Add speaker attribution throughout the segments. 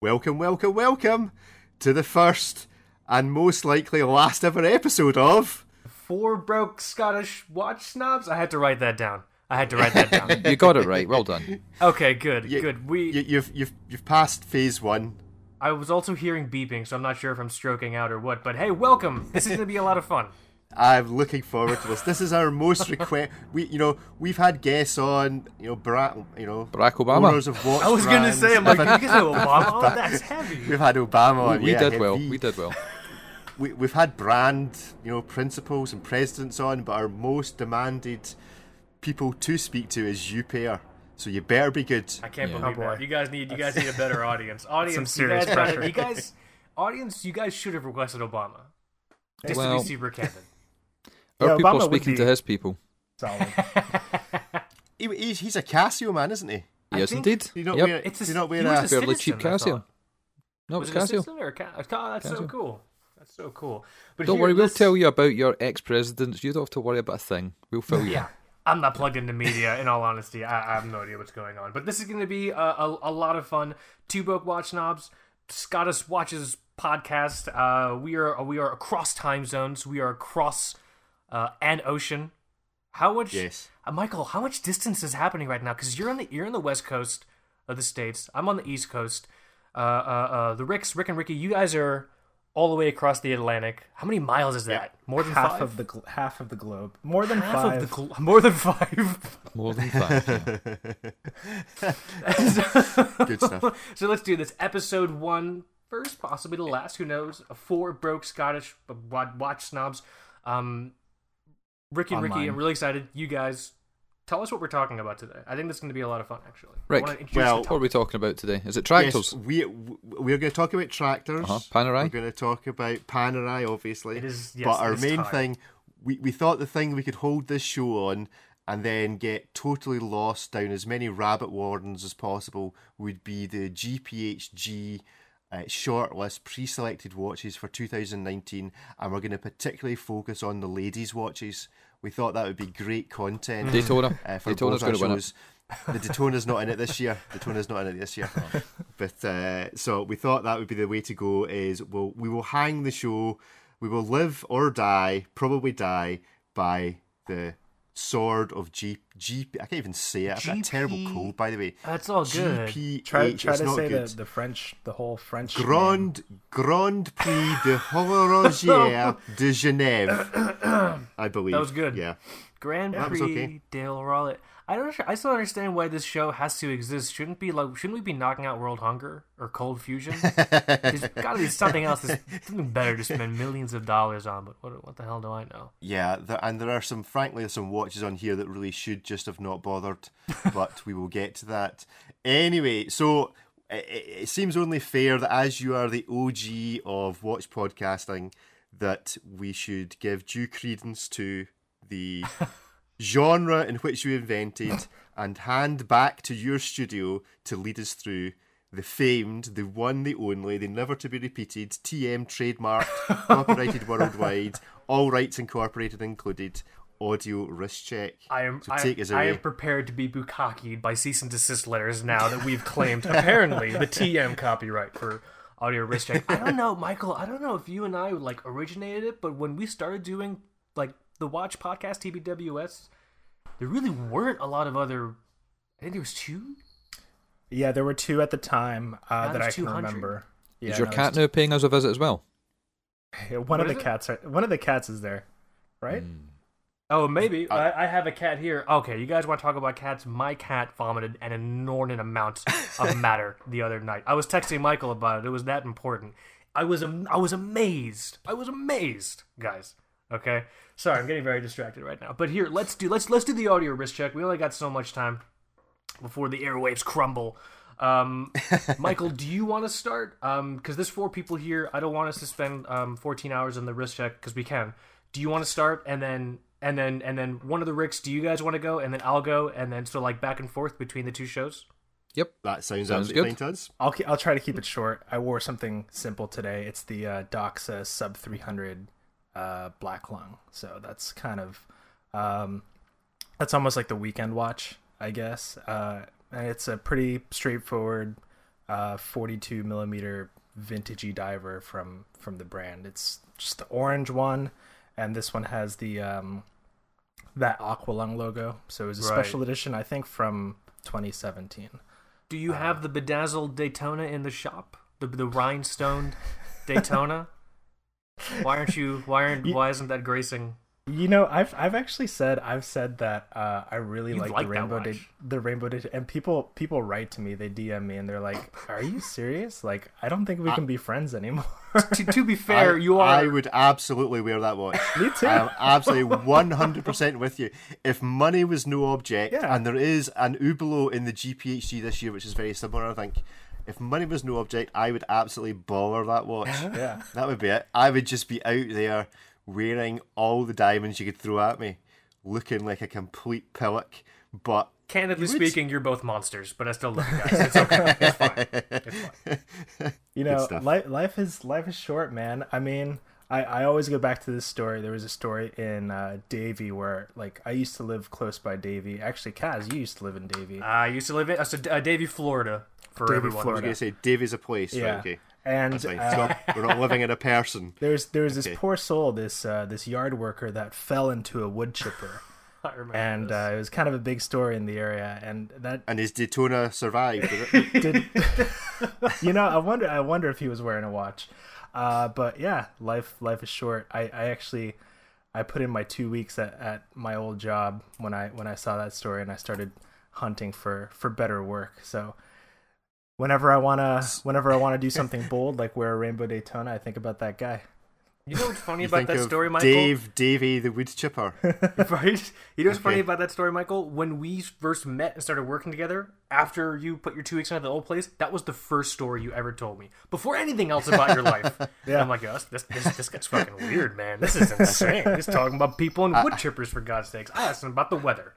Speaker 1: Welcome, welcome, welcome to the first and most likely last ever episode of.
Speaker 2: Four broke Scottish watch snobs. I had to write that down. I had to write that down.
Speaker 3: You got it right. Well done.
Speaker 2: Okay, good,
Speaker 1: You-
Speaker 2: good. We.
Speaker 1: You, you've you've you've passed phase one.
Speaker 2: I was also hearing beeping, so I'm not sure if I'm stroking out or what. But hey, welcome. This is gonna be a lot of fun.
Speaker 1: I'm looking forward to this. This is our most request. We you know we've had guests on you know Barack you know
Speaker 3: Barack Obama.
Speaker 1: owners of watch
Speaker 2: I was gonna
Speaker 1: brands.
Speaker 2: say, I'm like, you guys know Obama. Oh, that's heavy.
Speaker 1: We've had Obama on.
Speaker 3: we
Speaker 1: yeah,
Speaker 3: did
Speaker 1: heavy.
Speaker 3: well. We did well.
Speaker 1: we, we've had brand, you know, principals and presidents on, but our most demanded people to speak to is you pair. So you better be good.
Speaker 2: I can't
Speaker 3: Yeah.
Speaker 2: believe
Speaker 4: Oh, boy.
Speaker 2: that. You guys need. You guys need a better audience. Audience, you
Speaker 4: serious
Speaker 2: guys, gotta-
Speaker 4: pressure.
Speaker 2: you guys, audience, you guys should have requested Obama. Just
Speaker 3: Well-
Speaker 2: to be super candid.
Speaker 3: Our
Speaker 4: Yeah,
Speaker 3: people
Speaker 4: Obama
Speaker 3: are
Speaker 4: would
Speaker 3: speaking
Speaker 4: be-
Speaker 3: to his people.
Speaker 4: Solid.
Speaker 1: He, he's, he's a Casio man, isn't he?
Speaker 2: I
Speaker 3: Yes,
Speaker 2: think-
Speaker 3: indeed.
Speaker 1: Do you not
Speaker 3: Yep.
Speaker 1: wear? It's
Speaker 2: It's a-
Speaker 1: do you not
Speaker 2: he
Speaker 1: wear a,
Speaker 2: was a
Speaker 3: Fairly cheap
Speaker 2: citizen, that's
Speaker 3: Casio.
Speaker 2: all.
Speaker 3: No,
Speaker 2: was it
Speaker 3: it's
Speaker 2: a
Speaker 3: Casio.
Speaker 2: citizen or a ca- oh, that's so
Speaker 3: Casio.
Speaker 2: cool. That's so cool. But
Speaker 3: Don't
Speaker 2: here,
Speaker 3: worry, we'll
Speaker 2: this-
Speaker 3: tell you about your ex presidents. You don't have to worry about a thing. We'll fill you.
Speaker 2: Yeah, I'm not plugged into media. In all honesty, I, I have no idea what's going on. But this is going to be a, a, a lot of fun. Two broke watch knobs, Scottish watches podcast. Uh, we are we are across time zones. We are across uh, an ocean. How much?
Speaker 1: Yes.
Speaker 2: uh, Michael. How much distance is happening right now? Because you're on the you're on the west coast of the states. I'm on the east coast. Uh, uh, uh, the Ricks, Rick and Ricky, you guys are all the way across the Atlantic. How many miles is that? More than
Speaker 4: half
Speaker 2: five?
Speaker 4: of the gl- half of the globe. More than
Speaker 2: half
Speaker 4: five.
Speaker 2: of the gl- more than five.
Speaker 3: More than five. yeah.
Speaker 1: good stuff?
Speaker 2: So let's do this. Episode one, first possibly to last. Who knows? Four broke Scottish uh, wa- watch snobs. Um, Ricky, Ricky,
Speaker 4: Online.
Speaker 2: I'm really excited. You guys, tell us what we're talking about today. I think that's going to be a lot of fun, actually. I
Speaker 3: Rick,
Speaker 2: wanna introduce
Speaker 1: well-
Speaker 2: the
Speaker 3: What are
Speaker 2: topic.
Speaker 3: we talking about today? Is it
Speaker 1: Yes,
Speaker 3: tractors?
Speaker 1: we we're going to talk about tractors.
Speaker 3: Uh-huh, Panerai.
Speaker 1: We're going to talk about Panerai, obviously.
Speaker 2: It is- yes,
Speaker 1: but our
Speaker 2: it is
Speaker 1: main
Speaker 2: time.
Speaker 1: thing, we we thought the thing we could hold this show on, and then get totally lost down as many rabbit wardens as possible would be the GPHG. Uh, shortlist pre-selected watches for 2019 and we're going to particularly focus on the ladies watches we thought that would be great content
Speaker 3: Daytona.
Speaker 1: uh, for
Speaker 3: Daytona's
Speaker 1: both our
Speaker 3: going to win it.
Speaker 1: shows. The Daytona's not in it this year. Daytona's not in it this year. but uh, so we thought that would be the way to go. Is we'll we will hang the show. We will live or die, probably die by the sword of G G. I can't even say it. I've got a terrible
Speaker 2: GP.
Speaker 1: cold, by the way.
Speaker 2: That's all good.
Speaker 1: GP.
Speaker 4: try try
Speaker 1: it's
Speaker 4: to
Speaker 1: not
Speaker 4: say
Speaker 1: good.
Speaker 4: the, the French, the whole French. name.
Speaker 1: Grand Grand Prix de Horlogière de Genève. I believe
Speaker 2: was good.
Speaker 1: Yeah.
Speaker 2: Grand
Speaker 1: that was
Speaker 2: Prix
Speaker 1: okay.
Speaker 2: Dale Rollet. I don't. I still don't understand why this show has to exist. Shouldn't be like. Shouldn't we be knocking out world hunger or cold fusion? There's got to be something else. That's something better to spend millions of dollars on. But what, what the hell do I know?
Speaker 1: Yeah, there, and there are some, frankly, there's some watches on here that really should just have not bothered, but we will get to that. Anyway, so it, it seems only fair that as you are the OG of watch podcasting, that we should give due credence to the genre in which you invented and hand back to your studio to lead us through the famed, the one, the only, the never to be repeated, TM trademarked, copyrighted worldwide, all rights incorporated included, audio risk check.
Speaker 2: I am.
Speaker 1: So take
Speaker 2: I,
Speaker 1: us
Speaker 2: I
Speaker 1: away.
Speaker 2: am prepared to be bukakied by cease and desist letters now that we've claimed apparently the TM copyright for audio risk check. I don't know, Michael. I don't know if you and I like originated it, but when we started doing like the Watch podcast TBWS, there really weren't a lot of other. I think there was two.
Speaker 4: Yeah, there were two at the time uh,
Speaker 2: Now
Speaker 4: that I
Speaker 2: there's
Speaker 4: can
Speaker 2: 200.
Speaker 4: remember. Yeah,
Speaker 3: Is your
Speaker 4: no,
Speaker 3: cat
Speaker 4: it's-
Speaker 3: now paying us a visit as well?
Speaker 4: Yeah, one
Speaker 2: What
Speaker 4: of
Speaker 2: is
Speaker 4: the
Speaker 2: it?
Speaker 4: cats. Are, one of the cats is there, right?
Speaker 1: Hmm.
Speaker 2: Oh, maybe I, I have a cat here. Okay, you guys want to talk about cats? My cat vomited an inordinate amount of matter the other night. I was texting Michael about it. It was that important. I was am- I was amazed. I was amazed, guys. Okay, sorry, I'm getting very distracted right now. But here, let's do let's let's do the audio risk check. We only got so much time before the airwaves crumble. Um, Michael, do you want to start? Because there's four people here. I don't want us to spend um, 14 hours on the risk check because we can. Do you want to start and then and then and then one of the Ricks? Do you guys want to go and then I'll go and then so like back and forth between the two shows?
Speaker 3: Yep.
Speaker 1: that sounds,
Speaker 3: Sounds
Speaker 1: absolutely
Speaker 3: good.
Speaker 1: fine to us.
Speaker 4: I'll ke- I'll try to keep it short. I wore something simple today. It's the uh, Doxa Sub 300 uh, Black Lung. So that's kind of um, that's almost like the weekend watch, I guess. Uh, and it's a pretty straightforward uh, 42 millimeter vintagey diver from from the brand. It's just the orange one, and this one has the um, that Aqualung logo. So it was a
Speaker 2: Right.
Speaker 4: special edition, I think, from 2017.
Speaker 2: Do
Speaker 1: Uh.
Speaker 2: you have the bedazzled Daytona in the shop? The the rhinestoned Daytona? Why aren't you? Why aren't?
Speaker 4: You-
Speaker 2: Why isn't that gracing?
Speaker 4: You know, I've I've actually said I've said that uh, I really
Speaker 2: You
Speaker 4: like,
Speaker 2: like
Speaker 4: the
Speaker 2: that
Speaker 4: rainbow Day,
Speaker 2: watch.
Speaker 4: the rainbow Day, and people people write to me, they DM me, and they're like, "Are you serious? Like, I don't think we can be friends anymore."
Speaker 2: to, to be fair,
Speaker 1: I,
Speaker 2: you are.
Speaker 1: I would absolutely wear that watch.
Speaker 4: me too.
Speaker 1: I'm absolutely 100% with you. If money was no object,
Speaker 4: Yeah.
Speaker 1: and there is an Ubelo in the GPHG this year, which is very similar, I think. If money was no object, I would absolutely baller that watch.
Speaker 4: yeah,
Speaker 1: That would be it. I would just be out there wearing all the diamonds you could throw at me, looking like a complete pillock. But
Speaker 2: candidly
Speaker 1: you would-
Speaker 2: speaking, you're both monsters, but I still love you guys. It's okay. It's fine. It's fine.
Speaker 4: you know,
Speaker 1: stuff.
Speaker 4: life life is life is short, man. I mean, I I always go back to this story. There was a story in uh, Davy where like I used to live close by Davy. Actually, Kaz, you used to live in Davy.
Speaker 1: Ah,
Speaker 2: I used to live in uh, so, uh, Davie, Florida, for
Speaker 4: Davie,
Speaker 2: everyone.
Speaker 1: I was
Speaker 4: Florida.
Speaker 1: going to say, Davey's a place.
Speaker 4: yeah,
Speaker 1: Right, okay.
Speaker 4: and
Speaker 1: That's right.
Speaker 4: uh,
Speaker 1: It's not- we're not living in a person.
Speaker 4: there's there's this
Speaker 1: Okay.
Speaker 4: poor soul, this uh, this yard worker that fell into a wood chipper.
Speaker 2: I remember
Speaker 4: and
Speaker 2: this.
Speaker 4: uh, it was kind of a big story in the area. And that
Speaker 1: And his Daytona survived. did it?
Speaker 4: did, you know, I wonder, I wonder if he was wearing a watch. Uh, but yeah, life, life is short. I, I actually, I put in my two weeks at, at my old job when I when I saw that story and I started hunting for for better work. So. Whenever I wanna, whenever I wanna do something bold like wear a rainbow Daytona, I think about that guy.
Speaker 2: you know what's funny
Speaker 1: You
Speaker 2: about
Speaker 1: think
Speaker 2: that
Speaker 1: of
Speaker 2: story, Michael?
Speaker 1: Dave, Davey, the wood chipper.
Speaker 2: right? You know what's funny
Speaker 1: Okay.
Speaker 2: about that story, Michael? When we first met and started working together, after you put your two weeks into the old place, that was the first story you ever told me before anything else about your life. yeah. I'm like, oh, this, this, this guy's fucking weird, man. This is insane. He's talking about people and wood chippers, for God's sakes. I asked him about the weather.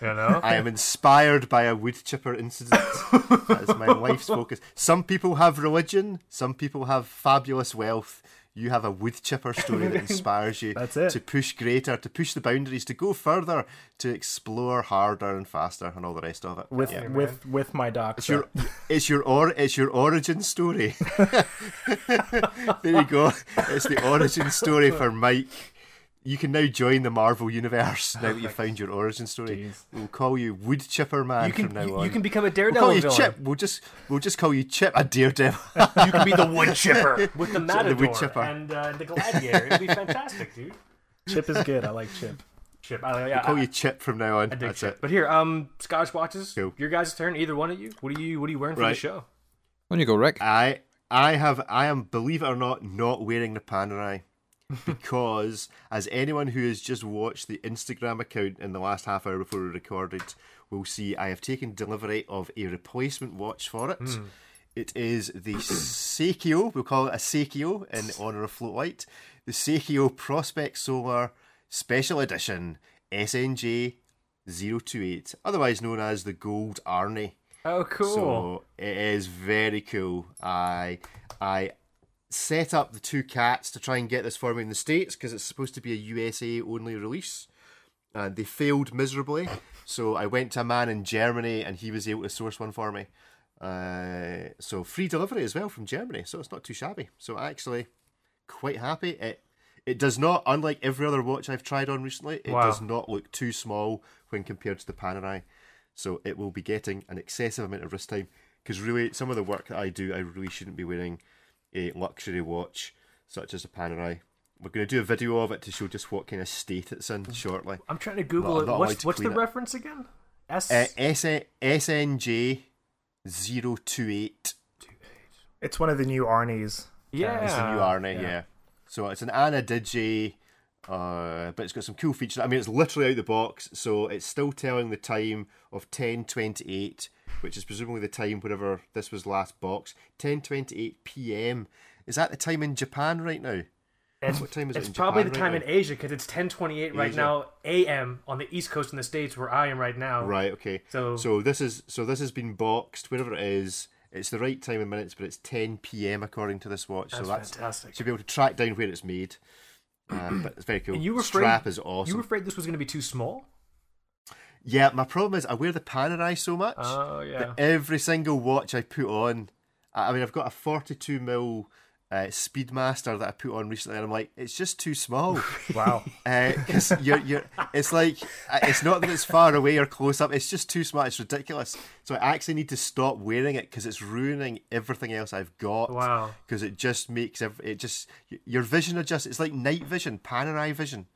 Speaker 2: You know?
Speaker 1: I am inspired by a wood chipper incident. that is my life's focus. Some people have religion, some people have fabulous wealth. You have a wood chipper story that inspires you
Speaker 4: That's it.
Speaker 1: to push greater, to push the boundaries, to go further, to explore harder and faster, and all the rest of it.
Speaker 4: With
Speaker 1: Yeah.
Speaker 4: with with my doc.
Speaker 1: It's your, it's your or it's your origin story. there you go. It's the origin story for Mike. You can now join the Marvel universe now that you've found your origin story.
Speaker 4: Jeez.
Speaker 1: We'll call you Wood Chipper Man
Speaker 2: You can,
Speaker 1: from now
Speaker 2: you,
Speaker 1: on.
Speaker 2: you can become a
Speaker 1: we'll
Speaker 2: daredevil
Speaker 1: call you
Speaker 2: villain.
Speaker 1: Chip. We'll just we'll just call you Chip, a daredevil.
Speaker 2: You can be the wood chipper with the matador
Speaker 1: wood chipper.
Speaker 2: and uh, the gladiator. It'd be fantastic, dude.
Speaker 4: Chip is good. I like Chip.
Speaker 2: Chip. I, yeah,
Speaker 1: call
Speaker 2: I-
Speaker 1: you Chip from now on.
Speaker 2: I dig
Speaker 1: That's
Speaker 2: shit.
Speaker 1: it.
Speaker 2: But here, um, Scottish watches.
Speaker 1: Cool.
Speaker 2: Your guys' turn. Either one of you. What are you? What are you wearing for the
Speaker 1: Right.
Speaker 2: show?
Speaker 3: When you go, Rick.
Speaker 2: Uh,
Speaker 1: I I have I am believe it or not not wearing the Panerai because as anyone who has just watched the Instagram account in the last half hour before we recorded will see I have taken delivery of a replacement watch for it. It is the Seikio, we'll call it a Seikio in honor of Floatlight. The Seikio Prospect Solar Special Edition SNJ 028, otherwise known as the Gold Arnie.
Speaker 2: Oh, cool.
Speaker 1: So it is very cool. I I set up the two cats to try and get this for me in the states because it's supposed to be a USA only release, and they failed miserably. So I went to a man in Germany, and he was able to source one for me. Uh, so free delivery as well from Germany, so it's not too shabby. So actually, quite happy. It it does not, unlike every other watch I've tried on recently, it
Speaker 2: Wow.
Speaker 1: does not look too small when compared to the Panerai. So it will be getting an excessive amount of wrist time because really, some of the work that I do, I really shouldn't be wearing a luxury watch such as a Panerai. We're going to do a video of it to show just what kind of state it's in shortly.
Speaker 2: I'm trying to Google
Speaker 1: Not-
Speaker 2: it.
Speaker 1: not allowed
Speaker 2: What's
Speaker 1: to
Speaker 2: what's the
Speaker 1: clean it.
Speaker 2: reference again? S.
Speaker 1: Uh, S- SNJ 028
Speaker 4: It's one of the new Arnie's.
Speaker 2: Ah, yeah.
Speaker 1: It's the new RNA,
Speaker 4: yeah.
Speaker 1: yeah. So it's an Anadigi, uh, but it's got some cool features. I mean, it's literally out the box, so it's still telling the time of 10:28, which is presumably the time whenever this was last boxed. 10:28 p.m. Is that the time in Japan right now?
Speaker 2: It's,
Speaker 1: What time is it
Speaker 2: it's
Speaker 1: in
Speaker 2: probably
Speaker 1: Japan
Speaker 2: the
Speaker 1: right
Speaker 2: time in
Speaker 1: now?
Speaker 2: Asia because it's 10:28 right
Speaker 1: Asia.
Speaker 2: now a.m. on the East Coast in the States where I am right now.
Speaker 1: Right. Okay.
Speaker 2: Oh. So-
Speaker 1: so this is so this has been boxed wherever it is. It's the right time in minutes, but it's 10 p.m. according to this watch.
Speaker 2: That's
Speaker 1: so that's
Speaker 2: fantastic.
Speaker 1: Should be able to track down where it's made. Uh, but it's very cool.
Speaker 2: And you were afraid,
Speaker 1: Strap is awesome.
Speaker 2: You were afraid this was going to be too small.
Speaker 1: Yeah, my problem is I wear the Panerai so much
Speaker 2: Oh yeah.
Speaker 1: that every single watch I put on, I I mean, I've got a 42 mil uh, Speedmaster that I put on recently, and I'm like, it's just too small.
Speaker 4: Wow.
Speaker 1: Because Uh, you're, you're, it's like uh, it's not that it's far away or close up. It's just too small. It's ridiculous. So I actually need to stop wearing it because it's ruining everything else I've got.
Speaker 2: Wow.
Speaker 1: Because it just makes ev- it just y- your vision adjusts. It's like night vision, panerai vision.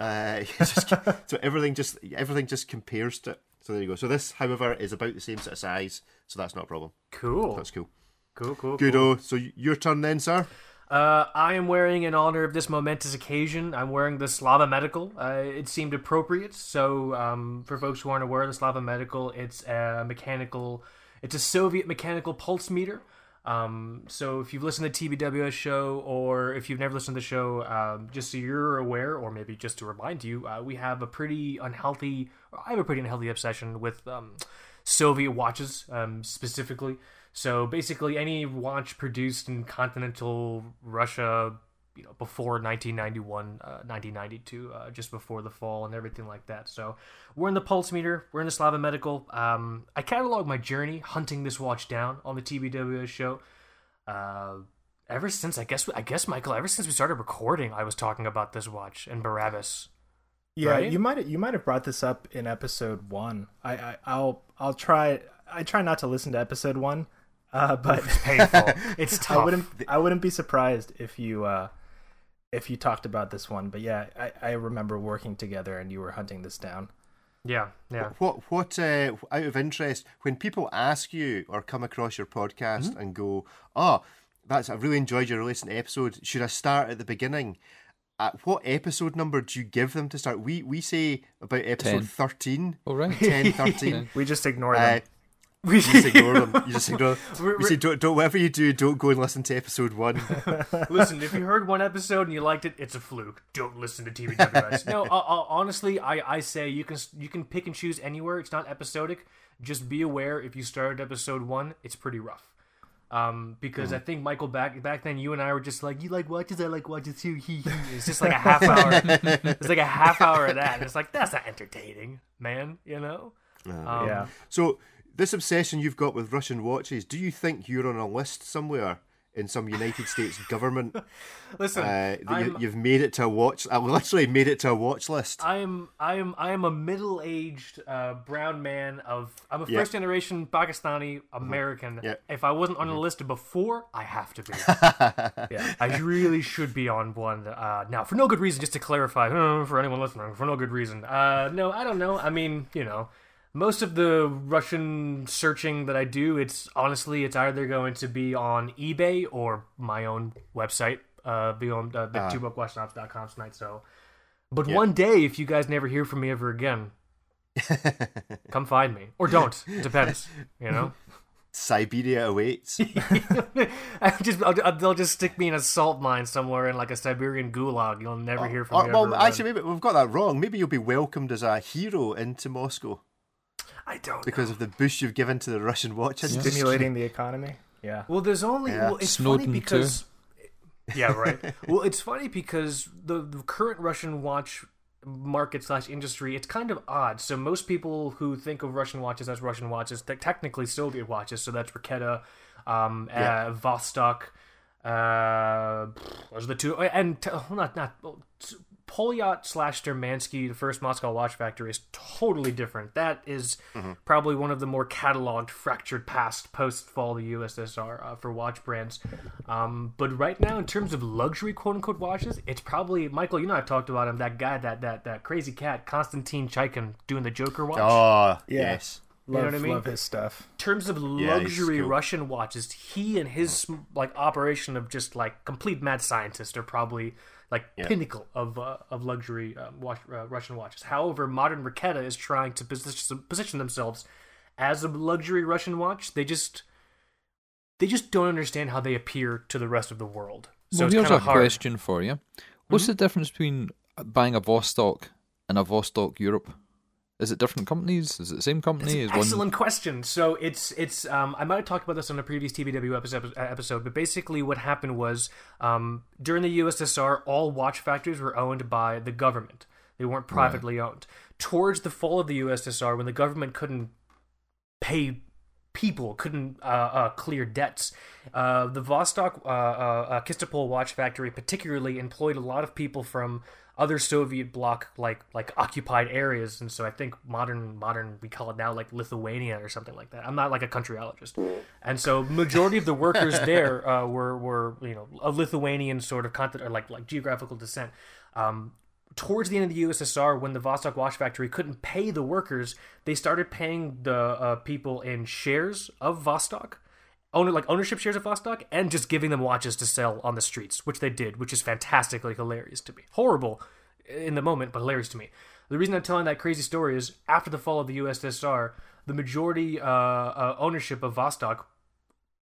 Speaker 1: Uh, it's just, so everything just everything just compares to it. So there you go. So this, however, is about the same sort of size. So that's not a problem.
Speaker 2: Cool.
Speaker 1: That's cool.
Speaker 2: Cool, cool.
Speaker 1: Good.
Speaker 2: cool.
Speaker 1: Oh, so y- your turn then, sir.
Speaker 2: Uh, I am wearing, in honor of this momentous occasion, I'm wearing the Slava Medical. Uh, it seemed appropriate. So, um, for folks who aren't aware, the Slava Medical, it's a mechanical, it's a Soviet mechanical pulse meter. Um, so, if you've listened to TBWS show, or if you've never listened to the show, um, just so you're aware, or maybe just to remind you, uh, we have a pretty unhealthy, or I have a pretty unhealthy obsession with um, Soviet watches um, specifically. So basically, any watch produced in continental Russia, you know, before 1991, uh, 1992, uh, just before the fall and everything like that. So we're in the pulse meter. We're in the Slava Medical. Um, I catalog my journey hunting this watch down on the TBWS show. Uh, ever since, I guess, I guess Michael, ever since we started recording, I was talking about this watch and Barabbas.
Speaker 4: Yeah,
Speaker 2: Right?
Speaker 4: you might you might have brought this up in episode one. I, I I'll I'll try I try not to listen to episode one, uh, but
Speaker 2: Painful. it's tough.
Speaker 4: I wouldn't I wouldn't be surprised if you uh, if you talked about this one. But yeah, I, I remember working together and you were hunting this down.
Speaker 2: Yeah, yeah.
Speaker 1: What what uh, out of interest when people ask you or come across your podcast
Speaker 2: Mm-hmm.
Speaker 1: and go, "Oh, that's I really enjoyed your recent episode. Should I start at the beginning?" At what episode number do you give them to start? We we say about episode
Speaker 3: Ten.
Speaker 1: thirteen.
Speaker 2: Oh,
Speaker 3: All right.
Speaker 1: 10, 13.
Speaker 4: We just ignore
Speaker 1: uh,
Speaker 4: them.
Speaker 1: you just ignore them. You just ignore
Speaker 2: We're-
Speaker 1: them. We say, don't, don't, whatever you do, don't go and listen to episode one.
Speaker 2: listen, if you heard one episode and you liked it, it's a fluke. Don't listen to TBWS. no, i i honestly, I, I say you can you can pick and choose anywhere. It's not episodic. Just be aware if you started episode one, it's pretty rough. Um,
Speaker 4: Hmm.
Speaker 2: because I think Michael back back then, you and I were just like, you like watches, I like watches too. He he. It's just like a half hour. it's like a half hour of that. And it's like that's not entertaining, man. You know. Um,
Speaker 4: yeah.
Speaker 1: So this obsession you've got with Russian watches, do you think you're on a list somewhere in some United States government
Speaker 2: Listen,
Speaker 1: uh, that you,
Speaker 2: I'm-
Speaker 1: you've made it to a watch. I literally made it to a watch list.
Speaker 2: I am I am I am a middle aged uh, brown man of I'm a
Speaker 1: Yeah. Mm-hmm.
Speaker 2: first generation Pakistani American.
Speaker 1: Yeah. Mm-hmm.
Speaker 2: If I wasn't on the list before, I have to be.
Speaker 4: Yeah.
Speaker 2: I really should be on one uh, now for no good reason. Just to clarify uh, for anyone listening, for no good reason. Uh, no, I don't know. I mean, you know, most of the Russian searching that I do, it's honestly it's either going to be on eBay or my own website, uh, be on uh, the two bookwatchnops.com tonight. So. But one day, if you guys never hear from me ever again, come find me or don't. Depends, you know.
Speaker 1: Siberia awaits.
Speaker 2: I just I'll, I'll- they'll just stick me in a salt mine somewhere in like a Siberian gulag. You'll never hear from
Speaker 1: Or-
Speaker 2: me.
Speaker 1: Oh, well,
Speaker 2: ever
Speaker 1: actually, maybe we've got that wrong. Maybe you'll be welcomed as a hero into Moscow
Speaker 2: again. I don't. know.
Speaker 1: because of the boost you've given to the Russian watch industry.
Speaker 4: Stimulating the economy. Yeah.
Speaker 2: Well, there's only
Speaker 1: Yeah.
Speaker 2: well, it's
Speaker 3: Snowden,
Speaker 2: funny
Speaker 3: too.
Speaker 2: because yeah, right. well, it's funny because the, the current Russian watch market slash industry it's kind of odd. So most people who think of Russian watches as Russian watches, they're technically Soviet watches. So that's Raketa, um, uh, Vostok. Uh, those are the two, and t- not not oh, Polyat slash Dermansky, the first Moscow watch factory, is totally different. That is probably one of the more cataloged, fractured past post fall of the USSR uh, for watch brands. Um, but right now, in terms of luxury quote unquote watches, it's probably Michael. You know, I've talked about him. That guy, that that that crazy cat, Konstantin Chaikin, doing the Joker watch.
Speaker 1: Oh, yes.
Speaker 4: Love,
Speaker 2: what I mean?
Speaker 4: love his stuff.
Speaker 2: terms of
Speaker 1: he's
Speaker 2: luxury
Speaker 1: cool.
Speaker 2: Russian watches, he and his sm- like operation of just like complete mad scientist are probably like pinnacle of uh, of luxury um, watch, uh, Russian watches. However, modern Raketa is trying to position position themselves as a luxury Russian watch. They just they just don't understand how they appear to the rest of the world. So
Speaker 3: well,
Speaker 2: it's
Speaker 3: here's
Speaker 2: kind
Speaker 3: a
Speaker 2: of hard. Mm-hmm.
Speaker 3: question for you. What's the difference between buying a Vostok and a Vostok Europe? Is it different companies? Is it the same company? Is one
Speaker 2: Excellent question. So it's it's um, I might have talked about this on a previous TBW episode, episode but basically what happened was um, during the USSR, all watch factories were owned by the government. They weren't privately owned. Towards the fall of the USSR, when the government couldn't pay people, couldn't uh, uh, clear debts. Uh, the Vostok uh, uh, uh, Kistopol watch factory, particularly, employed a lot of people from other Soviet bloc like like occupied areas, and so I think modern modern we call it now like Lithuania or something like that. I'm not like a countryologist, and so majority of the workers there uh, were were you know a Lithuanian sort of content or like like geographical descent. Um, towards the end of the USSR, when the Vostok Wash Factory couldn't pay the workers, they started paying the uh, people in shares of Vostok. Owner, like ownership shares of Vostok, and just giving them watches to sell on the streets, which they did, which is fantastically hilarious to me. Horrible in the moment, but hilarious to me. The reason I'm telling that crazy story is after the fall of the USSR, the majority uh, uh, ownership of Vostok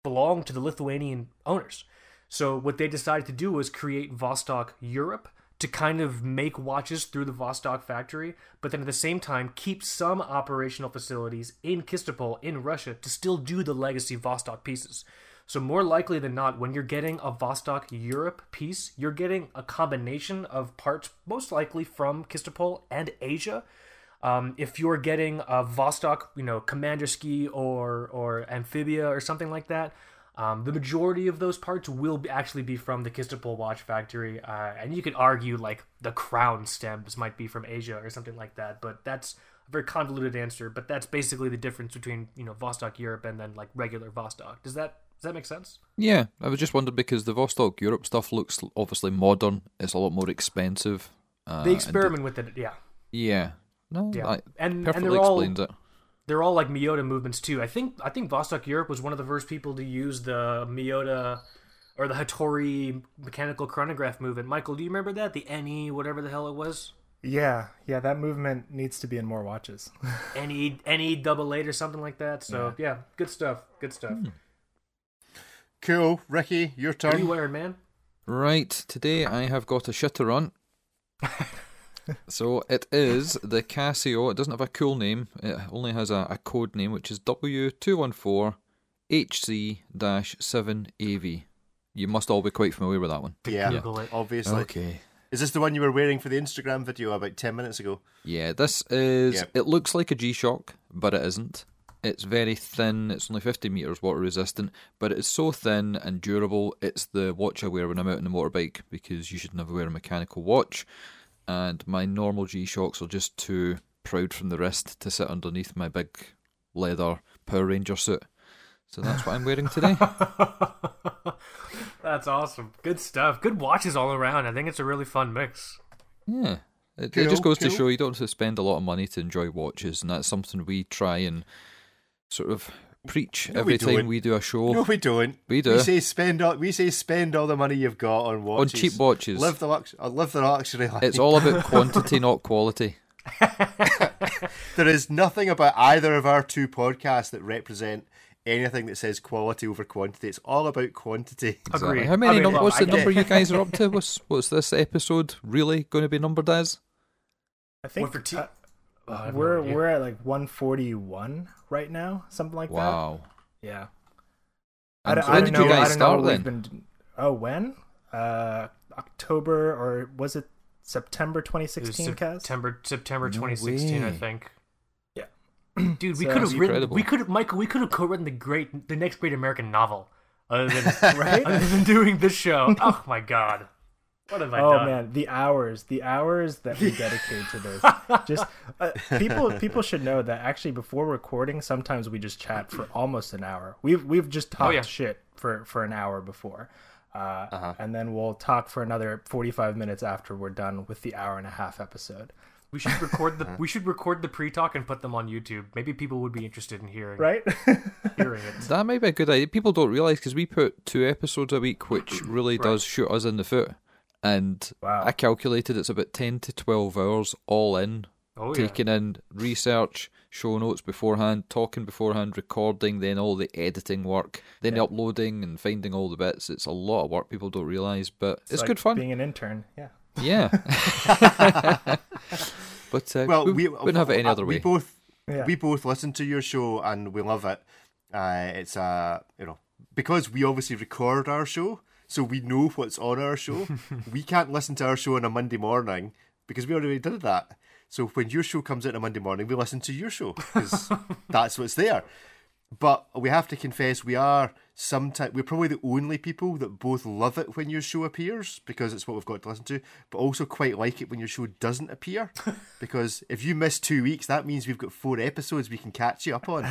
Speaker 2: belonged to the Lithuanian owners. So what they decided to do was create Vostok Europe to kind of make watches through the Vostok factory, but then at the same time keep some operational facilities in Kistopol in Russia to still do the legacy Vostok pieces. So more likely than not, when you're getting a Vostok Europe piece, you're getting a combination of parts, most likely from Kistopol and Asia. Um, if you're getting a Vostok, you know, commander ski or or amphibia or something like that, um, the majority of those parts will be, actually be from the Kistopol watch factory, uh, and you could argue like the crown stems might be from Asia or something like that. But that's a very convoluted answer. But that's basically the difference between you know Vostok Europe and then like regular Vostok. Does that does that make sense?
Speaker 3: Yeah, I was just wondering because the Vostok Europe stuff looks obviously modern. It's a lot more expensive. Uh,
Speaker 2: They experiment with it, yeah,
Speaker 3: And, yeah. No,
Speaker 2: yeah,
Speaker 3: that
Speaker 2: and and
Speaker 3: perfectly
Speaker 2: they're all
Speaker 3: explains it.
Speaker 2: they're all like Miyota movements too. I think I think Vostok Europe was one of the first people to use the Miyota or the Hattori mechanical chronograph movement. Michael, do you remember that? The NE, whatever the hell it was,
Speaker 4: Yeah, yeah, that movement needs to be in more watches.
Speaker 2: NE NE E, double eight or something like that. So yeah, Hmm. good stuff. Good stuff.
Speaker 1: Cool, Ricky, your
Speaker 2: What are you
Speaker 1: turn.
Speaker 2: wearing, man?
Speaker 3: Right, today I have got a shitter on. so it is the Casio. It doesn't have a cool name, it only has a, a code name, which is W214HC 7AV. You must all be quite familiar with that one.
Speaker 1: Yeah,
Speaker 2: Google it.
Speaker 1: obviously. Is this the one you were wearing for the Instagram video about ten minutes ago?
Speaker 3: Yeah, this is.
Speaker 1: Yep.
Speaker 3: It looks like a G Shock, but it isn't. It's very thin. It's only 50 meters water resistant, but it's so thin and durable. It's the watch I wear when I'm out on a motorbike because you should never wear a mechanical watch. And my normal G Shocks are just too proud from the wrist to sit underneath my big leather Power Ranger suit. So that's what I'm wearing today.
Speaker 2: That's awesome. Good stuff. Good watches all around. I think it's a really fun mix.
Speaker 3: Yeah. It, it just
Speaker 1: Cool,
Speaker 3: goes to
Speaker 1: cool.
Speaker 3: show you don't have to spend a lot of money to enjoy watches, and that's something we try and sort of preach
Speaker 1: No, we
Speaker 3: every time
Speaker 1: don't.
Speaker 3: we do a show.
Speaker 1: No, we don't.
Speaker 3: Oh. We do.
Speaker 1: We say spend all. We say spend all the money you've got on watches.
Speaker 3: cheap watches.
Speaker 1: Live the lux- uh, live the luxury life.
Speaker 3: It's all about quantity, not quality.
Speaker 1: There is nothing about either of our two podcasts that represent anything that says quality over quantity. It's all about quantity.
Speaker 3: Exactly.
Speaker 2: Agreed.
Speaker 3: How many?
Speaker 2: Agreed.
Speaker 3: num-
Speaker 2: Look,
Speaker 3: what's the
Speaker 2: I get-
Speaker 3: number you guys are up to? What's, what's this episode really going to be numbered as?
Speaker 4: I think
Speaker 2: What for T-
Speaker 4: uh,
Speaker 2: Oh, I have no
Speaker 4: we're
Speaker 2: idea.
Speaker 4: we're at like 141 right now, something like
Speaker 3: wow.
Speaker 4: that. Yeah.
Speaker 3: And
Speaker 4: don't-
Speaker 3: Um, when
Speaker 4: don't
Speaker 3: did you
Speaker 4: know-
Speaker 3: guys
Speaker 4: I don't know
Speaker 3: start
Speaker 4: what
Speaker 3: then?
Speaker 4: we've been- oh, when? Uh, October or was it September
Speaker 2: It was
Speaker 4: 2016? Cast.
Speaker 2: September September
Speaker 3: No
Speaker 2: 2016, I
Speaker 3: way.
Speaker 2: think.
Speaker 4: Yeah.
Speaker 2: Dude, we
Speaker 4: So-
Speaker 2: could
Speaker 4: That's
Speaker 2: have written.
Speaker 3: incredible.
Speaker 2: We could have Michael. We could have co-written the great, the next great American novel, other than
Speaker 4: Right?
Speaker 2: other than doing this show. Oh my god, what have I
Speaker 4: Oh
Speaker 2: done?
Speaker 4: man, the hours, the hours that we dedicate to this. Just uh, people, people should know that actually before recording, sometimes we just chat for almost an hour. We've we've just talked
Speaker 2: Oh, yeah.
Speaker 4: shit for for an hour before, uh,
Speaker 3: Uh-huh.
Speaker 4: and then we'll talk for another forty five minutes after we're done with the hour and a half episode.
Speaker 2: We should record the we should record the pre-talk and put them on YouTube. Maybe people would be interested in hearing
Speaker 4: Right?
Speaker 2: hearing it.
Speaker 3: That might be a good idea. People don't realise because we put two episodes a week, which really does shoot us in the foot. And
Speaker 4: Wow.
Speaker 3: I calculated it's about 10 to 12 hours all in,
Speaker 2: Oh yeah.
Speaker 3: taking in research, show notes beforehand, talking beforehand, recording, then all the editing work, then the uploading and finding all the bits. It's a lot of work people don't realise, but it's,
Speaker 4: like
Speaker 3: good fun.
Speaker 4: Being an intern, yeah.
Speaker 3: Yeah. but uh,
Speaker 1: Well,
Speaker 3: we,
Speaker 1: we
Speaker 3: wouldn't have it any
Speaker 1: uh,
Speaker 3: other way.
Speaker 1: We both
Speaker 4: Yeah.
Speaker 1: we both listen to your show and we love it. Uh, it's uh, you know because we obviously record our show, so we know what's on our show. we can't listen to our show on a Monday morning because we already did that. So when your show comes out on a Monday morning, we listen to your show because that's what's there. But we have to confess we are sometimes we're probably the only people that both love it when your show appears because it's what we've got to listen to, but also quite like it when your show doesn't appear because if you miss two weeks, that means we've got four episodes we can catch you up on.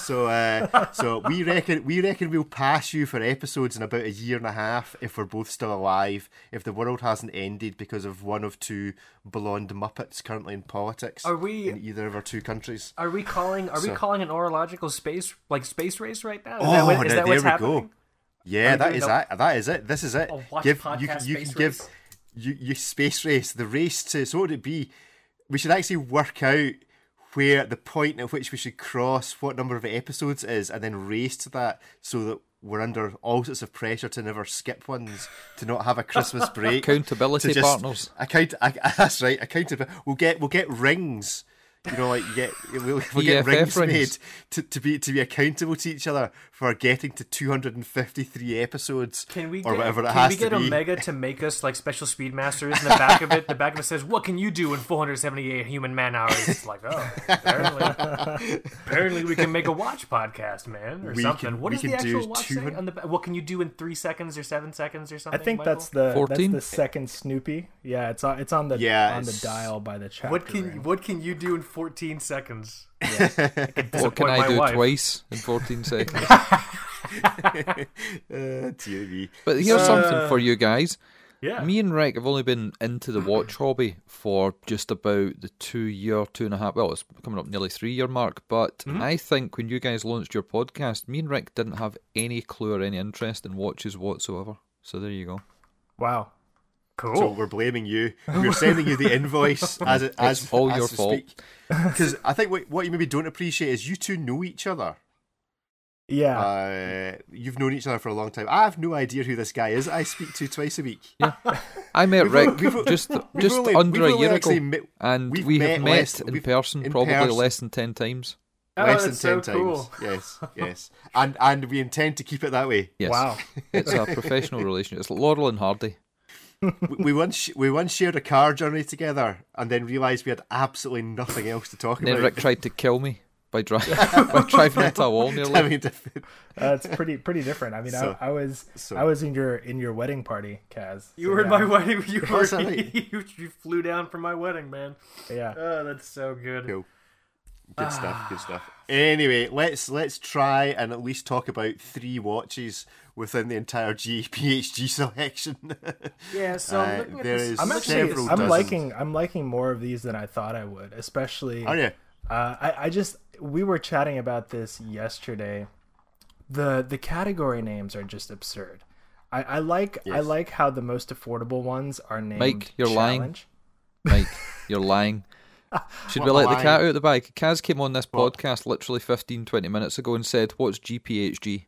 Speaker 1: so, uh, so we reckon we reckon we'll pass you for episodes in about a year and a half if we're both still alive, if the world hasn't ended because of one of two blonde muppets currently in politics.
Speaker 2: Are we-
Speaker 1: in either of our two countries?
Speaker 2: Are we calling? Are we
Speaker 1: So-
Speaker 2: calling an orological space like space race right now? Is
Speaker 1: Oh,
Speaker 2: that what- is
Speaker 1: now
Speaker 2: that
Speaker 1: there
Speaker 2: what's
Speaker 1: we
Speaker 2: happening?
Speaker 1: go. Yeah,
Speaker 2: we
Speaker 1: that
Speaker 2: doing
Speaker 1: is
Speaker 2: a-
Speaker 1: it. That is it. This is it.
Speaker 2: a watch
Speaker 1: you can,
Speaker 2: podcast
Speaker 1: you
Speaker 2: space
Speaker 1: can give
Speaker 2: race?
Speaker 1: you, you space race the race to. So what would it be? We should actually work out where the point at which we should cross what number of episodes is, and then race to that so that we're under all sorts of pressure to never skip ones, to not have a Christmas break,
Speaker 3: Accountability
Speaker 1: to just-
Speaker 3: partners.
Speaker 1: Account. I, that's right. Accountability. We'll get we'll get rings. You know, like you get we'll, we'll get
Speaker 3: EFF
Speaker 1: rings,
Speaker 3: E rings.
Speaker 1: made to, to be to be accountable to each other for getting to 253 episodes
Speaker 2: Can we
Speaker 1: or
Speaker 2: get,
Speaker 1: whatever it
Speaker 2: can
Speaker 1: has
Speaker 2: we get
Speaker 1: to be.
Speaker 2: Omega to make us like special speed masters? And the back of it, the back of it says, "What can you do in 478 human man hours?" It's like, oh, apparently, apparently we can make a watch podcast, man, or
Speaker 1: We
Speaker 2: something.
Speaker 1: can-
Speaker 2: what
Speaker 1: we
Speaker 2: is the
Speaker 1: can do
Speaker 2: actual watch?
Speaker 1: 200
Speaker 2: Saying on the, ba- what can you do in three seconds or seven seconds or
Speaker 4: I
Speaker 2: something?
Speaker 4: think
Speaker 2: Michael?
Speaker 4: that's the
Speaker 3: 14?
Speaker 4: that's the second Snoopy. Yeah, it's on it's on the
Speaker 1: Yeah,
Speaker 4: on the
Speaker 1: it's-
Speaker 4: dial by the chapter.
Speaker 2: what can
Speaker 4: ring.
Speaker 2: what can you do in 14 seconds?
Speaker 3: What can
Speaker 2: Disappoint
Speaker 3: I
Speaker 2: my
Speaker 3: do
Speaker 2: wife.
Speaker 3: twice in 14 seconds?
Speaker 1: Uh, dear me.
Speaker 3: But here's
Speaker 1: Uh,
Speaker 3: something for you guys.
Speaker 2: Yeah,
Speaker 3: Me and Rick have only been into the watch hobby for just about the two year, two and a half, well, it's coming up nearly three year mark. But
Speaker 1: Mm-hmm.
Speaker 3: I think when you guys launched your podcast, me and Rick didn't have any clue or any interest in watches whatsoever. So there you go.
Speaker 4: Wow.
Speaker 2: cool.
Speaker 1: So we're blaming you. We're sending you the invoice as it as
Speaker 3: Oh. It's all
Speaker 1: as
Speaker 3: your
Speaker 1: we
Speaker 3: fault.
Speaker 1: speak. Because I think what, what you maybe don't appreciate is you two know each other.
Speaker 4: Yeah.
Speaker 1: Uh, you've known each other for a long time. I have no idea who this guy is. I speak to twice a week.
Speaker 3: I met Rick
Speaker 1: we've-
Speaker 3: just
Speaker 1: we've
Speaker 3: just
Speaker 1: only-
Speaker 3: under
Speaker 1: we've
Speaker 3: a
Speaker 1: only
Speaker 3: year
Speaker 1: actually
Speaker 3: ago,
Speaker 1: met-
Speaker 3: and
Speaker 1: we've
Speaker 3: we
Speaker 1: met
Speaker 3: have met
Speaker 1: less-
Speaker 3: in
Speaker 1: we've-
Speaker 3: person
Speaker 1: in
Speaker 3: probably
Speaker 1: person.
Speaker 3: less than ten times.
Speaker 2: oh,
Speaker 1: Less than
Speaker 2: that's
Speaker 1: ten
Speaker 2: so
Speaker 1: times.
Speaker 2: cool.
Speaker 1: Yes, yes, and and we intend to keep it that way.
Speaker 3: Yes.
Speaker 4: Wow.
Speaker 3: it's a professional relationship. It's Laurel and Hardy.
Speaker 1: We, we once sh- we once shared a car journey together, and then realised we had absolutely nothing else to talk
Speaker 3: And then
Speaker 1: about.
Speaker 3: Rick tried to kill me by, dri- by driving into a wall nearly.
Speaker 1: I mean, diff-
Speaker 4: Uh, it's pretty pretty different. I mean,
Speaker 1: So-
Speaker 4: I, I was
Speaker 1: so-
Speaker 4: I was in your in your wedding party, Kaz.
Speaker 2: You
Speaker 4: So,
Speaker 2: were
Speaker 4: yeah,
Speaker 2: in my wedding. You
Speaker 1: Oh,
Speaker 2: were
Speaker 1: sorry.
Speaker 2: you, you flew down for my wedding, man.
Speaker 4: Yeah.
Speaker 2: Oh, that's so good.
Speaker 1: Cool. good stuff, good stuff. Anyway, let's let's try and at least talk about three watches within the entire GPHG selection.
Speaker 2: Yeah, so
Speaker 1: Uh,
Speaker 2: looking at
Speaker 1: there
Speaker 2: this-
Speaker 1: is
Speaker 4: I'm
Speaker 2: looking at
Speaker 4: actually
Speaker 1: several
Speaker 4: I'm
Speaker 1: dozen.
Speaker 4: liking I'm liking more of these than I thought I would, especially
Speaker 1: Are you?
Speaker 4: Uh, I, I just we were chatting about this yesterday. The the category names are just absurd. I, I like I
Speaker 1: Yes.
Speaker 4: like how the most affordable ones are named.
Speaker 3: Mike, you're lying.
Speaker 4: challenge.
Speaker 3: Mike, you're lying. Should we
Speaker 1: What
Speaker 3: let
Speaker 1: am
Speaker 3: the
Speaker 1: I?
Speaker 3: cat out of the bag? Kaz came on this podcast literally 15, 20 minutes ago and said, What's GPHG?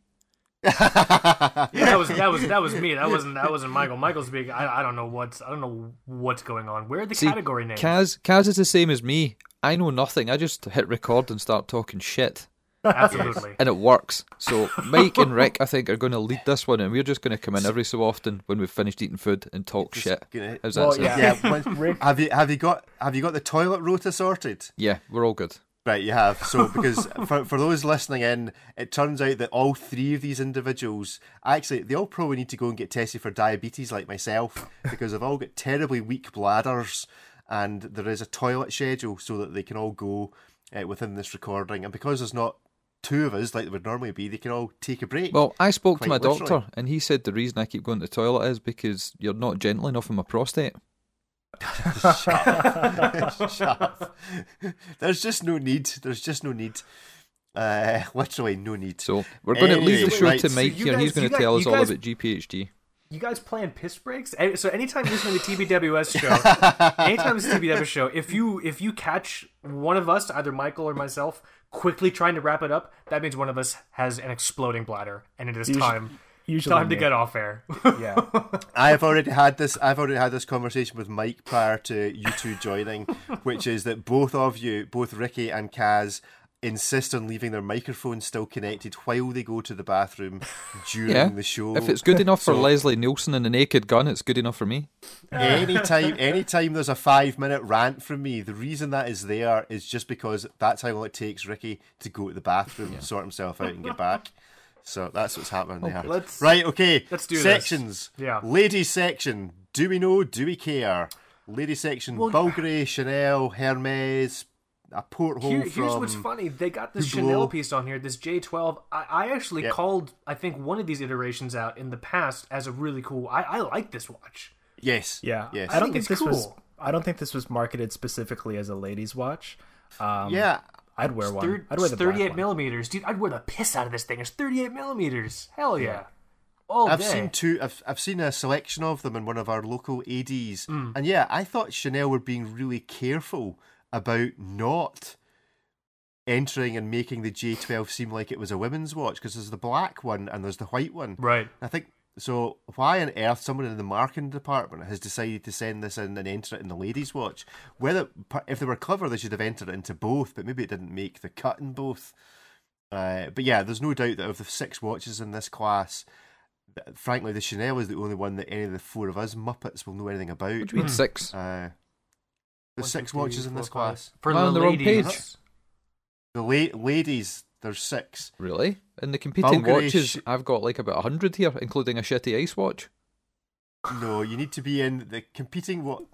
Speaker 2: Yeah, that was that was that was me. That wasn't that wasn't Michael. Michael's big. I, I don't know what's I don't know what's going on. Where are the
Speaker 3: See,
Speaker 2: category names?
Speaker 3: Kaz, Kaz is the same as me. I know nothing. I just hit record and start talking shit.
Speaker 2: Absolutely.
Speaker 3: And it works. So Mike and Rick, I think, are going to lead this one, and we're just going to come in every so often when we've finished eating food and talk shit.
Speaker 1: gonna-
Speaker 3: How's that
Speaker 4: Well,
Speaker 3: sound?
Speaker 4: yeah.
Speaker 1: Yeah. once- have you have you got have you got the toilet rota sorted?
Speaker 3: Yeah, we're all good.
Speaker 1: Right, you have. So, because for, for those listening in, it turns out that all three of these individuals actually, they all probably need to go and get tested for diabetes, like myself, because they've all got terribly weak bladders and there is a toilet schedule so that they can all go uh, within this recording. And because there's not two of us like there would normally be, they can all take a break.
Speaker 3: Well, I spoke to
Speaker 1: Quite
Speaker 3: my
Speaker 1: literally.
Speaker 3: doctor, and he said the reason I keep going to the toilet is because you're not gentle enough on my prostate.
Speaker 1: Shut up. Shut up. There's just no need. There's just no need. Uh, literally, no need.
Speaker 3: So we're going to leave
Speaker 1: Anyway,
Speaker 3: the show
Speaker 1: right,
Speaker 3: to
Speaker 1: so
Speaker 3: Mike
Speaker 2: you
Speaker 3: here.
Speaker 2: guys-
Speaker 3: He's going
Speaker 2: you
Speaker 3: to
Speaker 2: guys-
Speaker 3: tell us
Speaker 2: you
Speaker 3: all
Speaker 2: guys-
Speaker 3: about GPHD.
Speaker 2: You guys plan piss breaks? Eh, So anytime you listen to the TBWS show, anytime it's a TBWS show, if you if you catch one of us, either Michael or myself, quickly trying to wrap it up, that means one of us has an exploding bladder, and it is
Speaker 4: Usu-
Speaker 2: time
Speaker 4: Usually
Speaker 2: time to
Speaker 4: me.
Speaker 2: get off air.
Speaker 4: Yeah.
Speaker 1: I have already had this. I've already had this conversation with Mike prior to you two joining, which is that both of you, both Ricky and Kaz, insist on leaving their microphone still connected while they go to the bathroom during
Speaker 3: Yeah.
Speaker 1: the show.
Speaker 3: If it's good enough for
Speaker 1: So-
Speaker 3: Leslie Nielsen and the Naked Gun, it's good enough for me.
Speaker 1: anytime, anytime there's a five minute rant from me, the reason that is there is just because that's how long it takes Ricky to go to the bathroom, sort himself out, and get back. So that's what's happening there.
Speaker 2: let's-
Speaker 1: right, okay.
Speaker 2: let's do this.
Speaker 1: sections.
Speaker 2: Yeah.
Speaker 1: ladies section. Do we know? Do we care? Ladies section. Bulgari, Chanel, Hermes. A porthole
Speaker 2: Here-
Speaker 1: from.
Speaker 2: here's what's funny. They got this
Speaker 1: Hublot.
Speaker 2: Chanel piece on here, this J12. I, I actually
Speaker 1: Yep.
Speaker 2: called, I think, one of these iterations out in the past as a really cool. I, I like this watch.
Speaker 1: Yes.
Speaker 4: Yeah,
Speaker 1: Yes.
Speaker 4: I don't
Speaker 2: think
Speaker 4: think
Speaker 2: it's
Speaker 4: this was.
Speaker 2: cool.
Speaker 4: I don't think this was marketed specifically as a ladies' watch. Um,
Speaker 1: yeah.
Speaker 4: I'd wear one.
Speaker 2: Third,
Speaker 4: I'd wear the black
Speaker 2: 38
Speaker 4: one.
Speaker 2: millimeters, dude. I'd wear the piss out of this thing. It's 38 millimeters. Hell yeah. All
Speaker 1: I've
Speaker 2: day.
Speaker 1: seen two. I've, I've seen a selection of them in one of our local ads,
Speaker 2: Hmm.
Speaker 1: and yeah, I thought Chanel were being really careful about not entering and making the J12 seem like it was a women's watch because there's the black one and there's the white one.
Speaker 2: right.
Speaker 1: I think so. Why on earth someone in the marketing department has decided to send this in and enter it in the ladies' watch? Whether if they were clever, they should have entered it into both, but maybe it didn't make the cut in both. Uh, but yeah, there's no doubt that of the six watches in this class, th- frankly, the Chanel is the only one that any of the four of us Muppets will know anything about.
Speaker 3: What do you mean six?
Speaker 1: Uh,
Speaker 2: One,
Speaker 1: there's
Speaker 2: two,
Speaker 1: six
Speaker 2: three,
Speaker 1: watches in
Speaker 2: four,
Speaker 1: this
Speaker 2: five.
Speaker 1: class.
Speaker 2: For
Speaker 3: Not
Speaker 2: the
Speaker 3: on the wrong
Speaker 2: ladies.
Speaker 3: page.
Speaker 1: The la- ladies, there's six.
Speaker 3: Really? In the competing
Speaker 1: Bulgari
Speaker 3: watches,
Speaker 1: sh-
Speaker 3: I've got like about hundred here, including a shitty ice watch.
Speaker 1: No, you need to be in the competing what?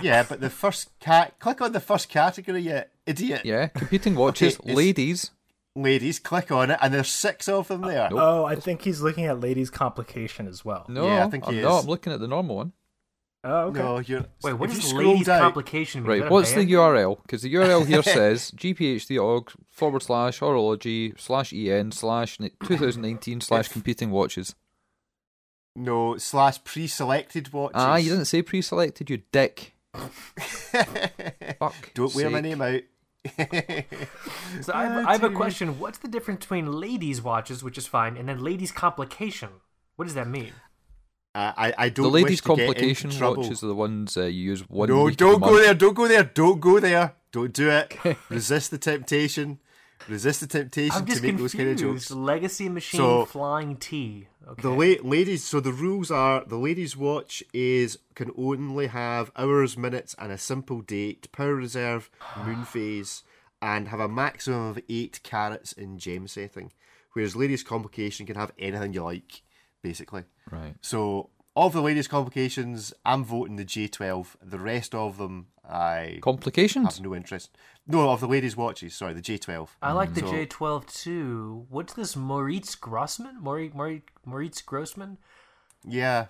Speaker 1: Yeah, but the first cat. Click on the first category, you idiot.
Speaker 3: Yeah, competing watches,
Speaker 1: Eh. it's-
Speaker 3: ladies.
Speaker 1: Ladies, click on it, and there's six of them there.
Speaker 3: nope.
Speaker 4: Oh, I think he's looking at ladies' complication as well.
Speaker 3: No,
Speaker 1: Yeah, I think
Speaker 3: I'm
Speaker 1: he
Speaker 3: not.
Speaker 1: is.
Speaker 3: I'm looking at the normal one.
Speaker 4: Oh, okay.
Speaker 1: No, you're.
Speaker 2: Wait, what
Speaker 1: if
Speaker 2: does
Speaker 1: you scroll
Speaker 2: ladies'
Speaker 1: down-
Speaker 2: complication mean? Is
Speaker 3: Right,
Speaker 2: that a
Speaker 3: what's the
Speaker 2: band?
Speaker 3: URL? Because the URL here says gphd.org forward slash horology slash en slash ni- 2019 slash
Speaker 1: If-
Speaker 3: competing watches.
Speaker 1: No, slash pre-selected watches.
Speaker 3: Ah, you didn't say pre selected, you dick. Fuck.
Speaker 1: Don't wear my
Speaker 3: sake.
Speaker 1: name out.
Speaker 2: So I have, I have a question. What's the difference between ladies' watches, which is fine, and then ladies' complication? What does that mean?
Speaker 1: I, I- I don't.
Speaker 3: The ladies'
Speaker 1: wish to get into
Speaker 3: complication
Speaker 1: trouble.
Speaker 3: watches are the ones uh, you use one
Speaker 1: No,
Speaker 3: week a
Speaker 1: don't go
Speaker 3: month.
Speaker 1: there. Don't go there. Don't go there. Don't do it. Resist the temptation. Resist the temptation
Speaker 2: I'm just
Speaker 1: to make those kind of jokes.
Speaker 2: confused. Legacy machine
Speaker 1: So-
Speaker 2: flying T. Okay.
Speaker 1: The la- ladies, so the rules are the ladies' watch is can only have hours, minutes, and a simple date, power reserve, moon phase, and have a maximum of eight carats in gem setting. Whereas ladies' complication can have anything you like, basically.
Speaker 3: Right.
Speaker 1: So, of the ladies' complications, I'm voting the J12. The rest of them, I
Speaker 3: Complications?
Speaker 1: have no interest. No, of the ladies' watches, sorry, the J12.
Speaker 2: I like the
Speaker 1: So-
Speaker 2: J12 too. What's this Moritz Grossman? Mori- Mori- Moritz Grossman?
Speaker 1: Yeah.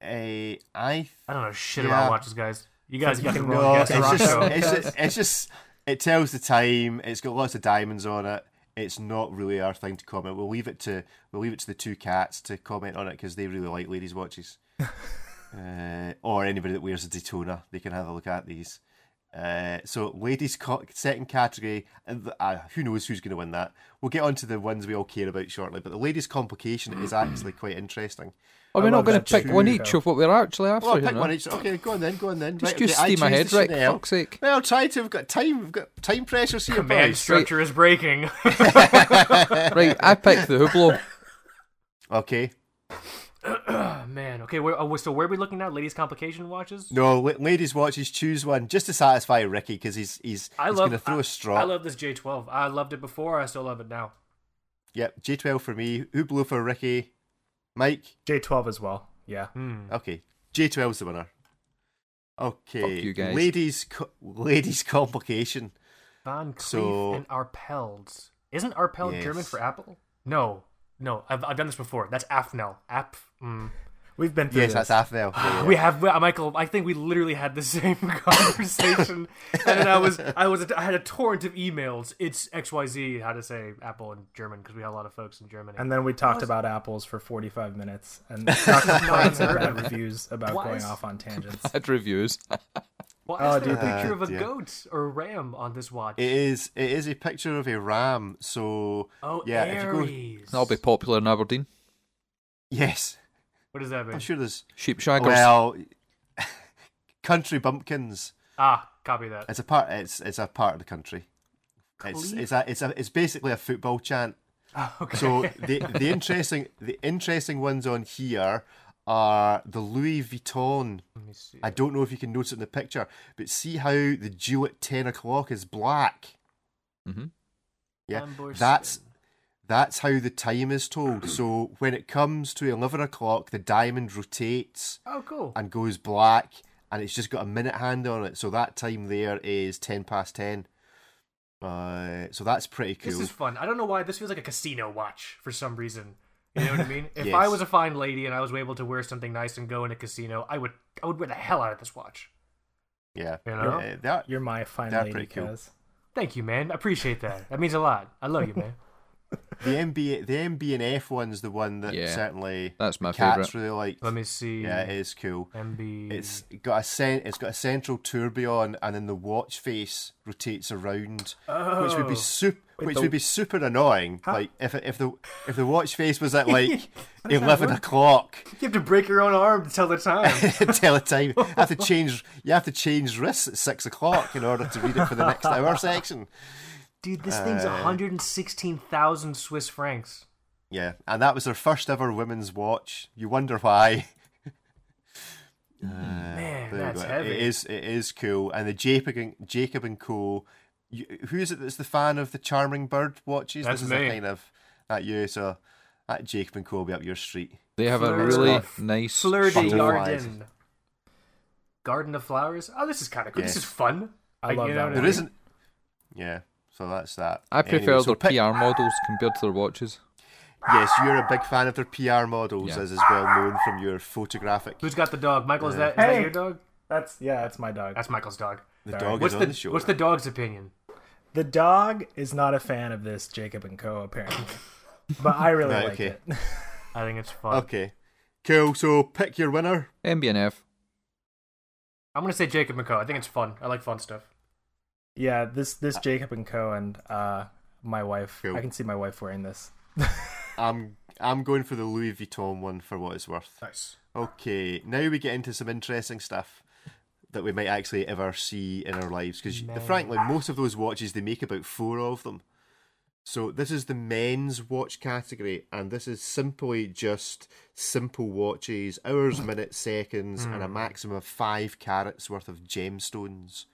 Speaker 1: Eh, I
Speaker 2: I don't know shit
Speaker 1: Yeah.
Speaker 2: about watches, guys. You guys got the
Speaker 4: can
Speaker 2: wrong
Speaker 1: No,
Speaker 2: guess
Speaker 1: it's
Speaker 4: Castle
Speaker 2: rock
Speaker 4: Rock
Speaker 1: just,
Speaker 2: show.
Speaker 1: it's just it's just it tells the time. It's got lots of diamonds on it. It's not really our thing to comment. We'll leave it to we'll leave it to the two cats to comment on it because they really like ladies' watches, uh, or anybody that wears a Daytona. They can have a look at these. Uh, so ladies' co- second category, and th- uh, who knows who's going to win that? We'll get on to the ones we all care about shortly. But the ladies' complication is actually quite interesting.
Speaker 3: Are we
Speaker 4: I
Speaker 3: not
Speaker 4: love
Speaker 3: going to
Speaker 4: that
Speaker 3: pick
Speaker 4: too,
Speaker 3: one
Speaker 4: though.
Speaker 3: each of what we're actually after?
Speaker 1: Well, I'll
Speaker 3: here
Speaker 1: pick
Speaker 3: now?
Speaker 1: one each. Okay, go on then, go on then.
Speaker 3: Just
Speaker 1: Right,
Speaker 3: use
Speaker 1: okay, I
Speaker 3: steam
Speaker 1: choose
Speaker 3: ahead,
Speaker 1: the
Speaker 3: right, for
Speaker 1: Chanel.
Speaker 3: fuck's sake.
Speaker 1: Well, try to. We've got time. We've got time pressures here,
Speaker 2: Command
Speaker 1: boys.
Speaker 2: structure is breaking.
Speaker 3: Right, I picked the Hublot.
Speaker 1: Okay.
Speaker 2: oh, man. Okay, where, oh, so where are we looking now? Ladies' complication watches?
Speaker 1: No, la- ladies' watches. Choose one just to satisfy Ricky because he's he's,
Speaker 2: I
Speaker 1: he's
Speaker 2: love.
Speaker 1: going to throw
Speaker 2: I,
Speaker 1: a straw.
Speaker 2: I love this J12. I loved it before. I still love it now.
Speaker 1: Yep, J twelve for me. Hublot for Ricky. Mike.
Speaker 4: J12 as well. Yeah.
Speaker 2: Hmm.
Speaker 1: Okay, J 12s the winner. Okay,
Speaker 3: you guys.
Speaker 1: ladies, co- ladies complication.
Speaker 2: Van Cleef
Speaker 1: So-
Speaker 2: and Arpels. Isn't Arpel German
Speaker 1: Yes.
Speaker 2: for apple? No, no. I've, I've done this before. That's Afnel. Ap. Mm.
Speaker 4: We've been through
Speaker 1: Yes,
Speaker 4: this.
Speaker 1: that's Athel.
Speaker 2: Ah, We have we- Michael. I think we literally had the same conversation, and I was I was I had a torrent of emails. It's X Y Z how to say apple in German because we had a lot of folks in Germany.
Speaker 4: and then we talked about apples for 45 minutes and got complaints and bad reviews about
Speaker 2: Why
Speaker 4: going
Speaker 2: is-
Speaker 4: off on tangents.
Speaker 3: Had reviews.
Speaker 2: Why
Speaker 4: Oh,
Speaker 2: is there a
Speaker 4: dude.
Speaker 2: picture of a
Speaker 1: dear.
Speaker 2: goat or a ram on this watch?
Speaker 1: It is it is a picture of a ram. So
Speaker 2: oh,
Speaker 1: yeah, if you go,
Speaker 2: Aries.
Speaker 3: That'll be popular in Aberdeen.
Speaker 1: yes,
Speaker 2: What does that mean?
Speaker 1: I'm sure there's
Speaker 3: Sheep shaggers.
Speaker 1: well, country bumpkins.
Speaker 2: Ah, copy that.
Speaker 1: It's a part. It's it's a part of the country. It's it's a, it's a it's basically a football chant.
Speaker 2: Okay.
Speaker 1: So the the interesting the interesting ones on here are the Louis Vuitton.
Speaker 2: me see.
Speaker 1: I don't know if you can notice it in the picture, but see how the Jew at ten o'clock is black.
Speaker 3: Mm-hmm.
Speaker 1: Yeah,
Speaker 2: Ambush
Speaker 1: that's
Speaker 2: skin.
Speaker 1: that's how the time is told. so when it comes to eleven o'clock, the diamond rotates
Speaker 2: Oh, cool.
Speaker 1: and goes black, and it's just got a minute hand on it. So that time there is ten past ten. Uh, so that's pretty cool.
Speaker 2: This is fun. I don't know why this feels like a casino watch for some reason. You know what I mean? If
Speaker 1: Yes.
Speaker 2: I was a fine lady and I was able to wear something nice and go in a casino, I would I would wear the hell out of this watch.
Speaker 1: yeah,
Speaker 2: You know?
Speaker 1: Uh, that-
Speaker 4: You're my fine
Speaker 1: That's
Speaker 4: lady,
Speaker 1: pretty cool.
Speaker 4: Kaz.
Speaker 2: Thank you, man. I appreciate that. That means a lot. I love you, man.
Speaker 1: the MB the MB and F one's the one that
Speaker 3: Yeah.
Speaker 1: certainly
Speaker 3: That's my
Speaker 1: cats
Speaker 3: favourite.
Speaker 1: really like.
Speaker 2: Let me Mm. see.
Speaker 1: Yeah, it is cool.
Speaker 2: MB.
Speaker 1: It's got a cen- it's got a central tourbillon, and then the watch face rotates around, which would
Speaker 2: Oh.
Speaker 1: be super, which
Speaker 4: the-
Speaker 1: would be super annoying.
Speaker 4: Huh?
Speaker 1: Like if it- if the if the watch face was at like
Speaker 4: that
Speaker 1: eleven
Speaker 4: work?
Speaker 1: o'clock,
Speaker 2: You have to break your own arm to tell the time.
Speaker 1: tell a time. You have to change. You have to change wrists at six o'clock in order to read it for the next hour section.
Speaker 2: Dude, this thing's
Speaker 1: Uh,
Speaker 2: 116,000 Swiss francs.
Speaker 1: Yeah, and that was their first ever women's watch. You wonder why. Uh,
Speaker 2: Mm,
Speaker 1: there
Speaker 2: Man,
Speaker 1: you
Speaker 2: that's
Speaker 1: go.
Speaker 2: heavy.
Speaker 1: It is. It is cool. And the Jacob and, Jacob and Co. You, who is it that's the fan of the Charming Bird watches?
Speaker 2: That's
Speaker 1: this is
Speaker 2: me.
Speaker 1: a kind of that you. So that Jacob and Co. will be up your street.
Speaker 3: They have a
Speaker 2: Fleur-
Speaker 3: really
Speaker 1: Stuff.
Speaker 3: nice
Speaker 2: Fleur de
Speaker 1: Butterflies.
Speaker 3: shuttle-
Speaker 2: Garden. Garden of Flowers. Oh, this is kind of cool.
Speaker 1: Yes.
Speaker 2: This is fun.
Speaker 4: I
Speaker 2: Like,
Speaker 4: love
Speaker 2: you
Speaker 4: that
Speaker 2: know what
Speaker 4: one.
Speaker 1: There
Speaker 2: mean?
Speaker 1: isn't. Yeah. So that's that.
Speaker 3: I prefer
Speaker 1: Anyway, so
Speaker 3: their
Speaker 1: pick-
Speaker 3: PR models compared to their watches.
Speaker 1: Yes, you're a big fan of their PR models,
Speaker 3: Yeah.
Speaker 1: as is well known from your photographic.
Speaker 2: Who's got the dog? Michael, is that, is
Speaker 4: Hey.
Speaker 2: that your dog?
Speaker 4: That's yeah, that's my dog.
Speaker 2: That's Michael's dog.
Speaker 1: The
Speaker 4: Sorry.
Speaker 1: dog
Speaker 2: What's
Speaker 1: is
Speaker 2: the,
Speaker 1: on the show.
Speaker 2: what's the dog's opinion?
Speaker 4: The dog is not a fan of this Jacob and Co. apparently, but I really
Speaker 1: Right,
Speaker 4: like
Speaker 1: okay.
Speaker 4: it.
Speaker 2: I think it's fun.
Speaker 1: Okay. Cool. So pick your winner.
Speaker 3: MBNF.
Speaker 2: I'm going to say Jacob McCo. I think it's fun. I like fun stuff.
Speaker 4: yeah, this this Jacob and Co. and uh, my wife.
Speaker 1: Cool.
Speaker 4: I can see my wife wearing this.
Speaker 1: I'm I'm going for the Louis Vuitton one for what it's worth.
Speaker 2: Nice.
Speaker 1: Okay. Now we get into some interesting stuff that we might actually ever see in our lives because
Speaker 2: Men.
Speaker 1: frankly most of those watches they make about four of them. So this is the men's watch category and this is simply just simple watches, hours, minutes, seconds and a maximum of 5 carats worth of gemstones.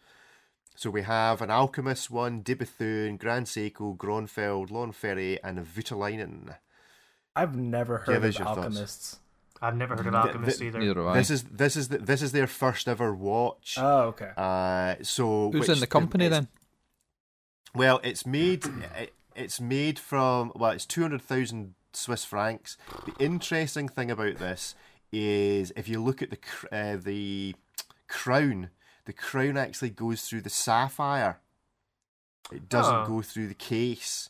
Speaker 1: So we have an Alchemist one, De Bethune, Grand Seiko, Gronfeld, Lonferry and a Vutalainen.
Speaker 4: I've never
Speaker 1: Yeah,
Speaker 4: heard
Speaker 1: there's
Speaker 4: of
Speaker 1: your thoughts.
Speaker 4: alchemists.
Speaker 2: I've never heard of
Speaker 1: Th-
Speaker 2: Alchemist
Speaker 1: th-
Speaker 2: either.
Speaker 3: Neither have I.
Speaker 1: This is this is the, this is their first ever watch.
Speaker 4: Oh, okay.
Speaker 1: Uh, so
Speaker 3: Who's
Speaker 1: which
Speaker 3: in the company
Speaker 1: it's-
Speaker 3: then?
Speaker 1: Well, it's made it, it's made from well, it's two hundred thousand Swiss francs. The interesting thing about this is if you look at the cr- uh, the crown, the crown actually goes through the sapphire. It doesn't
Speaker 2: Oh.
Speaker 1: go through the case.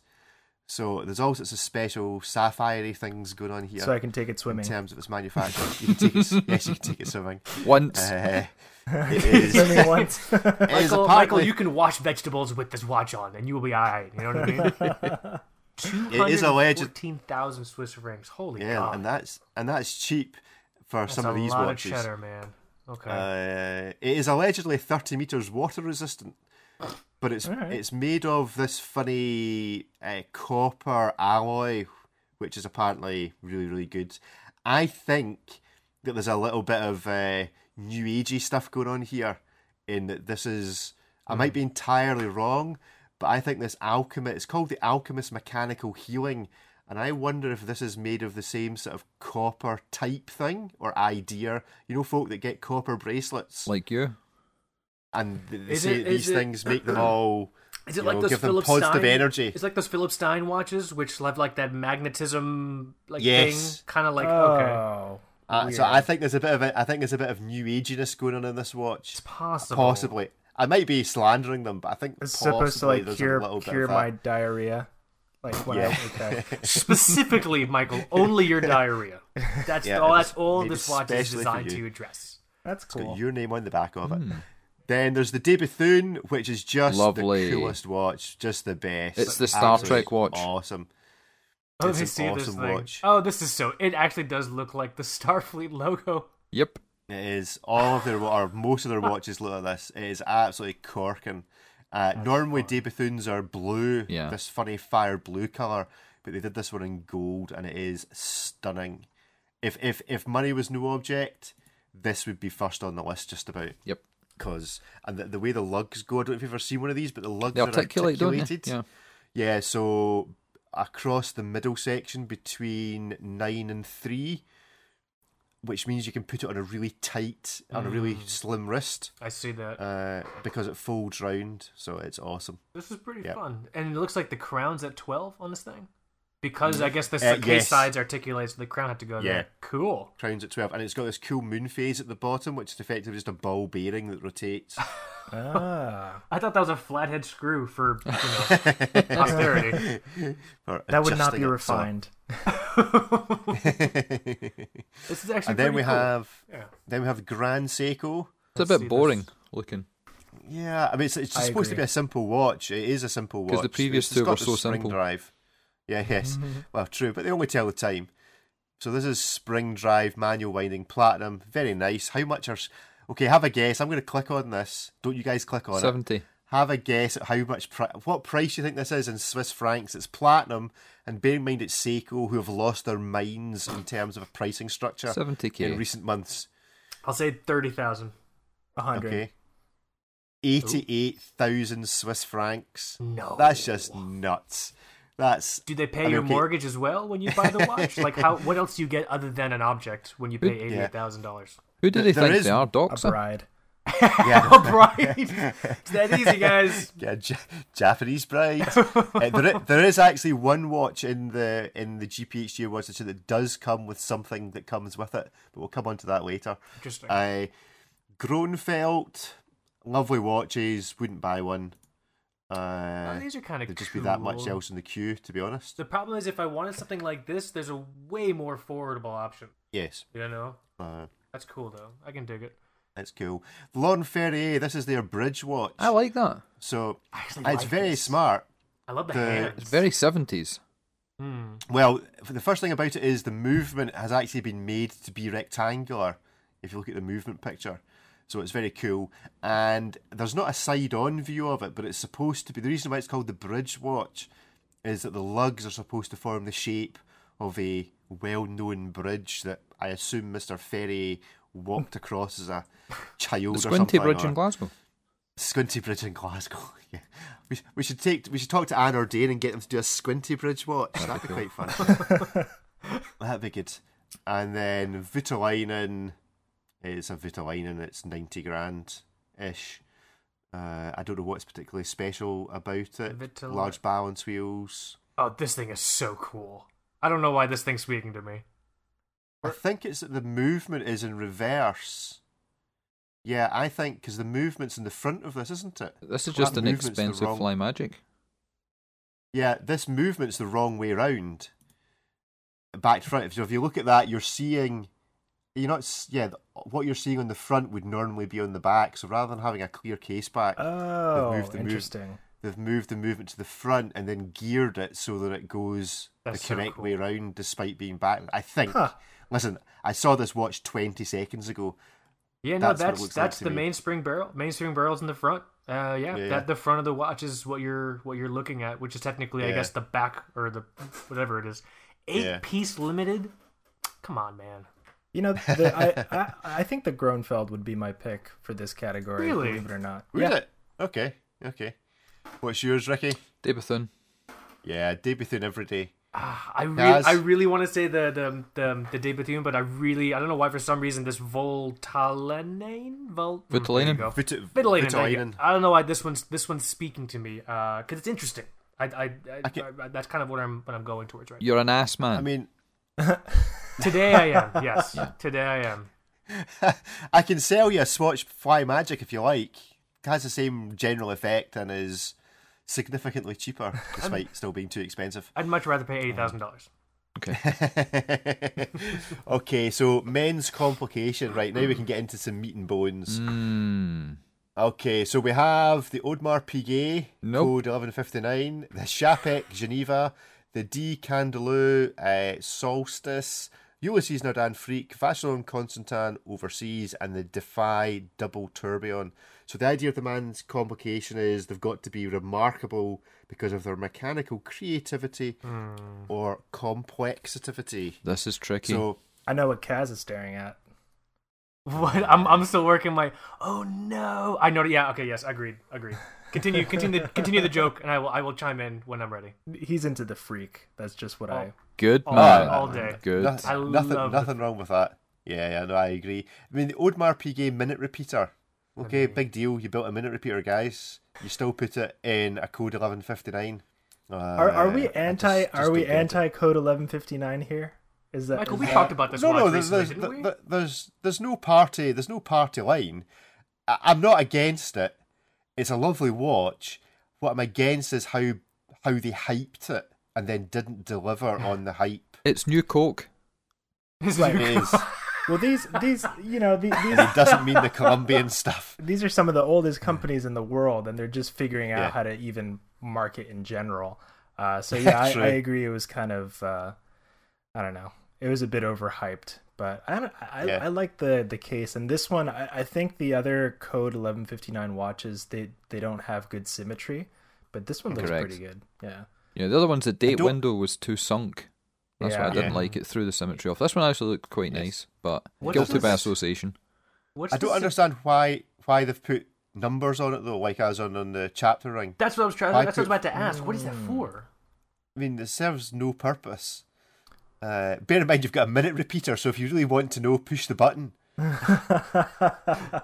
Speaker 1: So there's all sorts of special sapphire things going on here
Speaker 4: So I can take it
Speaker 1: in
Speaker 4: swimming.
Speaker 1: terms of its manufacture. You can take it, yes, you can take it swimming.
Speaker 3: Once.
Speaker 1: Uh, it
Speaker 4: swimming
Speaker 1: is.
Speaker 4: once.
Speaker 1: It is
Speaker 2: Michael, Michael,
Speaker 1: apparently-
Speaker 2: you can wash vegetables with this watch on, and you will be all right. You know what I mean?
Speaker 1: It is alleged-
Speaker 2: 14,000 Swiss francs. Holy
Speaker 1: Yeah,
Speaker 2: God.
Speaker 1: and that's and that's cheap for
Speaker 2: That's
Speaker 1: some of
Speaker 2: a
Speaker 1: these
Speaker 2: lot
Speaker 1: watches.
Speaker 2: of cheddar, man. Okay.
Speaker 1: uh, it is allegedly thirty meters water resistant, but it's
Speaker 4: Alright.
Speaker 1: it's made of this funny uh, copper alloy, which is apparently really really good. I think that there's a little bit of uh, new agey stuff going on here, in that this is I might be entirely wrong, but I think this alchemist it's called the alchemist mechanical healing. And I wonder if this is made of the same sort of copper type thing or idea. You know, folk that get copper bracelets
Speaker 3: Like you.
Speaker 1: and th- they
Speaker 2: Is
Speaker 1: say
Speaker 2: it-
Speaker 1: that these
Speaker 2: is it-
Speaker 1: things make them all
Speaker 2: Is it
Speaker 1: you
Speaker 2: like
Speaker 1: know,
Speaker 2: those
Speaker 1: give them
Speaker 2: Philip
Speaker 1: positive
Speaker 2: Stein?
Speaker 1: energy.
Speaker 2: It's like those Philip Stein watches, which have like that magnetism like
Speaker 1: Yes.
Speaker 2: thing, kind of like okay,
Speaker 4: oh,
Speaker 1: Uh, so
Speaker 4: weird.
Speaker 1: I think there's a bit of a, I think there's a bit of new aginess going on in this watch.
Speaker 2: it's possible.
Speaker 1: Possibly, I might be slandering them, but I think
Speaker 4: it's
Speaker 1: possibly
Speaker 4: supposed to like
Speaker 1: there's a
Speaker 4: cure
Speaker 1: little
Speaker 4: cure
Speaker 1: bit of
Speaker 4: my
Speaker 1: that.
Speaker 4: diarrhea. Like when
Speaker 1: Yeah.
Speaker 4: I, okay.
Speaker 2: Specifically, Michael, only your diarrhea. That's
Speaker 1: Yeah,
Speaker 2: all.
Speaker 1: it was
Speaker 2: That's all
Speaker 1: made
Speaker 2: this watch is
Speaker 1: especially for
Speaker 2: designed
Speaker 1: you.
Speaker 2: to address.
Speaker 4: That's
Speaker 1: It's
Speaker 4: cool.
Speaker 1: got your name on the back of it.
Speaker 3: Hmm.
Speaker 1: Then there's the De Bethune, which is just
Speaker 3: Lovely.
Speaker 1: the coolest watch, just the best.
Speaker 3: It's the Star
Speaker 1: Absolutely
Speaker 3: Trek watch.
Speaker 1: Awesome.
Speaker 2: Oh,
Speaker 1: It's
Speaker 2: Let me
Speaker 1: an
Speaker 2: see this
Speaker 1: awesome
Speaker 2: thing.
Speaker 1: watch.
Speaker 2: Oh, this is so. It actually does look like the Starfleet logo.
Speaker 3: Yep.
Speaker 1: It is all of their or most of their watches look like this. It is absolutely corking. Uh, normally, Debuthunes are blue,
Speaker 3: Yeah.
Speaker 1: this funny fire blue color, but they did this one in gold, and it is stunning. If if if money was no object, this would be first on the list, just about.
Speaker 3: Yep.
Speaker 1: Cause and the, the way the lugs go, I don't know if you've ever seen one of these, but the lugs
Speaker 3: They
Speaker 1: are
Speaker 3: articulate, don't they?
Speaker 1: articulated.
Speaker 3: Yeah.
Speaker 1: Yeah, so across the middle section between nine and three, which means you can put it on a really tight, on a really
Speaker 4: Mm.
Speaker 1: slim wrist,
Speaker 2: I see that.
Speaker 1: uh, because it folds round. So it's awesome.
Speaker 2: This is pretty
Speaker 1: Yep.
Speaker 2: fun, and it looks like the crown's at twelve on this thing, because I guess this
Speaker 1: Uh,
Speaker 2: the case
Speaker 1: yes.
Speaker 2: sides articulates the crown had to go
Speaker 1: Yeah.
Speaker 2: there. Cool.
Speaker 1: Crowns at twelve, and it's got this cool moon phase at the bottom, which is effectively just a ball bearing that rotates.
Speaker 4: Ah,
Speaker 2: I thought that was a flathead screw for you know posterity.
Speaker 1: Or
Speaker 4: that would not
Speaker 1: adjusting
Speaker 4: be
Speaker 1: it, so-
Speaker 4: refined.
Speaker 2: This is actually
Speaker 1: and then
Speaker 2: pretty
Speaker 1: we
Speaker 2: cool.
Speaker 1: have,
Speaker 2: Yeah.
Speaker 1: then we have Grand Seiko.
Speaker 3: It's
Speaker 2: Let's
Speaker 3: a
Speaker 2: see
Speaker 3: bit boring looking
Speaker 1: Yeah, I mean, it's, it's
Speaker 4: I
Speaker 1: supposed to
Speaker 4: agree.
Speaker 1: be a simple watch. It is a simple watch
Speaker 3: 'Cause the previous
Speaker 1: It's-
Speaker 3: two
Speaker 1: it's got
Speaker 3: were
Speaker 1: the
Speaker 3: so
Speaker 1: spring
Speaker 3: simple.
Speaker 1: Drive. Yeah, yes.
Speaker 4: Mm-hmm.
Speaker 1: Well, true, but they only tell the time. So this is spring drive manual winding platinum. Very nice. How much are? s- Okay, have a guess. I'm going to click on this. Don't you guys click on it?
Speaker 3: seventy.
Speaker 1: Have a guess at how much pri- what price you think this is in Swiss francs. It's platinum, and bear in mind it's Seiko who have lost their minds in terms of a pricing structure
Speaker 3: 70K.
Speaker 1: in recent months.
Speaker 2: I'll say thirty thousand.
Speaker 4: A hundred.
Speaker 1: Okay. 88,000 Swiss francs.
Speaker 2: No.
Speaker 1: That's just nuts. That's.
Speaker 2: Do they pay
Speaker 1: I mean,
Speaker 2: your
Speaker 1: okay,
Speaker 2: mortgage as well when you buy the watch? like how? What else do you get other than an object when you pay
Speaker 1: Yeah.
Speaker 2: eighty-eight thousand dollars?
Speaker 3: Who do they
Speaker 1: There
Speaker 3: think
Speaker 1: is
Speaker 3: they are,
Speaker 4: A
Speaker 3: Docs?
Speaker 4: bride.
Speaker 1: Yeah.
Speaker 2: A bride. it's that easy, guys.
Speaker 1: Yeah, Ja- Japanese bride. Uh, there, i- there is actually one watch in the in the GPHG awards edition that does come with something that comes with it, but we'll come on to that later.
Speaker 2: Interesting.
Speaker 1: I Gronfeld, lovely watches, wouldn't buy one.
Speaker 2: Oh,
Speaker 1: Uh,
Speaker 2: these are kind of
Speaker 1: there'd just be that much else in the queue, to be honest.
Speaker 2: The problem is, if I wanted something like this, there's a way more forwardable option.
Speaker 1: Yes,
Speaker 2: You know,
Speaker 1: uh,
Speaker 2: that's cool though. I can dig it.
Speaker 1: that's cool. Lawn Ferrier, this is their bridge watch.
Speaker 3: I like that.
Speaker 1: So
Speaker 2: actually
Speaker 1: it's
Speaker 2: like
Speaker 1: very
Speaker 2: this.
Speaker 1: smart.
Speaker 2: I love the,
Speaker 1: The-
Speaker 2: hands.
Speaker 3: It's very seventies.
Speaker 2: Hmm.
Speaker 1: Well, f- the first thing about it is the movement has actually been made to be rectangular. If you look at the movement picture, so it's very cool. And there's not a side-on view of it, but it's supposed to be. The reason why it's called the bridge watch is that the lugs are supposed to form the shape of a well-known bridge that I assume Mister Ferry walked across as a child
Speaker 3: The
Speaker 1: or
Speaker 3: Squinty
Speaker 1: something,
Speaker 3: Bridge
Speaker 1: or-
Speaker 3: in Glasgow.
Speaker 1: Squinty Bridge in Glasgow. yeah. We, we should take we should talk to Anne Ordain and get them to do a Squinty Bridge watch. That'd, be, quite fun. That'd be good. And then Vitalainen it's a Vitalainen, it's ninety grand ish. Uh, I don't know what's particularly special about it.
Speaker 2: Vital-
Speaker 1: Large balance wheels.
Speaker 2: Oh, this thing is so cool. I don't know why this thing's speaking to me.
Speaker 1: I think it's that the movement is in reverse. Yeah, I think because the movement's in the front of this, isn't it?
Speaker 3: This is
Speaker 1: Well,
Speaker 3: just
Speaker 1: that
Speaker 3: an
Speaker 1: movement's the
Speaker 3: expensive
Speaker 1: wrong-
Speaker 3: fly magic.
Speaker 1: Yeah, this movement's the wrong way round. Back to front. So if you look at that, you're seeing, you're not, s- yeah, th- what you're seeing on the front would normally be on the back. So rather than having a clear case back,
Speaker 2: Uh.
Speaker 4: Oh,
Speaker 1: moved the move-
Speaker 4: interesting.
Speaker 1: they've moved the movement to the front and then geared it so that it goes
Speaker 2: That's
Speaker 1: the
Speaker 2: so
Speaker 1: correct
Speaker 2: cool.
Speaker 1: way round despite being back. I think.
Speaker 4: Huh.
Speaker 1: Listen, I saw this watch 20 seconds ago.
Speaker 2: Yeah, no,
Speaker 1: That's what it
Speaker 2: that's
Speaker 1: looks
Speaker 2: that's,
Speaker 1: like to
Speaker 2: the
Speaker 1: me.
Speaker 2: mainspring barrel. Mainspring barrel's in the front. Uh, yeah,
Speaker 1: Yeah.
Speaker 2: that the front of the watch is what you're what you're looking at, which is technically, I
Speaker 1: Yeah.
Speaker 2: guess, the back or the whatever it is. Eight
Speaker 1: Yeah.
Speaker 2: piece limited. Come on, man.
Speaker 4: You know, the, I, I I think the Gronfeld would be my pick for this category.
Speaker 2: Really?
Speaker 4: Believe it or not.
Speaker 1: Would
Speaker 4: yeah.
Speaker 1: it? Okay, okay. What's yours, Ricky?
Speaker 3: Debuthin.
Speaker 1: Yeah, Debuthin every day.
Speaker 2: Ah, I really,
Speaker 1: Guys.
Speaker 2: I really want to say the the the, the debut tune, but I really, I don't know why for some reason this Voltalenane, Vol, mm, there you
Speaker 3: Vitalainen.
Speaker 2: go.
Speaker 1: Vita-
Speaker 2: Vitalainen, thank you.
Speaker 1: Vitalainen.
Speaker 2: I don't know why this one's this one's speaking to me because it's interesting. I, I, I,
Speaker 1: can-
Speaker 2: I- that's kind of what I'm what I'm going towards right. now.
Speaker 3: You're an ass man.
Speaker 1: I mean,
Speaker 2: Today I am, yes. Today I am.
Speaker 1: I can sell you a Swatch Fly Magic if you like. It has the same general effect and is significantly cheaper, despite still being too expensive.
Speaker 2: I'd much rather pay eighty thousand dollars.
Speaker 3: okay.
Speaker 1: okay, so men's complication. Right now we can get into some meat and bones.
Speaker 3: Mm.
Speaker 1: Okay, so we have the Audemars Piguet
Speaker 3: Nope.
Speaker 1: Code 1159, the Chapec Geneva, the D Candelou uh, Solstice, Ulysses Nardan Freak, Vacheron Constantin Overseas, and the Defy Double Tourbillon. So the idea of the man's complication is they've got to be remarkable because of their mechanical creativity or complexity.
Speaker 3: This is tricky.
Speaker 1: So
Speaker 4: I know what Kaz is staring at.
Speaker 2: What? I'm I'm still working my. Oh no! I know. Yeah. Okay. Yes. Agreed. Agreed. Continue. Continue. The, continue the joke, and I will. I will chime in when I'm ready.
Speaker 4: He's into the freak. That's just
Speaker 2: Oh.
Speaker 4: what
Speaker 1: Uh,
Speaker 4: I.
Speaker 3: good
Speaker 2: all-
Speaker 3: man.
Speaker 2: all day.
Speaker 3: Good.
Speaker 1: Noth-
Speaker 2: I
Speaker 1: nothing,
Speaker 2: love the-
Speaker 1: nothing wrong with that. Yeah, yeah, no, I agree. I mean, the Odemar PG minute repeater. Okay, big deal. You built a minute repeater, guys. You still put it in a code eleven fifty nine. Uh,
Speaker 4: Are, are we
Speaker 1: I just-
Speaker 4: anti?
Speaker 1: just
Speaker 4: are we
Speaker 1: don't get it.
Speaker 4: anti code eleven fifty nine here? Is that
Speaker 2: Michael,
Speaker 4: is
Speaker 2: we
Speaker 4: that-
Speaker 2: talked about this
Speaker 1: No,
Speaker 2: once
Speaker 1: no. There's
Speaker 2: recently,
Speaker 1: there's,
Speaker 2: didn't we?
Speaker 1: there- there's there's no party. There's no party line. I, I'm not against it. It's a lovely watch. What I'm against is how how they hyped it and then didn't deliver on the hype.
Speaker 3: It's new Coke.
Speaker 1: It is.
Speaker 4: Well, these these you know the- these
Speaker 1: it doesn't mean the Colombian stuff.
Speaker 4: these are some of the oldest companies in the world, and they're just figuring out
Speaker 1: Yeah.
Speaker 4: how to even market in general. Uh, so yeah, I,
Speaker 1: True.
Speaker 4: I agree. It was kind of uh, I don't know. It was a bit overhyped, but I don't, I,
Speaker 1: Yeah.
Speaker 4: I like the the case and this one. I, I think the other Code eleven fifty nine watches they they don't have good symmetry, but this one looks
Speaker 3: Correct.
Speaker 4: pretty good. Yeah,
Speaker 3: Yeah, the other one's the date
Speaker 1: don't-
Speaker 3: window was too sunk. That's why I
Speaker 4: Yeah.
Speaker 3: didn't
Speaker 1: Yeah.
Speaker 3: like it. Threw the symmetry off. This one actually looked quite
Speaker 1: Yes.
Speaker 3: nice, but
Speaker 2: What
Speaker 3: guilty
Speaker 2: does
Speaker 3: by
Speaker 2: this-
Speaker 3: association.
Speaker 2: What's
Speaker 1: I don't
Speaker 2: the-
Speaker 1: understand why why they've put numbers on it though, like as on on the chapter ring.
Speaker 2: That's what I was trying.
Speaker 1: Why
Speaker 2: That's what I was
Speaker 1: put-
Speaker 2: about to ask. What is that for?
Speaker 1: I mean, it serves no purpose. Uh, bear in mind, you've got a minute repeater, so if you really want to know, push the button. But anyway,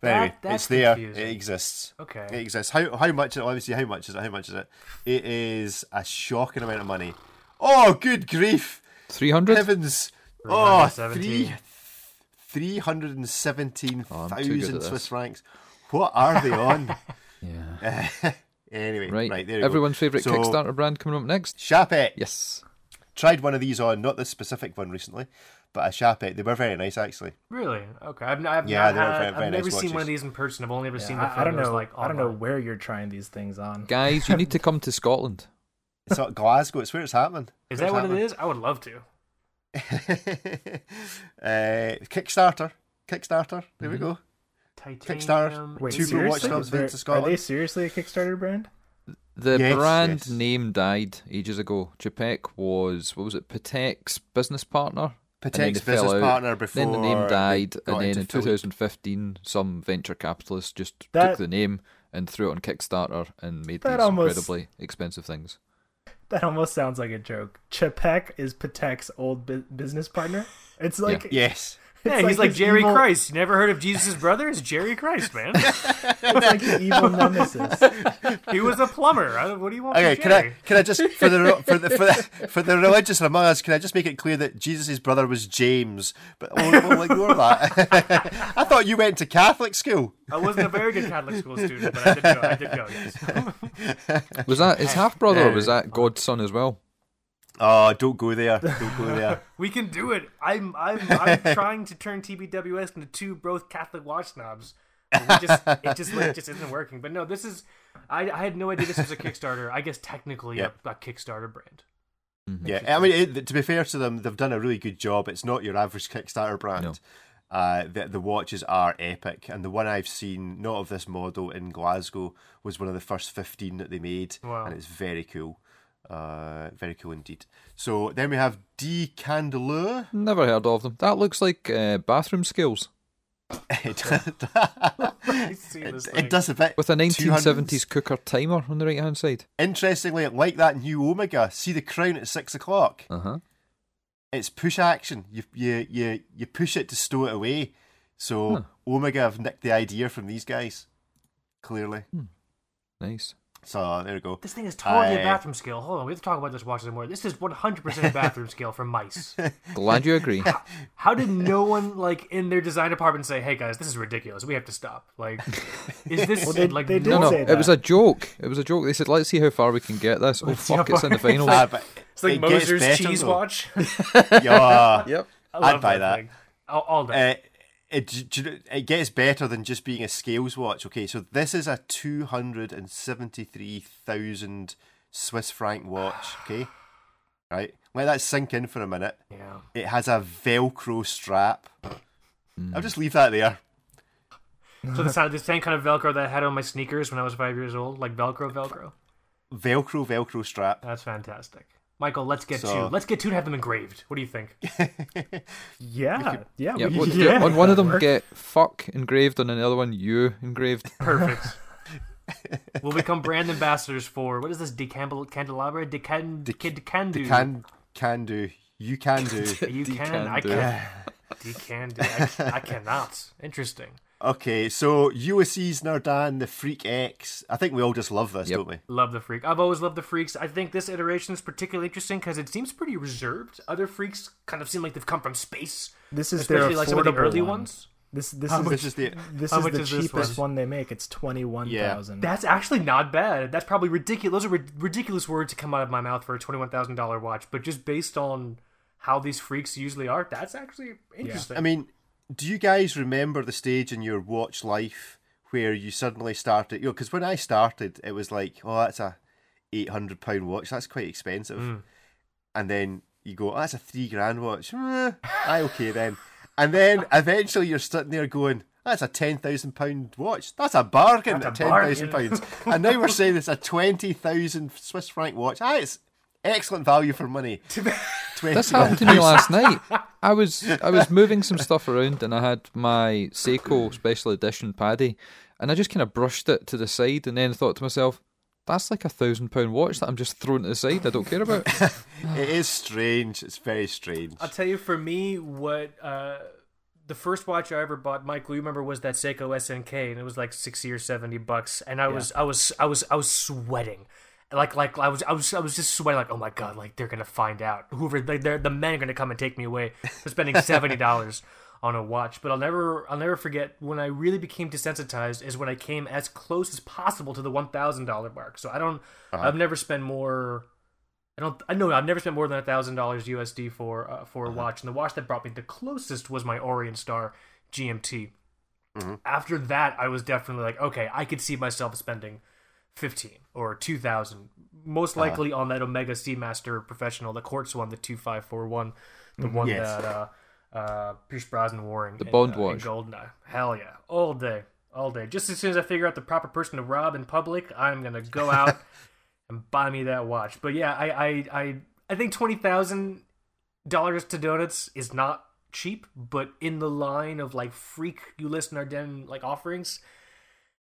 Speaker 2: That- that's
Speaker 1: it's there. It
Speaker 2: confusing.
Speaker 1: exists.
Speaker 2: Okay.
Speaker 1: It exists. How how much? Let me see. How much is it? How much is it? It is a shocking amount of money. Oh, good grief!
Speaker 3: Three hundred.
Speaker 1: Heavens! Oh, three,
Speaker 2: 317.
Speaker 1: 317,000
Speaker 3: this.
Speaker 1: Swiss francs. What are they on?
Speaker 3: Yeah.
Speaker 1: anyway, right,
Speaker 3: Right. right
Speaker 1: there you go.
Speaker 3: Everyone's favorite
Speaker 1: So-
Speaker 3: Kickstarter brand coming up next.
Speaker 1: Chapet.
Speaker 3: Yes.
Speaker 1: Tried one of these on, not this specific one recently, but a Chapet. They were very nice, actually.
Speaker 2: Really? Okay. I've, I've,
Speaker 1: Yeah,
Speaker 2: I've,
Speaker 1: they were very-
Speaker 2: I've
Speaker 1: very
Speaker 2: never
Speaker 1: nice
Speaker 2: seen one
Speaker 1: watches.
Speaker 2: of these in person. I've only ever seen the
Speaker 4: I, I don't
Speaker 2: photos,
Speaker 4: know.
Speaker 2: like
Speaker 4: I don't know
Speaker 2: online.
Speaker 4: where you're trying these things on.
Speaker 3: Guys, you need to come to Scotland.
Speaker 1: It's not Glasgow. It's where it's happening.
Speaker 2: Is that what it is? I would love to.
Speaker 1: uh, Kickstarter. Kickstarter. There we
Speaker 2: Mm-hmm.
Speaker 1: go.
Speaker 2: Titanium.
Speaker 4: Wait,
Speaker 1: Two more watch
Speaker 4: seriously?
Speaker 1: clubs went
Speaker 4: They're-
Speaker 1: to
Speaker 4: are they
Speaker 1: Scotland.
Speaker 4: seriously a Kickstarter brand?
Speaker 3: The
Speaker 1: Yes,
Speaker 3: brand
Speaker 1: yes.
Speaker 3: name died ages ago. Japek was what was it? Patek's business partner. And then
Speaker 1: Patek's
Speaker 3: they fell
Speaker 1: business
Speaker 3: out.
Speaker 1: partner
Speaker 3: Then the
Speaker 1: before
Speaker 3: name
Speaker 1: they
Speaker 3: died, and
Speaker 1: got
Speaker 3: then
Speaker 1: into
Speaker 3: in
Speaker 1: Philip.
Speaker 3: 2015, some venture capitalist just
Speaker 4: That-
Speaker 3: took the name and threw it on Kickstarter and made
Speaker 4: That
Speaker 3: these
Speaker 4: almost-
Speaker 3: incredibly expensive things.
Speaker 4: That almost sounds like a joke. Chapek is Patek's old bu- business partner. It's like
Speaker 1: Yes.
Speaker 4: it's
Speaker 2: Yeah, he's like
Speaker 4: his
Speaker 2: Jerry
Speaker 4: evil-
Speaker 2: Christ. You never heard of Jesus' brother? It's Jerry Christ, man.
Speaker 4: It's like the evil nemesis.
Speaker 2: he was a plumber. I- What do you want
Speaker 1: Okay,
Speaker 2: from
Speaker 1: can I
Speaker 2: Jerry?
Speaker 1: can I just for the for the for the, for the religious among us, can I just make it clear that Jesus' brother was James? But we'll, we'll ignore that. I thought you went to Catholic school.
Speaker 2: I wasn't a very good Catholic school student, but I did go. I did go, yes.
Speaker 3: Was that his half brother, or was
Speaker 1: Yeah.
Speaker 3: that godson as well?
Speaker 1: Oh, don't go there. Don't go there.
Speaker 2: We can do it. I'm I'm I'm trying to turn TBWS into two both Catholic watch snobs. We just it just it just isn't working. But no, this is I, I had no idea this was a Kickstarter. I guess technically
Speaker 1: Yeah.
Speaker 2: a, a Kickstarter brand.
Speaker 1: Yeah, I mean, it, to be fair to them, they've done a really good job. It's not your average Kickstarter brand.
Speaker 3: No.
Speaker 1: Uh, the, the watches are epic, and the one I've seen, not of this model in Glasgow, was one of the first fifteen that they made,
Speaker 2: Wow.
Speaker 1: and it's very cool, uh, very cool indeed. So then we have D Candeleur.
Speaker 3: Never heard of them. That looks like uh, bathroom skills
Speaker 1: It, it,
Speaker 2: See this
Speaker 1: it
Speaker 2: thing.
Speaker 1: does a bit
Speaker 3: with a
Speaker 1: 200s.
Speaker 3: 1970s cooker timer on the right hand side.
Speaker 1: Interestingly, like that new Omega, see the crown at six o'clock.
Speaker 3: Uh huh.
Speaker 1: It's push action. You you you you push it to stow it away. So
Speaker 3: Huh.
Speaker 2: Hmm.
Speaker 1: Omega have nicked the idea from these guys. Clearly,
Speaker 3: Nice.
Speaker 1: so there we go.
Speaker 2: This thing is totally
Speaker 1: I-
Speaker 2: a bathroom scale. Hold on, we have to talk about this watch some more. This is 100% bathroom scale for mice.
Speaker 3: Glad you agree.
Speaker 2: How did no one like in their design department say, "Hey guys, this is ridiculous. We have to stop." Like, is this
Speaker 4: Well, they-
Speaker 2: like
Speaker 4: they did
Speaker 2: no-
Speaker 3: No, no,
Speaker 4: say
Speaker 3: it
Speaker 4: that.
Speaker 3: was a joke. It was a joke. They said, "Let's see how far we can get this." Oh
Speaker 2: Let's see
Speaker 3: fuck!
Speaker 2: how
Speaker 3: It's in the
Speaker 2: far-
Speaker 3: finals.
Speaker 1: Ah, but
Speaker 2: It's like
Speaker 1: it gets
Speaker 2: Moser's
Speaker 1: better,
Speaker 2: cheese
Speaker 1: though.
Speaker 2: watch.
Speaker 1: Yeah,
Speaker 3: yep.
Speaker 2: I
Speaker 1: I'd
Speaker 2: love
Speaker 1: buy that.
Speaker 2: thing. All, all day.
Speaker 1: Uh, it, d- do you know- it gets better than just being a scales watch. Okay, so this is a 273,000 Swiss franc watch, okay? Right? Let that sink in for a minute.
Speaker 2: Yeah.
Speaker 1: It has a Velcro strap.
Speaker 2: Hmm.
Speaker 1: I'll just leave that there.
Speaker 2: So the, sound- the same kind of Velcro that I had on my sneakers when I was five years old, like Velcro, Velcro.
Speaker 1: Velcro, Velcro strap.
Speaker 2: That's fantastic. Michael, let's get
Speaker 1: So-
Speaker 2: two. Let's get two to have them engraved. What do you think?
Speaker 4: Yeah, yeah,
Speaker 3: Yeah,
Speaker 4: we-
Speaker 3: what-
Speaker 4: yeah.
Speaker 3: on one of them get fuck engraved, on another one you engraved.
Speaker 2: Perfect. we'll become brand ambassadors for what is this decambel candelabra decan kid can do
Speaker 1: Can can do. You can do.
Speaker 2: you can I
Speaker 3: Decandu.
Speaker 2: can decan do I, I cannot. Interesting.
Speaker 1: okay, so Ulysses Nardan, the Freak X. I think we all just love this,
Speaker 3: Yep.
Speaker 1: don't we?
Speaker 2: Love the freak. I've always loved the freaks. I think this iteration is particularly interesting because it seems pretty reserved. Other freaks kind of seem like they've come from space,
Speaker 4: This is their
Speaker 2: especially like some of the
Speaker 4: affordable
Speaker 2: early
Speaker 4: one.
Speaker 2: ones.
Speaker 4: This this
Speaker 1: How
Speaker 4: is
Speaker 1: much is the?
Speaker 4: this
Speaker 2: how
Speaker 4: is
Speaker 2: much
Speaker 4: the
Speaker 2: is this
Speaker 4: cheapest
Speaker 2: one?
Speaker 4: one? they make. It's twenty one thousand.
Speaker 2: That's actually not bad. That's probably ridiculous. Those are rid- ridiculous words to come out of my mouth for a twenty-one thousand dollar watch, but just based on how these freaks usually are, that's actually interesting.
Speaker 1: I mean, do you guys remember the stage in your watch life where you suddenly started? You know, because when I started, it was like, oh, that's a eight hundred pound watch. That's quite expensive.
Speaker 2: Hmm.
Speaker 1: And then you go, oh, that's a three grand watch. Eh, I okay then. And then eventually you're sitting there going, that's a ten thousand pound watch. That's a bargain
Speaker 2: That's a
Speaker 1: at ten thousand
Speaker 2: bargain."
Speaker 1: pounds. And now we're saying it's a twenty thousand Swiss franc watch. Ah, it's excellent value for money.
Speaker 3: This
Speaker 1: 20
Speaker 3: happened to me last night. I was I was moving some stuff around and I had my Seiko special edition paddy and I just kind of brushed it to the side and then thought to myself, that's like a thousand pound watch that I'm just throwing to the side. I don't care about.
Speaker 1: It is strange. It's very strange.
Speaker 2: I'll tell you, for me, what uh, the first watch I ever bought, Michael, you remember, was that Seiko SNK, and it was like sixty or seventy bucks, and I was, I was, I was, I was sweating. Like, like I was, I was, I was just sweating. Like, oh my god, like they're gonna find out. Whoever, like, they're, the men are gonna come and take me away for spending seventy dollars on a watch. But I'll never, I'll never forget when I really became desensitized is when I came as close as possible to the one thousand dollar mark. So I don't, I've never spent more I don't. I know I've never spent more than thousand dollars USD for uh, for a watch, and the watch that brought me the closest was my Orion Star GMT. After that, I was definitely like, okay, I could see myself spending fifteen or two thousand, most likely on that Omega Seamaster Professional, the quartz one, the two five four one, the one
Speaker 1: Yes.
Speaker 2: that uh, uh, Pierce Brosnan wore, the uh,
Speaker 3: Bond
Speaker 2: in
Speaker 3: watch.
Speaker 2: Goldeneye. Hell yeah, all day, all day. Just as soon as I figure out the proper person to rob in public, I'm gonna go out and buy me that watch. But yeah, I I I, I think twenty thousand dollars to donuts is not cheap, but in the line of like freak you list in our den like offerings.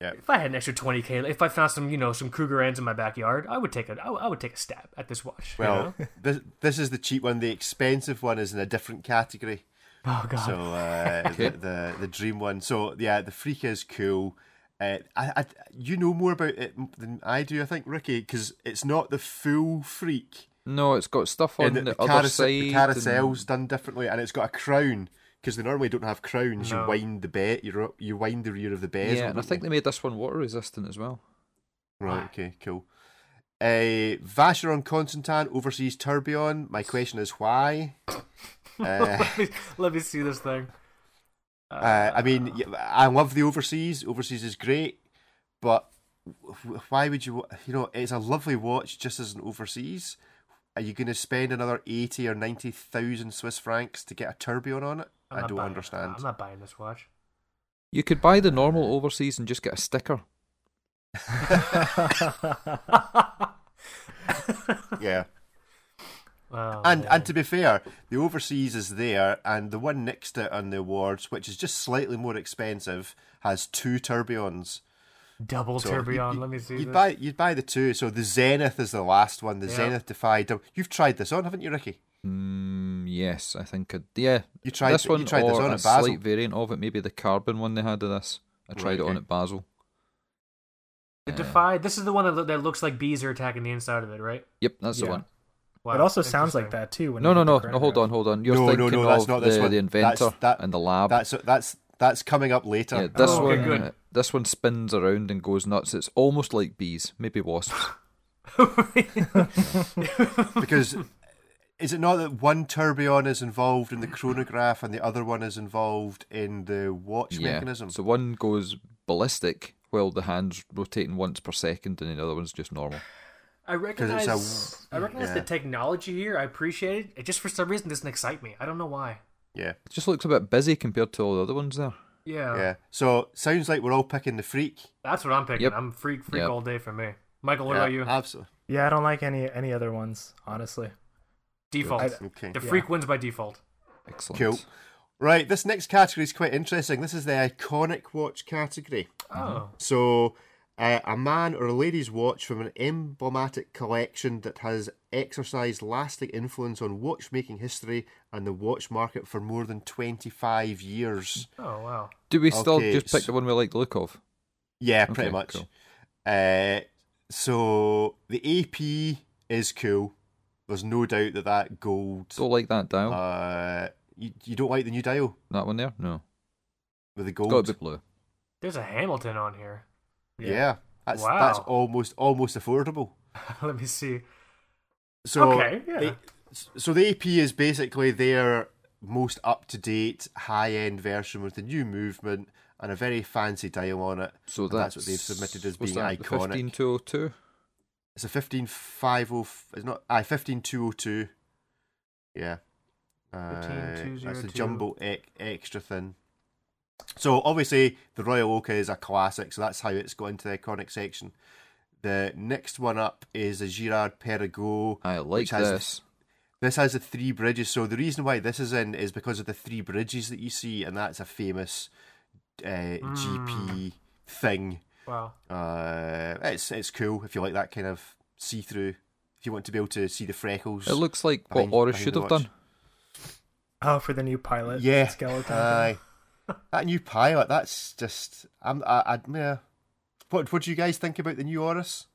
Speaker 1: Yeah.
Speaker 2: If I had an extra twenty k, if I found some you know some Kruger ends in my backyard, I would take a I would- I would take a stab at this watch. you know?
Speaker 1: Well, this, this is the cheap one. The expensive one is in a different category.
Speaker 2: oh god,
Speaker 1: So uh, the, the the dream one. So yeah, the freak is cool. Uh, I, I, you know more about it than I do, I think, Ricky, because it's not the full freak.
Speaker 3: No, it's got stuff on
Speaker 1: And
Speaker 3: the,
Speaker 1: the,
Speaker 3: other
Speaker 1: carousel-
Speaker 3: side.
Speaker 1: the
Speaker 3: and-
Speaker 1: carousel's done differently, and it's got a crown because they normally don't have crowns.
Speaker 2: No.
Speaker 1: You wind the bed, you ro- you wind the rear of the bezel.
Speaker 3: yeah, and I
Speaker 1: don't
Speaker 3: think
Speaker 1: you?
Speaker 3: they made this one water resistant as well.
Speaker 1: Right, okay, cool. Uh, Vacheron Constantin overseas Tourbillon. My question is why? Eh, Uh,
Speaker 2: let, me, let me see this thing.
Speaker 1: uh, I mean, y- I love the overseas. Overseas is great, but wh- why would you? wa- You know, it's a lovely watch just as an overseas. Are you going to spend another eighty or ninety thousand Swiss francs to get a tourbillon on it?
Speaker 2: I'm
Speaker 1: I
Speaker 2: not
Speaker 1: don't
Speaker 2: buying-
Speaker 1: understand.
Speaker 2: I'm not buying this watch.
Speaker 3: You could buy the normal overseas and just get a sticker.
Speaker 1: Yeah,
Speaker 2: Wow,
Speaker 1: and
Speaker 2: Oh, man.
Speaker 1: and to be fair, the overseas is there, and the one next to it on the awards, which is just slightly more expensive, has two tourbillons.
Speaker 2: double
Speaker 1: So
Speaker 2: tourbillon.
Speaker 1: you-
Speaker 2: Let me see.
Speaker 1: You'd
Speaker 2: this.
Speaker 1: buy you'd buy the two. So the Zenith is the last one. The
Speaker 2: Yeah.
Speaker 1: Zenith Defy. Dou- You've tried this on, haven't you, Ricky?
Speaker 3: Mm, yes, I think. i yeah,
Speaker 1: You tried
Speaker 3: this
Speaker 1: th- you
Speaker 3: one
Speaker 1: tried this
Speaker 3: or
Speaker 1: on
Speaker 3: a
Speaker 1: at Basel.
Speaker 3: slight variant of it, maybe the carbon one they had of this. I tried
Speaker 1: Right,
Speaker 3: it on
Speaker 1: okay.
Speaker 3: at Basel.
Speaker 2: The
Speaker 3: Uh,
Speaker 2: Defy. This is the one that, lo- that looks like bees are attacking the inside of it, right?
Speaker 3: Yep, that's
Speaker 4: Yeah.
Speaker 3: the one.
Speaker 2: Wow,
Speaker 4: it also sounds like
Speaker 2: interesting.
Speaker 4: that too. when
Speaker 3: No,
Speaker 4: you
Speaker 3: no,
Speaker 4: get the
Speaker 3: no, no.
Speaker 4: chronograph.
Speaker 3: Hold on, hold on. You're
Speaker 1: No, no,
Speaker 3: thinking
Speaker 1: no, that's
Speaker 3: of
Speaker 1: not this
Speaker 3: the,
Speaker 1: one.
Speaker 3: the inventor
Speaker 1: That's- that-
Speaker 3: and the lab.
Speaker 1: That's that's that's coming up later.
Speaker 3: yeah, this
Speaker 2: Oh,
Speaker 3: one. uh,
Speaker 2: okay, good.
Speaker 3: This one spins around and goes nuts. It's almost like bees, maybe wasps.
Speaker 1: because is it not that one tourbillon is involved in the chronograph and the other one is involved in the watch
Speaker 3: yeah.
Speaker 1: mechanism?
Speaker 3: So one goes ballistic while the hand's rotating once per second, and the other one's just normal.
Speaker 2: I recognize.
Speaker 1: a-
Speaker 2: I recognize
Speaker 1: yeah.
Speaker 2: the technology here. I appreciate it. It just for some reason doesn't excite me. I don't know why.
Speaker 1: Yeah.
Speaker 3: It just looks a bit busy compared to all the other ones there.
Speaker 2: Yeah,
Speaker 1: Yeah. So sounds like we're all picking the freak.
Speaker 2: that's what I'm picking.
Speaker 3: Yep.
Speaker 2: I'm freak freak
Speaker 3: Yep.
Speaker 2: all day for me. Michael, what
Speaker 1: yeah,
Speaker 2: about you?
Speaker 1: Absolutely.
Speaker 4: Yeah, I don't like any any other ones, honestly.
Speaker 2: Default.
Speaker 4: I-
Speaker 1: Okay.
Speaker 2: the freak wins by default.
Speaker 3: Excellent.
Speaker 1: Cool. Right, this next category is quite interesting. This is the iconic watch category.
Speaker 2: Oh,
Speaker 1: So, uh, a man or a lady's watch from an emblematic collection that has exercised lasting influence on watchmaking history and the watch market for more than 25 years.
Speaker 2: oh wow.
Speaker 3: Do we still
Speaker 1: Okay,
Speaker 3: just pick
Speaker 1: so-
Speaker 3: the one we like the look of?
Speaker 1: Yeah,
Speaker 3: Okay,
Speaker 1: pretty much.
Speaker 3: cool.
Speaker 1: Uh, so, the AP is cool. There's no doubt that that gold.
Speaker 3: Don't like that dial.
Speaker 1: Uh, you, you don't like the new dial
Speaker 3: that one there? No.
Speaker 1: with the
Speaker 3: It's got
Speaker 1: gold?
Speaker 3: to be blue.
Speaker 2: There's a Hamilton on here.
Speaker 1: yeah. That's
Speaker 2: Wow.
Speaker 1: that's almost almost affordable.
Speaker 2: Let me see.
Speaker 1: So
Speaker 2: Okay, yeah.
Speaker 1: the- so the AP is basically their most up to date high end version with the new movement and a very fancy dial on it.
Speaker 3: So
Speaker 1: And
Speaker 3: that's,
Speaker 1: what they've submitted as
Speaker 3: what's
Speaker 1: being
Speaker 3: that, the
Speaker 1: iconic.
Speaker 3: 15202?
Speaker 1: It's a fifteen five oh. It's not. I fifteen two oh two. Yeah. Uh,
Speaker 2: 15202.
Speaker 1: that's the jumbo ec- extra thin. So obviously the Royal Oak is a classic, so that's how it's got into the iconic section. The next one up is a Girard Perregaux.
Speaker 3: I like
Speaker 1: which has the
Speaker 3: this.
Speaker 1: This has the three bridges. So the reason why this is in is because of the three bridges that you see, and that's a famous uh, GP thing.
Speaker 2: Wow.
Speaker 1: Uh, it's it's cool if you like that kind of see through. If you want to be able to see the freckles.
Speaker 3: It looks like
Speaker 1: behind-
Speaker 3: what Oris
Speaker 1: behind
Speaker 3: should
Speaker 1: the
Speaker 3: have
Speaker 1: watch.
Speaker 3: done.
Speaker 4: Oh, for the new pilot
Speaker 1: yeah, Uh,
Speaker 4: skeleton. thing.
Speaker 1: Aye. that new pilot. That's just. I'm. I. I yeah. What What do you guys think about the new Oris?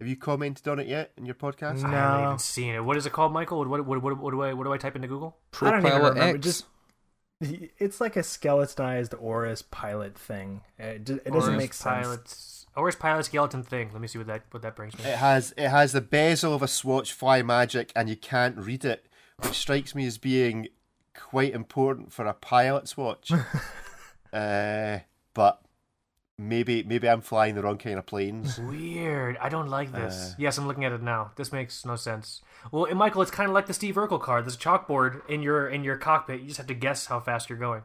Speaker 1: Have you commented on it yet in your podcast?
Speaker 2: I haven't
Speaker 4: No.
Speaker 2: even seen it. What is it called, Michael? What what what, what do I what do I type into Google?
Speaker 4: I
Speaker 3: Pro
Speaker 4: don't even
Speaker 3: Pilot
Speaker 4: remember,
Speaker 3: X.
Speaker 4: just- it's like a skeletonized Oris pilot thing. It, ju- it doesn't
Speaker 2: Oris
Speaker 4: make sense.
Speaker 2: Pilots. Oris Pilot skeleton thing. Let me see what that what that brings me.
Speaker 1: It has it has the bezel of a Swatch Fly Magic, and you can't read it, which strikes me as being quite important for a pilot's watch. uh, but maybe maybe I'm flying the wrong kind of planes.
Speaker 2: Weird. I don't like this. yes, I'm looking at it now. This makes no sense. Well, and Michael, it's kind of like the Steve Urkel card. There's a chalkboard in your in your cockpit. You just have to guess how fast you're going.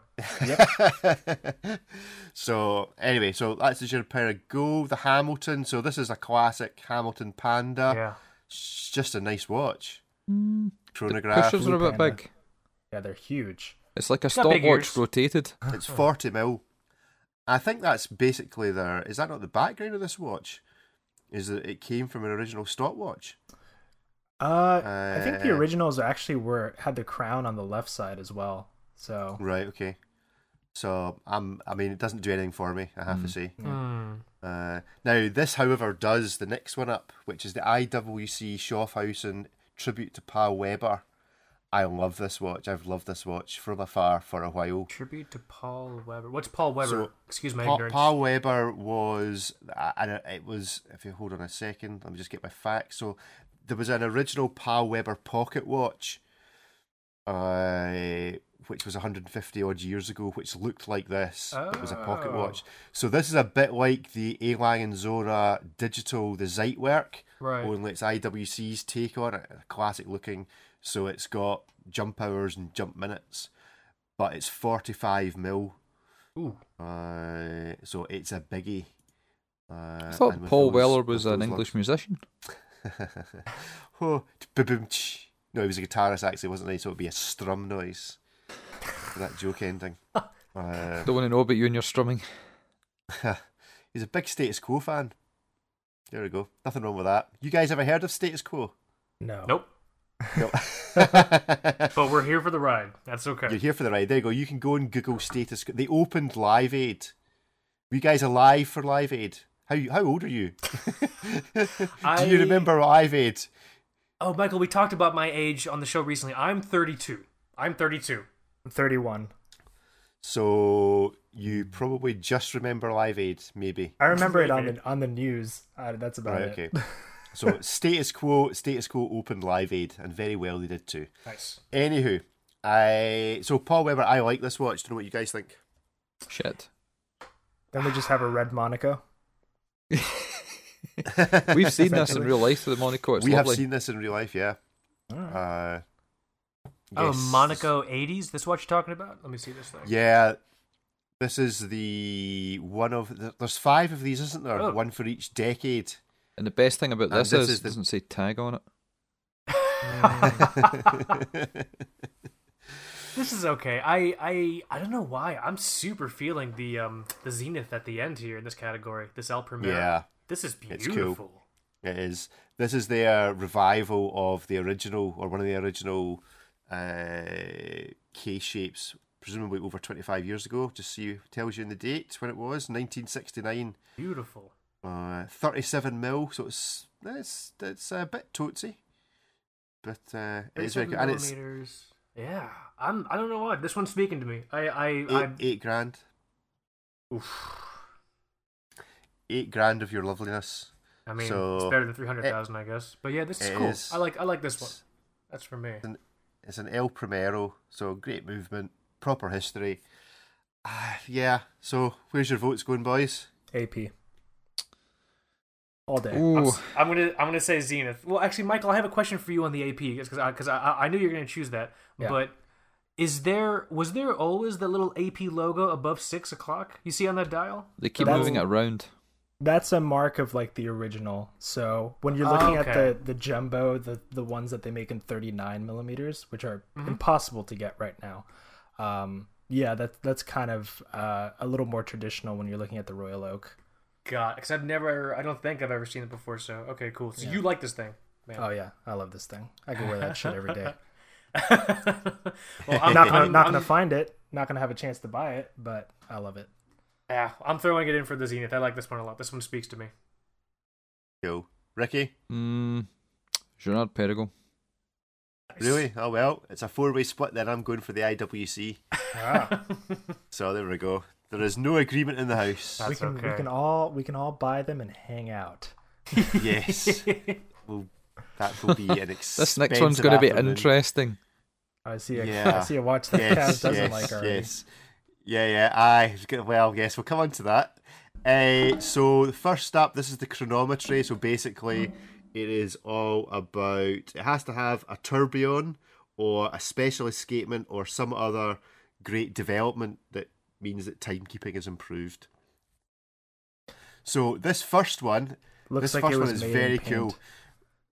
Speaker 1: so anyway, so that's the Girard Go, the Hamilton. So this is a classic Hamilton Panda.
Speaker 2: Yeah.
Speaker 1: It's just a nice watch.
Speaker 3: The
Speaker 1: Chronograph.
Speaker 3: pushers are a bit
Speaker 4: Panda.
Speaker 3: big.
Speaker 4: Yeah, they're huge.
Speaker 3: It's like a
Speaker 2: got big
Speaker 3: stopwatch
Speaker 2: ears.
Speaker 3: rotated.
Speaker 1: It's forty mil. I think that's basically their. Is that not the background of this watch? Is that it came from an original stopwatch?
Speaker 4: Uh, I think the
Speaker 1: Uh,
Speaker 4: originals actually were had the crown on the left side as well. So
Speaker 1: Right. Okay. So I'm. I mean, it doesn't do anything for me. I have to say.
Speaker 2: Hmm.
Speaker 1: Uh, now this, however, does the next one up, which is the IWC Schaffhausen tribute to Pa Weber. I love this watch. I've loved this watch from afar for a while.
Speaker 2: Tribute to Paul Weber. What's Paul Weber?
Speaker 1: So,
Speaker 2: Excuse my
Speaker 1: Pa,
Speaker 2: ignorance.
Speaker 1: Pa Weber was, I- I don't- it was. If you hold on a second, let me just get my facts. So there was an original Pa Weber pocket watch, uh, which was 150 odd years ago, which looked like this. It was a pocket
Speaker 2: Oh.
Speaker 1: watch. So this is a bit like the Elang and Zora digital, the Zeitwerk,
Speaker 2: Right.
Speaker 1: only it's IWC's take on it, classic looking. So it's got jump hours and jump minutes, but it's 45 mil.
Speaker 2: Ooh.
Speaker 1: Uh, so it's a biggie. Uh,
Speaker 3: I thought
Speaker 1: and with
Speaker 3: Paul
Speaker 1: those-
Speaker 3: Weller
Speaker 1: with
Speaker 3: was
Speaker 1: those
Speaker 3: an English musician.
Speaker 1: lungs- oh, ba-boom-tsh. no, he was a guitarist actually, wasn't he? So it'd be a strum noise for that joke ending. Uh,
Speaker 3: Don't want to know about you and your strumming.
Speaker 1: he's a big status quo fan. There we go. Nothing wrong with that. You guys ever heard of status quo?
Speaker 4: no,
Speaker 2: Nope.
Speaker 1: No.
Speaker 2: But we're here for the ride. That's okay.
Speaker 1: You're here for the ride. There you go. You can go and Google status. Quo. They opened Live Aid. Were you guys alive for Live Aid? How how old are you? Do you
Speaker 2: I-
Speaker 1: remember Live Aid?
Speaker 2: Oh, Michael, we talked about my age on the show recently. I'm 32. I'm 32.
Speaker 4: I'm 31.
Speaker 1: So you probably just remember Live Aid, maybe.
Speaker 4: I remember it on the on the news. Uh, that's about
Speaker 1: Right,
Speaker 4: it.
Speaker 1: okay. So status quo, status quo opened Live Aid, and very well they did too.
Speaker 2: Nice.
Speaker 1: Anywho, I so Paul Weber, I like this watch. Don't know what you guys think.
Speaker 3: Shit.
Speaker 4: Then we just have a red Monaco.
Speaker 3: We've seen this in real life with Monaco. Oh, It's
Speaker 1: we
Speaker 3: lovely.
Speaker 1: have seen this in real life, yeah. Uh,
Speaker 2: Oh,
Speaker 1: yes.
Speaker 2: Monaco 80s? This what you're talking about? Let me see this thing.
Speaker 1: Yeah, this is the one of the, there's five of these, isn't there?
Speaker 2: Oh.
Speaker 1: One for each decade.
Speaker 3: and the best thing about
Speaker 1: And
Speaker 3: this,
Speaker 1: this
Speaker 3: is,
Speaker 1: is
Speaker 3: it
Speaker 1: the-
Speaker 3: doesn't say tag on it.
Speaker 2: This is okay. I, I I don't know why. I'm super feeling the um the zenith at the end here in this category. This El Primero.
Speaker 1: Yeah,
Speaker 2: This is
Speaker 1: It's cool.
Speaker 2: beautiful.
Speaker 1: it is. This is their revival of the original or one of the original uh, K shapes, presumably over 25 years ago. Just so you tells you in the date when it was 1969.
Speaker 2: Beautiful.
Speaker 1: Uh, 37 mil, so it's it's it's a bit totsy, but uh, it is very
Speaker 2: 37
Speaker 1: good, and it's
Speaker 2: millimeters. Yeah. I'm I don't know why. This one's speaking to me. I I, I
Speaker 1: eight, eight grand,
Speaker 2: oof.
Speaker 1: eight grand of your loveliness.
Speaker 2: I mean
Speaker 1: So,
Speaker 2: it's better than three hundred thousand I guess. But yeah, this is
Speaker 1: it
Speaker 2: cool.
Speaker 1: is-
Speaker 2: I like I like this one. That's for me.
Speaker 1: It's an El Primero, so great movement, proper history. Ah, yeah. So where's your votes going, boys?
Speaker 4: AP. All day.
Speaker 2: I'm,
Speaker 3: Ooh,
Speaker 2: s- I'm gonna I'm gonna say Zenith. Well, actually, Michael, I have a question for you on the AP because I, 'cause I, I I knew you were gonna choose that.
Speaker 4: Yeah.
Speaker 2: But is there was there always the little AP logo above six o'clock? You see on that dial?
Speaker 3: they keep
Speaker 4: That's-
Speaker 3: moving it around.
Speaker 4: That's a mark of like the original. So when you're looking at
Speaker 2: Oh, Okay.
Speaker 4: the the jumbo, the the ones that they make in 39 millimeters, which are
Speaker 2: Mm-hmm.
Speaker 4: impossible to get right now. Um, yeah, that that's kind of uh, a little more traditional when you're looking at the Royal Oak.
Speaker 2: God, because I've never I don't think I've ever seen it before. So okay, cool. So you like this thing? Man.
Speaker 4: Oh yeah, I love this thing. I could wear that shit every day.
Speaker 2: well, I'm
Speaker 4: Not gonna,
Speaker 2: I'm-
Speaker 4: not
Speaker 2: I'm-
Speaker 4: gonna find it. Not gonna have a chance to buy it, but I love it.
Speaker 2: Yeah, I'm throwing it in for the Zenith. I like this one a lot. This one speaks to me.
Speaker 1: Yo, Ricky.
Speaker 3: Mm, Gerard Perregaux.
Speaker 1: Really? Oh well, it's a four-way split. Then I'm going for the IWC. So there we go. There is no agreement in the house.
Speaker 4: we
Speaker 2: That's
Speaker 4: can we
Speaker 2: okay.
Speaker 4: can all we can all buy them and hang out.
Speaker 1: yes, well, that will be an expensive.
Speaker 3: This next one's going to be
Speaker 1: afternoon.
Speaker 3: interesting.
Speaker 4: I see a I
Speaker 1: Yeah.
Speaker 4: see a watch that Kaz doesn't like already.
Speaker 1: Yes. Yeah, yeah. Aye. it's good- Well, yes, we'll come on to that. Uh, so, first up, this is the chronometry. So, basically, it is all about it has to have a tourbillon or a special escapement or some other great development that means that timekeeping is improved. So, this first one,
Speaker 4: Looks
Speaker 1: this
Speaker 4: like
Speaker 1: first
Speaker 4: it was
Speaker 1: one is
Speaker 4: made in
Speaker 1: very
Speaker 4: paint.
Speaker 1: cool.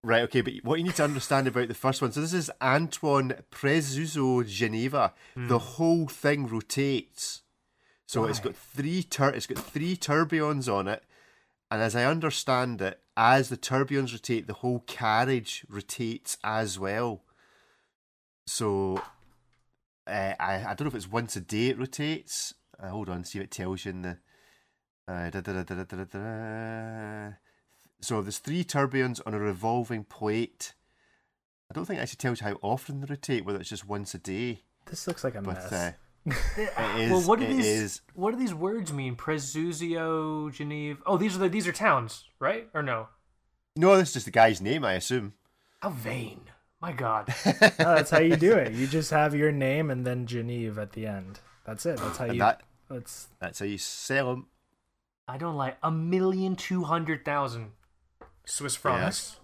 Speaker 1: Right, okay, but what you need to understand about the first one, so this is Antoine Prezzuso Geneva. The whole thing rotates. So it's got three tur- it's got three tourbillons on it, and as I understand it, as the tourbillons rotate, the whole carriage rotates as well. So uh, I I don't know if it's once a day it rotates. Uh, hold on, see if it tells you in the. Uh, da, da, da, da, da, da, da. So there's three tourbillons on a revolving plate. I don't think it actually tells you how often they rotate, whether it's just once a day.
Speaker 4: This looks like a
Speaker 1: But
Speaker 4: mess.
Speaker 1: uh, it is.
Speaker 2: well, what do
Speaker 1: it
Speaker 2: these
Speaker 1: is-
Speaker 2: what do these words mean? Prezuzio, Geneve. Oh, these are the, these are towns, right? Or no?
Speaker 1: No, this is just the guy's name, I assume.
Speaker 2: How vain! My God.
Speaker 4: No, Oh, that's how you do it. You just have your name and then Geneve at the end. That's it. That's how
Speaker 1: And
Speaker 4: you.
Speaker 1: that
Speaker 4: that's
Speaker 1: that's how you sell him.
Speaker 2: I don't like a million two hundred thousand Swiss francs.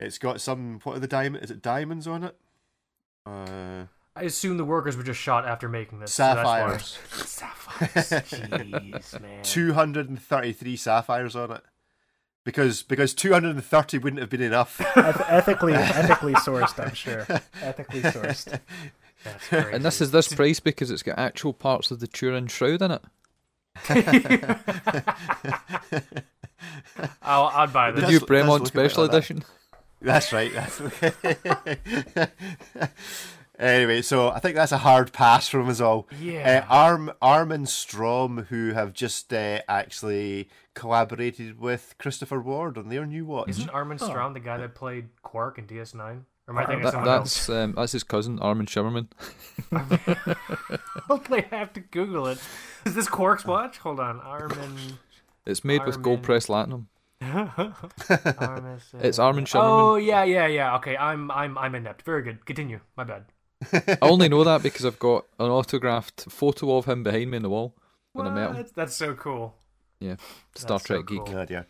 Speaker 1: It's got some. What are the diamond? Is it diamonds on it? Uh,
Speaker 2: I assume the workers were just shot after making this. so that's why-
Speaker 1: sapphires.
Speaker 2: sapphires. Jeez, man.
Speaker 1: Two hundred and thirty-three sapphires on it. Because because two hundred and thirty wouldn't have been enough.
Speaker 4: eth- ethically ethically sourced. I'm sure. Ethically sourced.
Speaker 2: That's crazy.
Speaker 3: And this is this price because it's got actual parts of the Turin shroud in it.
Speaker 2: I'll, I'd buy
Speaker 3: The
Speaker 1: Does-
Speaker 2: this.
Speaker 3: new
Speaker 1: does
Speaker 3: Bremont
Speaker 1: look a bit like
Speaker 3: Special
Speaker 1: that.
Speaker 3: Edition.
Speaker 1: That's right. That's anyway, so I think that's a hard pass from us all.
Speaker 2: Yeah.
Speaker 1: Uh, Arm Arm and Strom, who have just uh, actually collaborated with Christopher Ward on their new watch.
Speaker 2: Isn't Armin Strom the guy that played Quark in DS9? Or am I thinking of
Speaker 3: That-
Speaker 2: someone else?
Speaker 3: that's um, that's his cousin Armin Shimmerman.
Speaker 2: I have to Google it. Is this Quark's watch? Hold on. Armin.
Speaker 3: It's made with gold
Speaker 2: Armin.
Speaker 3: pressed platinum.
Speaker 2: Armin
Speaker 3: It's Armin
Speaker 2: Oh
Speaker 3: Shimmerman.
Speaker 2: yeah, yeah, yeah. Okay, I'm, I'm, I'm inept. Very good. Continue. My bad.
Speaker 3: I only know that because I've got an autographed photo of him behind me in the wall when I met him.
Speaker 2: What? That's so cool.
Speaker 3: Yeah, Star
Speaker 2: so
Speaker 3: Trek geek.
Speaker 2: cool.
Speaker 1: No idea.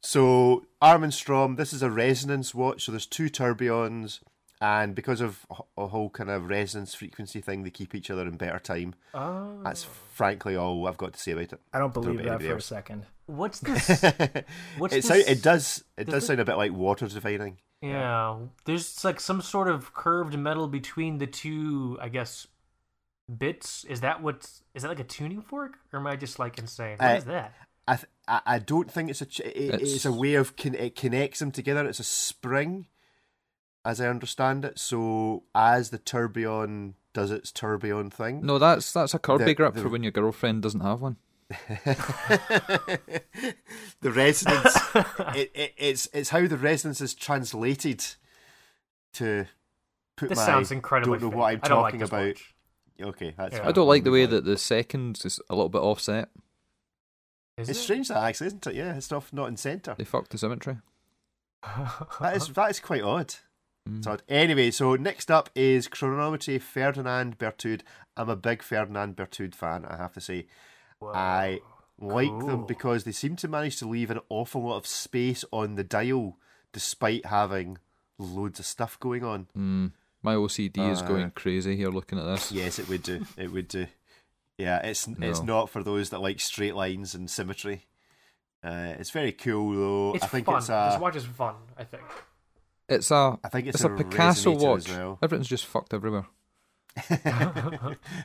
Speaker 1: So Armin Strom, this is a resonance watch, so there's two tourbillons, and because of a whole kind of resonance frequency thing, they keep each other in better time.
Speaker 2: Oh.
Speaker 1: That's frankly all I've got to say about it.
Speaker 4: I don't believe
Speaker 1: about
Speaker 4: that
Speaker 1: anybody
Speaker 4: for a
Speaker 1: else.
Speaker 4: second.
Speaker 2: What's this? What's
Speaker 1: It,
Speaker 2: this?
Speaker 1: sound, it does it
Speaker 2: does
Speaker 1: does
Speaker 2: it-
Speaker 1: sound a bit like water dividing.
Speaker 2: Yeah, there's like some sort of curved metal between the two, I guess, bits. Is that what's is that like a tuning fork, or am I just like insane? What
Speaker 1: Uh,
Speaker 2: is that?
Speaker 1: I th- I I don't think it's a ch- it, it's,
Speaker 3: It's-
Speaker 1: a way of con- it connects them together. It's a spring, as I understand it. So as the tourbillon does its tourbillon thing,
Speaker 3: No, that's that's a Kirby
Speaker 1: The-
Speaker 3: grip
Speaker 1: the-
Speaker 3: for when your girlfriend doesn't have one.
Speaker 1: the resonance it, it, it's it's how the resonance is translated to put
Speaker 2: This
Speaker 1: my
Speaker 2: sounds incredibly.
Speaker 1: don't know
Speaker 2: fake.
Speaker 1: what I'm
Speaker 2: I don't
Speaker 1: talking
Speaker 2: like this
Speaker 1: about.
Speaker 2: watch.
Speaker 1: Okay, that's
Speaker 2: Yeah.
Speaker 1: fine.
Speaker 3: I don't like the
Speaker 1: We'll
Speaker 3: way
Speaker 1: move on.
Speaker 3: that the seconds is a little bit offset.
Speaker 2: Is
Speaker 1: it's
Speaker 2: it?
Speaker 1: strange that actually, isn't it? Yeah, it's not not in centre.
Speaker 3: They fucked the symmetry.
Speaker 1: That is that is quite odd.
Speaker 3: Mm.
Speaker 1: It's odd. Anyway, so next up is chronometry Ferdinand Bertud. I'm a big Ferdinand Bertud fan, I have to say.
Speaker 2: Whoa.
Speaker 1: I like
Speaker 2: Cool.
Speaker 1: them because they seem to manage to leave an awful lot of space on the dial despite having loads of stuff going on.
Speaker 3: Mm. My OCD is
Speaker 1: Uh,
Speaker 3: going crazy here looking at this.
Speaker 1: Yes, it would do. It would do. Yeah, it's it's
Speaker 3: No.
Speaker 1: not for those that like straight lines and symmetry. Uh, it's very cool though.
Speaker 2: It's
Speaker 1: I think
Speaker 2: fun.
Speaker 1: it's uh, a.
Speaker 2: This watch is fun. I think.
Speaker 3: It's a
Speaker 1: I think it's,
Speaker 3: it's a Picasso
Speaker 1: resonator as
Speaker 3: watch.
Speaker 1: well.
Speaker 3: Everything's just fucked everywhere.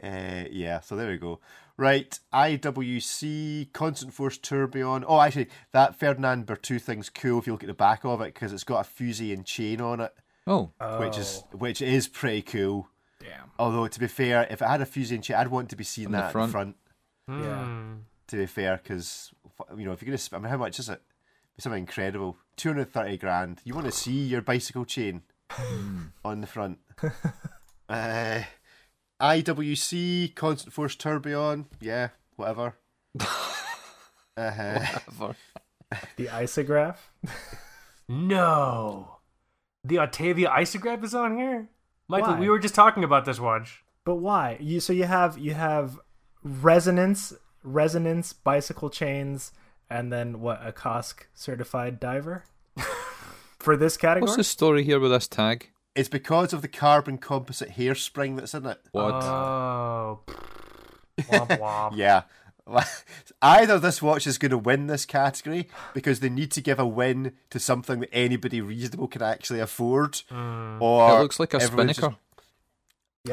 Speaker 1: Uh, yeah, so there we go. Right, IWC Constant Force Tourbillon. Oh, actually, that Ferdinand Bertou thing's cool if you look at the back of it because it's got a fusee and chain on it,
Speaker 3: Oh,
Speaker 1: which is which is pretty cool.
Speaker 4: damn.
Speaker 1: Although to be fair, if it had a fusee and chain, I'd want to be seeing
Speaker 3: On the
Speaker 1: that in
Speaker 3: front.
Speaker 1: front.
Speaker 2: Hmm.
Speaker 1: to be fair, because you know if you're gonna, sp- I mean, how much is it? It's something incredible, two hundred thirty grand. You want to see your bicycle chain
Speaker 3: Hmm.
Speaker 1: on the front. uh, IWC constant force tourbillon, yeah, whatever. uh-huh.
Speaker 4: The isograph.
Speaker 2: No, the Octavia Isograph is on here. Michael,
Speaker 4: Why?
Speaker 2: we were just talking about this watch.
Speaker 4: But why? You so you have you have resonance, resonance, bicycle chains, and then what? A Kosk certified diver for this category.
Speaker 3: what's the story here with this tag?
Speaker 1: It's because of the carbon composite hairspring that's in it.
Speaker 3: What?
Speaker 2: Oh. womp womp.
Speaker 1: Yeah. Either this watch is going to win this category because they need to give a win to something that anybody reasonable can actually afford, or
Speaker 3: it looks like a
Speaker 1: everyone's just-
Speaker 3: spinnaker.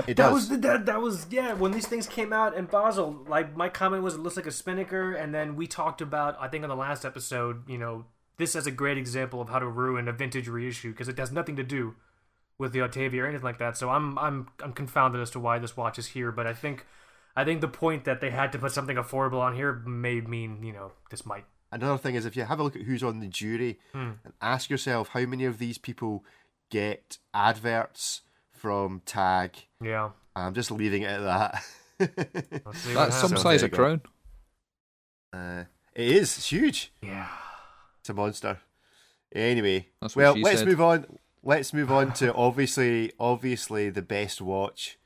Speaker 1: It
Speaker 2: That
Speaker 1: does.
Speaker 2: was the, that, that was yeah. When these things came out in Basel, like my comment was it looks like a spinnaker, and then we talked about I think on the last episode, you know, this is a great example of how to ruin a vintage reissue because it has nothing to do with the Octavia or anything like that. So I'm I'm I'm confounded as to why this watch is here, but I think I think the point that they had to put something affordable on here may mean you know this might
Speaker 1: Another thing is if you have a look at who's on the jury
Speaker 2: Hmm.
Speaker 1: and ask yourself how many of these people get adverts from Tag.
Speaker 2: yeah.
Speaker 1: I'm just leaving it at that.
Speaker 2: Let's see what
Speaker 3: That's some
Speaker 2: happens.
Speaker 1: So there
Speaker 3: size
Speaker 1: you
Speaker 3: of
Speaker 1: go.
Speaker 3: crown.
Speaker 1: uh, it is it's huge.
Speaker 2: yeah.
Speaker 1: It's a monster. Anyway,
Speaker 3: That's what
Speaker 1: well,
Speaker 3: she
Speaker 1: let's
Speaker 3: said.
Speaker 1: move on. Let's move on to obviously, obviously the best watch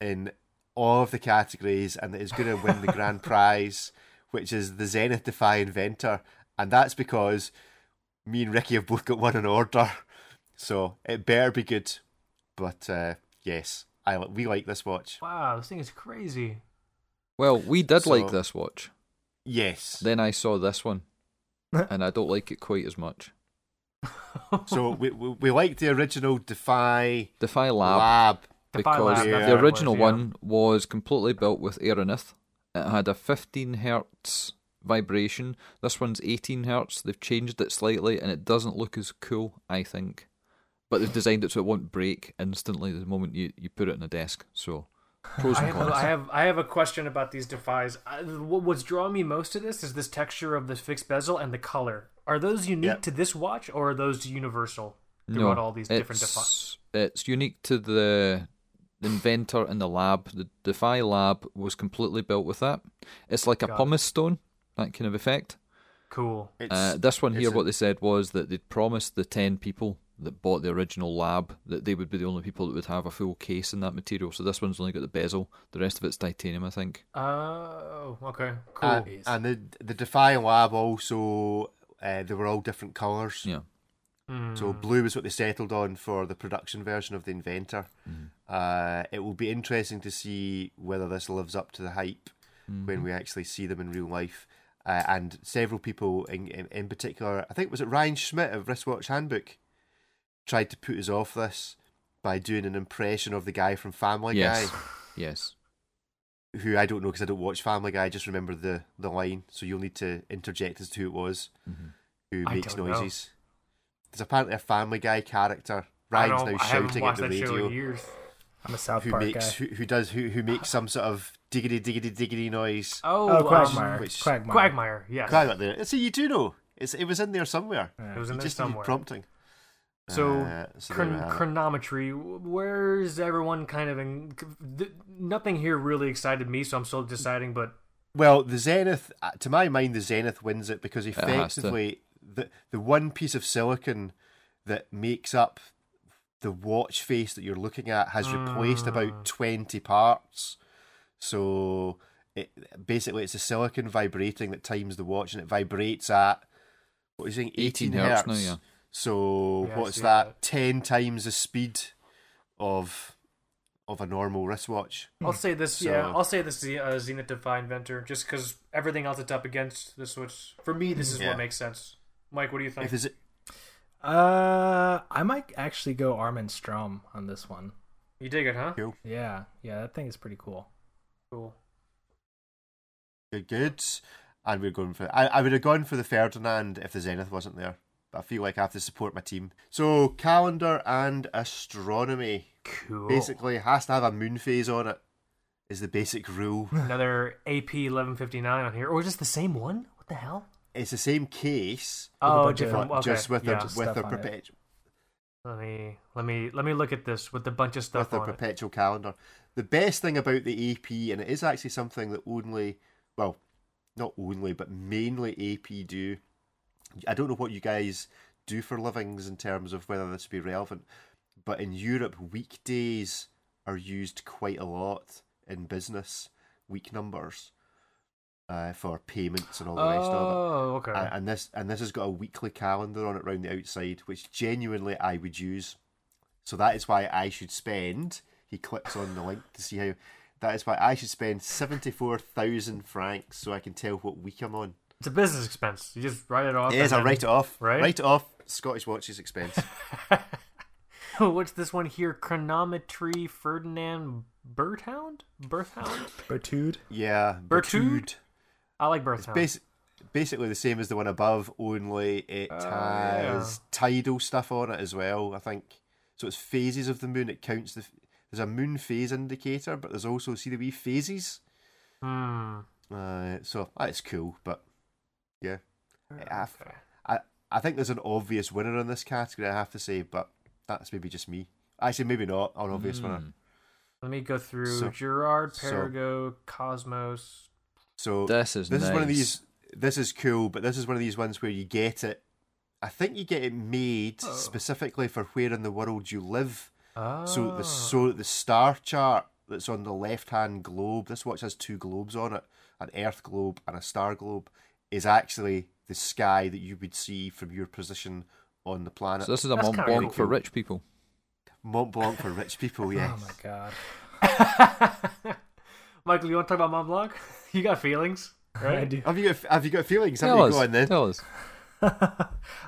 Speaker 1: in all of the categories, and that is going to win the grand prize, which is the Zenith Defy Inventor, and that's because me and Ricky have both got one in order, so it better be good. But uh, yes, I li- we like this watch.
Speaker 2: Wow, this thing is crazy.
Speaker 3: Well, we did like
Speaker 1: So-
Speaker 3: this watch.
Speaker 1: Yes.
Speaker 3: Then I saw this one, and I don't like it quite as much.
Speaker 1: So we, we we like the original Defy
Speaker 3: Defy Lab,
Speaker 1: Lab.
Speaker 2: Defy Lab,
Speaker 3: because
Speaker 1: that's what
Speaker 3: the
Speaker 1: it was,
Speaker 3: original
Speaker 2: yeah.
Speaker 3: one was completely built with Aeronith. It had a 15 hertz vibration. This one's 18 hertz. They've changed it slightly, and it doesn't look as cool, I think. But they've designed it so it won't break instantly the moment you, you put it on a desk. So pros
Speaker 2: I
Speaker 3: and
Speaker 2: have, a,
Speaker 3: cons.
Speaker 2: I have I have a question about these defies. I, what- what's drawing me most to this is this texture of the fixed bezel and the color. Are those unique
Speaker 1: Yeah.
Speaker 2: to this watch, or are those universal
Speaker 3: no,
Speaker 2: throughout all these different defies?
Speaker 3: it's, it's unique to the inventor in the lab. The Defy lab was completely built with that. It's like a
Speaker 2: Got it.
Speaker 3: pumice stone, that kind of effect.
Speaker 2: Cool.
Speaker 1: It's,
Speaker 3: Uh, this one
Speaker 1: it's
Speaker 3: here,
Speaker 1: a-
Speaker 3: what they said was that they'd promised the 10 people that bought the original lab that they would be the only people that would have a full case in that material. So this one's only got the bezel. The rest of it's titanium, I think.
Speaker 2: Oh, okay. Cool.
Speaker 1: And, and the the Defy Lab also uh, they were all different colours.
Speaker 3: Yeah.
Speaker 2: Hmm.
Speaker 3: Mm.
Speaker 1: So blue is what they settled on for the production version of the Inventor. Uh, it will be interesting to see whether this lives up to the hype
Speaker 3: Mm-hmm.
Speaker 1: when we actually see them in real life. Uh, and several people, in, in, in particular, I think was it Ryan Schmidt of Wristwatch Handbook, tried to put us off this by doing an impression of the guy from Family
Speaker 3: yes.
Speaker 1: Guy,
Speaker 3: Yes.
Speaker 1: who I don't know because I don't watch Family Guy. I just remember the the line, so you'll need to interject as to who it was who
Speaker 2: Mm-hmm. I
Speaker 1: makes
Speaker 2: don't know.
Speaker 1: noises. There's apparently a Family Guy character.
Speaker 2: I
Speaker 1: Ryan's
Speaker 2: don't-
Speaker 1: now
Speaker 2: I haven't
Speaker 1: shouting at
Speaker 2: watched
Speaker 1: the
Speaker 2: that show in
Speaker 1: radio
Speaker 2: years.
Speaker 4: I'm a South
Speaker 1: who
Speaker 4: Park
Speaker 1: makes
Speaker 4: guy.
Speaker 1: who, who does who who makes some sort of diggity diggity diggity noise.
Speaker 2: Oh,
Speaker 4: Oh,
Speaker 2: um,
Speaker 4: Quagmire.
Speaker 1: which-
Speaker 4: Quagmire.
Speaker 2: Quagmire, yes.
Speaker 1: Climb up there. See, you do know. It's it was in there somewhere.
Speaker 4: Yeah.
Speaker 2: It was in
Speaker 1: You
Speaker 2: there
Speaker 1: just
Speaker 2: somewhere.
Speaker 1: need prompting.
Speaker 2: So,
Speaker 1: Uh, so there we
Speaker 2: chron-
Speaker 1: have it.
Speaker 2: chronometry. Where's everyone kind of in? th- Nothing here really excited me, so I'm still deciding. But
Speaker 1: Well, the Zenith, uh, to my mind, the Zenith wins it because
Speaker 3: has to.
Speaker 1: effectively the the one piece of silicon that makes up the watch face that you're looking at has replaced
Speaker 3: Hmm.
Speaker 1: about twenty parts. So it, basically, it's the silicon vibrating that times the watch, and it vibrates at what is it,
Speaker 3: 18
Speaker 1: eighteen
Speaker 3: hertz
Speaker 1: hertz.
Speaker 3: now, yeah.
Speaker 1: So
Speaker 2: Yeah, I
Speaker 1: what's
Speaker 2: see
Speaker 1: that?
Speaker 2: that.
Speaker 1: Ten times the speed of of a normal wristwatch.
Speaker 2: I'll say this. Yeah,
Speaker 1: Hmm. So-
Speaker 2: I'll say this. The uh, Zenith Divine Venter, just because everything else it's up against this was for me. This is
Speaker 1: Yeah.
Speaker 2: what makes sense. Mike, what do you
Speaker 1: If
Speaker 2: think?
Speaker 1: there's
Speaker 4: Uh, I might actually go Armin Strom on this one.
Speaker 2: You dig it, huh?
Speaker 4: Yeah, yeah, that thing is pretty cool.
Speaker 2: Cool.
Speaker 1: good goods, and we're going for. I, I would have gone for the Ferdinand if the Zenith wasn't there. But I feel like I have to support my team. So calendar and astronomy
Speaker 2: Cool.
Speaker 1: basically has to have a moon phase on it. Is the basic rule.
Speaker 2: Another AP eleven fifty nine on here, or just the same one? What the hell?
Speaker 1: It's the same case,
Speaker 4: a
Speaker 2: Oh,
Speaker 4: bunch of-
Speaker 1: but
Speaker 2: different. Okay.
Speaker 1: just with
Speaker 2: yeah.
Speaker 1: their
Speaker 4: Just
Speaker 1: with
Speaker 4: stuff
Speaker 1: their
Speaker 4: on it.
Speaker 1: perpetual
Speaker 2: Let me let me let me look at this with the bunch of
Speaker 1: with
Speaker 2: stuff
Speaker 1: their
Speaker 2: on it.
Speaker 1: perpetual calendar. The best thing about the AP, and it is actually something that only, well, not only but mainly AP do. I don't know what you guys do for livings in terms of whether this would be relevant, but in Europe, weekdays are used quite a lot in business week numbers uh, for payments and all the rest of it.
Speaker 2: Oh, okay.
Speaker 1: And, and this and this has got a weekly calendar on it round the outside, which genuinely I would use. So that is why I should spend. He clicks on the link to see how. That is why I should spend seventy four thousand francs so I can tell what week I'm on.
Speaker 2: It's a business expense. You just write it off.
Speaker 1: It is
Speaker 2: and
Speaker 1: a
Speaker 2: then-
Speaker 1: write it off.
Speaker 2: right?
Speaker 1: Write it off. Scottish watches expense.
Speaker 2: What's this one here? Chronometry Ferdinand Birdhound? Birthhound?
Speaker 4: Bertude.
Speaker 1: yeah.
Speaker 2: Bertude?
Speaker 1: Bertude.
Speaker 2: I like Birdhound.
Speaker 1: Basi- basically the same as the one above, only it
Speaker 3: Ah,
Speaker 1: has tidal stuff on it as well, I think. So it's phases of the moon. It counts the. There's a moon phase indicator, but there's also, see the wee phases?
Speaker 2: Hmm.
Speaker 1: Uh, so ah, it's cool, but yeah. I,
Speaker 2: Okay.
Speaker 1: I, I think there's an obvious winner in this category, I have to say, but that's maybe just me. Actually, maybe not an obvious
Speaker 3: Hmm.
Speaker 1: winner.
Speaker 2: Let me go through
Speaker 1: So-
Speaker 2: Gerard,
Speaker 1: so-
Speaker 2: Perigo, Cosmos.
Speaker 1: So
Speaker 3: Mm. This is
Speaker 1: this is one of
Speaker 3: nice.
Speaker 1: these. This is cool, but this is one of these ones where you get it. I think you get it made
Speaker 2: Oh.
Speaker 1: specifically for where in the world you live.
Speaker 2: Oh.
Speaker 1: So
Speaker 3: Ah.
Speaker 1: that the so that the star chart that's on the left hand globe. This watch has two globes on it: an Earth globe and a star globe. Is actually the sky that you would see from your position on the planet.
Speaker 3: So this is a
Speaker 2: That's
Speaker 3: Mont
Speaker 2: kinda
Speaker 3: Blanc
Speaker 2: really
Speaker 3: for
Speaker 1: cool.
Speaker 3: rich people.
Speaker 1: Mont Blanc for rich people. Yes.
Speaker 4: Oh my god.
Speaker 2: Michael, you want to talk about Mont Blanc? You got feelings, right?
Speaker 4: I do.
Speaker 1: Have you got Have you got feelings? Have
Speaker 3: Tell
Speaker 1: you
Speaker 3: us.
Speaker 1: go on then?
Speaker 3: Tell us.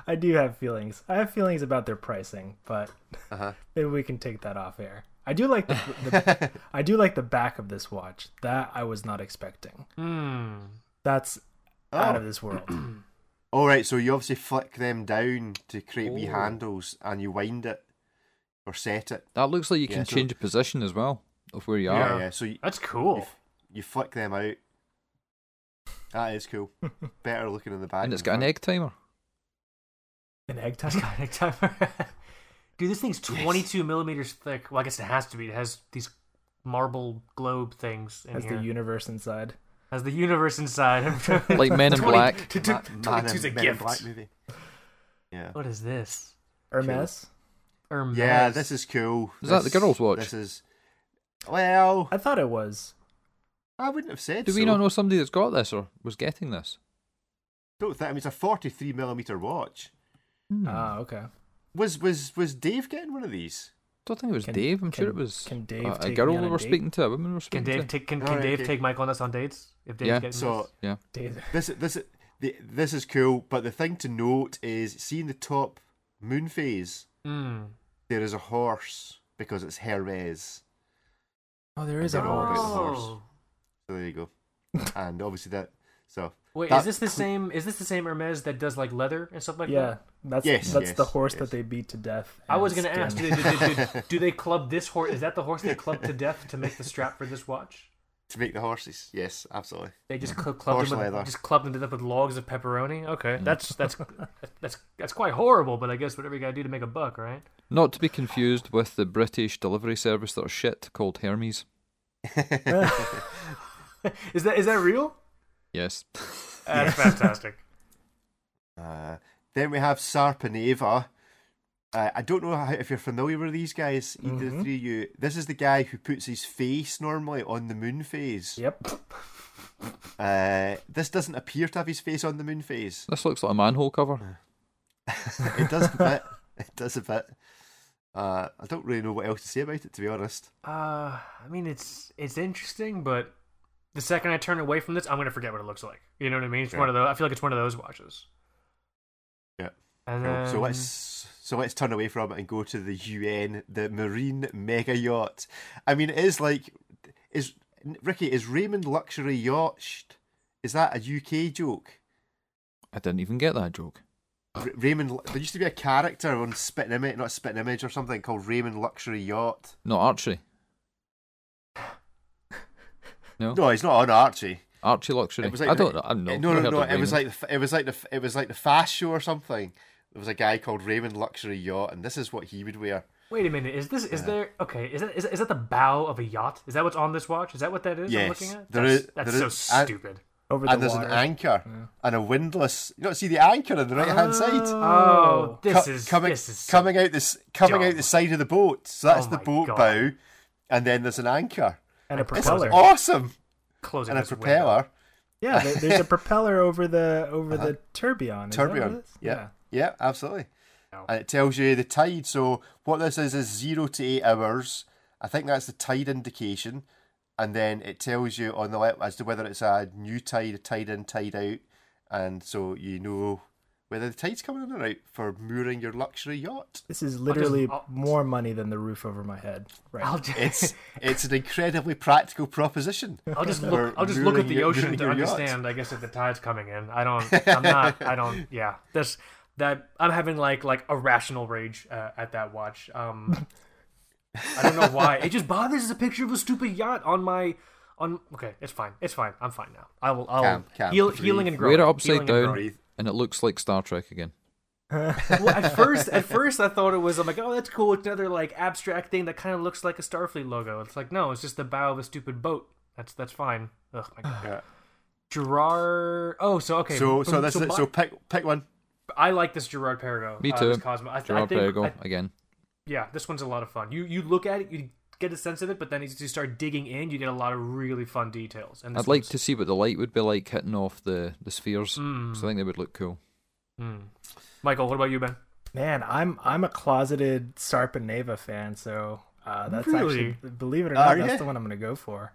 Speaker 4: I do have feelings. I have feelings about their pricing, but
Speaker 1: Uh-huh.
Speaker 4: maybe we can take that off air. I do like the, the I do like the back of this watch. That I was not expecting.
Speaker 2: Hmm.
Speaker 4: That's
Speaker 2: Oh.
Speaker 4: out of this world.
Speaker 1: Oh. All right, so you obviously flick them down to create wee
Speaker 3: Oh.
Speaker 1: handles, and you wind it or set it.
Speaker 3: That looks like you
Speaker 1: Yeah,
Speaker 3: can
Speaker 1: so-
Speaker 3: change a position as well of where you
Speaker 2: Yeah.
Speaker 1: Yeah,
Speaker 3: are.
Speaker 1: yeah. So you,
Speaker 2: That's cool.
Speaker 1: you flick them out. That is cool. Better looking in the back.
Speaker 3: And it's got
Speaker 1: than
Speaker 3: an egg timer.
Speaker 4: An egg
Speaker 2: That's
Speaker 4: timer.
Speaker 2: got a timer. Dude, this thing's 22 millimeters thick. Well, I guess it has to be. It has these marble globe things in
Speaker 4: Has
Speaker 2: here.
Speaker 4: the universe inside.
Speaker 2: has the universe inside.
Speaker 3: Like Men in
Speaker 2: 20
Speaker 3: Black.
Speaker 2: to- to-
Speaker 1: front. Ma- Man
Speaker 2: 22's a
Speaker 1: in- Men in
Speaker 2: gift.
Speaker 1: Black movie. Yeah.
Speaker 2: What is this?
Speaker 4: Hermes.
Speaker 2: Hermes.
Speaker 1: Yeah, this is cool.
Speaker 3: Is that the
Speaker 1: This-
Speaker 3: girls' watch?
Speaker 1: This is. Well,
Speaker 4: I thought it was.
Speaker 1: I wouldn't have said.
Speaker 3: Do we
Speaker 1: so.
Speaker 3: not know somebody that's got this or was getting this?
Speaker 1: don't think. I mean, it's a forty-three millimeter watch.
Speaker 2: Hmm.
Speaker 3: Hmm.
Speaker 4: Ah, okay.
Speaker 1: Was was was Dave getting one of these?
Speaker 3: don't think it was
Speaker 4: Can-
Speaker 3: Dave. I'm sure it
Speaker 4: can-
Speaker 3: was
Speaker 4: can Dave
Speaker 3: a, a
Speaker 4: take me
Speaker 3: girl
Speaker 4: on
Speaker 3: we
Speaker 4: a
Speaker 3: were
Speaker 4: date?
Speaker 3: speaking to, a woman we were
Speaker 2: Can
Speaker 3: speaking
Speaker 2: Dave
Speaker 3: to.
Speaker 2: take can, can
Speaker 1: Alright,
Speaker 2: Dave
Speaker 1: okay.
Speaker 2: take Michael on us on dates? If Dave's
Speaker 3: Yeah.
Speaker 2: getting
Speaker 1: So
Speaker 2: this?
Speaker 3: yeah.
Speaker 4: Dave-
Speaker 1: this this the- this is cool. But the thing to note is seeing the top moon phase.
Speaker 2: Mm.
Speaker 1: There is a horse because it's Hermes.
Speaker 4: Oh, there is a
Speaker 1: They're all
Speaker 4: horse.
Speaker 1: good horse.
Speaker 2: Oh.
Speaker 1: So there you go. and obviously that. So
Speaker 2: Wait,
Speaker 1: That-
Speaker 2: is this the same? Is this the same Hermes that does like leather and stuff like
Speaker 4: Yeah,
Speaker 2: that?
Speaker 4: that's
Speaker 1: Yes,
Speaker 4: that's the
Speaker 1: yes,
Speaker 4: horse
Speaker 1: yes.
Speaker 4: that they beat to death.
Speaker 2: I
Speaker 4: and
Speaker 2: was gonna ask, do
Speaker 4: skinned.
Speaker 2: they, do, they- do- do they club this horse? Is that the horse they club to death to make the strap for this watch?
Speaker 1: to make the horses, yes, absolutely.
Speaker 2: They just cl- clubbed
Speaker 1: Horse
Speaker 2: him
Speaker 1: leather.
Speaker 2: with, just clubbed him to death with logs of pepperoni. Okay, that's that's that's that's quite horrible. But I guess whatever you gotta do to make a buck, right?
Speaker 3: Not to be confused with the British delivery service that are shit called Hermes.
Speaker 2: Is that is that real?
Speaker 3: Yes.
Speaker 2: That's fantastic.
Speaker 1: Uh, then we have Sarpaneva. Uh, I don't know how, if you're familiar with these guys, either
Speaker 2: Mm-hmm.
Speaker 1: of the three of you. This is the guy who puts his face normally on the moon phase.
Speaker 4: Yep.
Speaker 1: Uh, this doesn't appear to have his face on the moon phase.
Speaker 3: This looks like a manhole cover.
Speaker 1: It does a bit. It does a bit. Uh, I don't really know what else to say about it, to be honest.
Speaker 2: Uh, I mean, it's it's interesting, but the second I turn away from this, I'm gonna forget what it looks like. You know what I mean? It's
Speaker 1: Yeah.
Speaker 2: one of those. I feel like it's one of those watches.
Speaker 1: Yeah.
Speaker 2: And
Speaker 1: Cool.
Speaker 2: then,
Speaker 3: Um,
Speaker 1: So let's so let's turn away from it and go to the UN, the Marine Mega Yacht. I mean, it is like is Ricky is Raymond Luxury Yacht? sh- Is that a UK joke?
Speaker 3: I didn't even get that joke.
Speaker 1: R- Raymond, Lu- there used to be a character on Spitting Image, not Spitting Image or something called Raymond Luxury Yacht.
Speaker 3: No, Archie. No,
Speaker 1: No, he's not on Archie.
Speaker 3: Archie Luxury.
Speaker 1: It was like
Speaker 3: I
Speaker 1: the- eh,
Speaker 3: don't know. I know.
Speaker 1: No, no, no. It was like the, f- it was like the f- it was like the fast show or something. There was a guy called Raymond Luxury Yacht, and this is what he would wear.
Speaker 2: wait a minute. Is this is
Speaker 1: Yeah.
Speaker 2: there? Okay. Is that is, is that the bow of a yacht? Is that what's on this watch? Is that what that is? I'm
Speaker 1: Yes.
Speaker 2: looking at.
Speaker 1: There
Speaker 2: that's,
Speaker 1: is-
Speaker 2: That's
Speaker 1: there
Speaker 2: so
Speaker 1: is- I-
Speaker 2: stupid.
Speaker 4: Over
Speaker 1: and
Speaker 4: the
Speaker 1: Ah, there's
Speaker 4: water.
Speaker 1: an anchor and a windlass. You don't see the anchor on the right hand side.
Speaker 2: Oh, this
Speaker 1: Co-
Speaker 2: is
Speaker 1: coming
Speaker 2: this is so-
Speaker 1: coming out this coming out
Speaker 2: dumb.
Speaker 1: the side of the boat. So that's
Speaker 2: Oh
Speaker 1: the
Speaker 2: my
Speaker 1: boat
Speaker 2: God.
Speaker 1: bow, and then there's an anchor.
Speaker 4: and a
Speaker 1: It's
Speaker 4: propeller.
Speaker 1: awesome,
Speaker 2: closing
Speaker 1: and a
Speaker 2: this window.
Speaker 1: propeller.
Speaker 4: Yeah, there- there's a propeller over the over the tourbillon. Is that what it
Speaker 1: Tourbillon.
Speaker 4: is?
Speaker 1: Uh-huh. Yeah. yeah, absolutely.
Speaker 2: No.
Speaker 1: And it tells you the tide. So what this is is zero to eight hours. I think that's the tide indication, and then it tells you on the left as to whether it's a new tide, a tide in, tide out, and so you know whether the tide's coming in or out for mooring your luxury yacht.
Speaker 4: This is literally
Speaker 2: I'll-
Speaker 4: more money than the roof over my head. Right.
Speaker 2: I'll just,
Speaker 1: It's it's an incredibly practical proposition.
Speaker 2: I'll just
Speaker 1: Or
Speaker 2: look. I'll just look at
Speaker 1: mooring
Speaker 2: the
Speaker 1: your-
Speaker 2: ocean
Speaker 1: mooring
Speaker 2: to
Speaker 1: your yacht.
Speaker 2: understand. I guess if the tide's coming in, I don't. I'm not. I don't. Yeah. That's that. I'm having like like irrational rage uh, at that watch. Um, I don't know why. It just bothers. a picture of a stupid yacht on my on. Okay, it's fine. It's fine. I'm fine now. I will. I'll
Speaker 1: Calm, calm,
Speaker 2: heal,
Speaker 1: breathe.
Speaker 2: healing and growing.
Speaker 3: Wear it upside
Speaker 2: healing and
Speaker 3: down,
Speaker 2: growing.
Speaker 3: and, it looks like Star Trek again.
Speaker 2: well, at first, at first, I thought it was. I'm like, oh, that's cool. It's another like abstract thing that kind of looks like a Starfleet logo. It's like, no, it's just the bow of a stupid boat. That's that's fine. Ugh, my god.
Speaker 1: Yeah.
Speaker 2: Gerard. Oh, so okay.
Speaker 1: So so that's
Speaker 2: my-
Speaker 1: it. So pick pick one.
Speaker 2: I like this Gerard Perregaux.
Speaker 3: Me
Speaker 2: uh,
Speaker 3: too.
Speaker 2: this Cosmo. I, I
Speaker 3: Gerard
Speaker 2: think,
Speaker 3: Perregaux
Speaker 2: I-
Speaker 3: again.
Speaker 2: yeah, this one's a lot of fun. You you look at it, you get a sense of it, but then as you start digging in, you get a lot of really fun details. And this
Speaker 3: I'd like
Speaker 2: one's-
Speaker 3: to see what the light would be like hitting off the the spheres.
Speaker 4: Hmm.
Speaker 2: Mm.
Speaker 3: So I think they would look cool.
Speaker 2: Mm. Michael, what about you, Ben?
Speaker 4: Man, I'm I'm a closeted Sarpaneva fan, so uh, that's
Speaker 2: Really?
Speaker 4: actually believe it or not,
Speaker 1: Are
Speaker 4: that's
Speaker 1: ya?
Speaker 4: the one I'm gonna go for.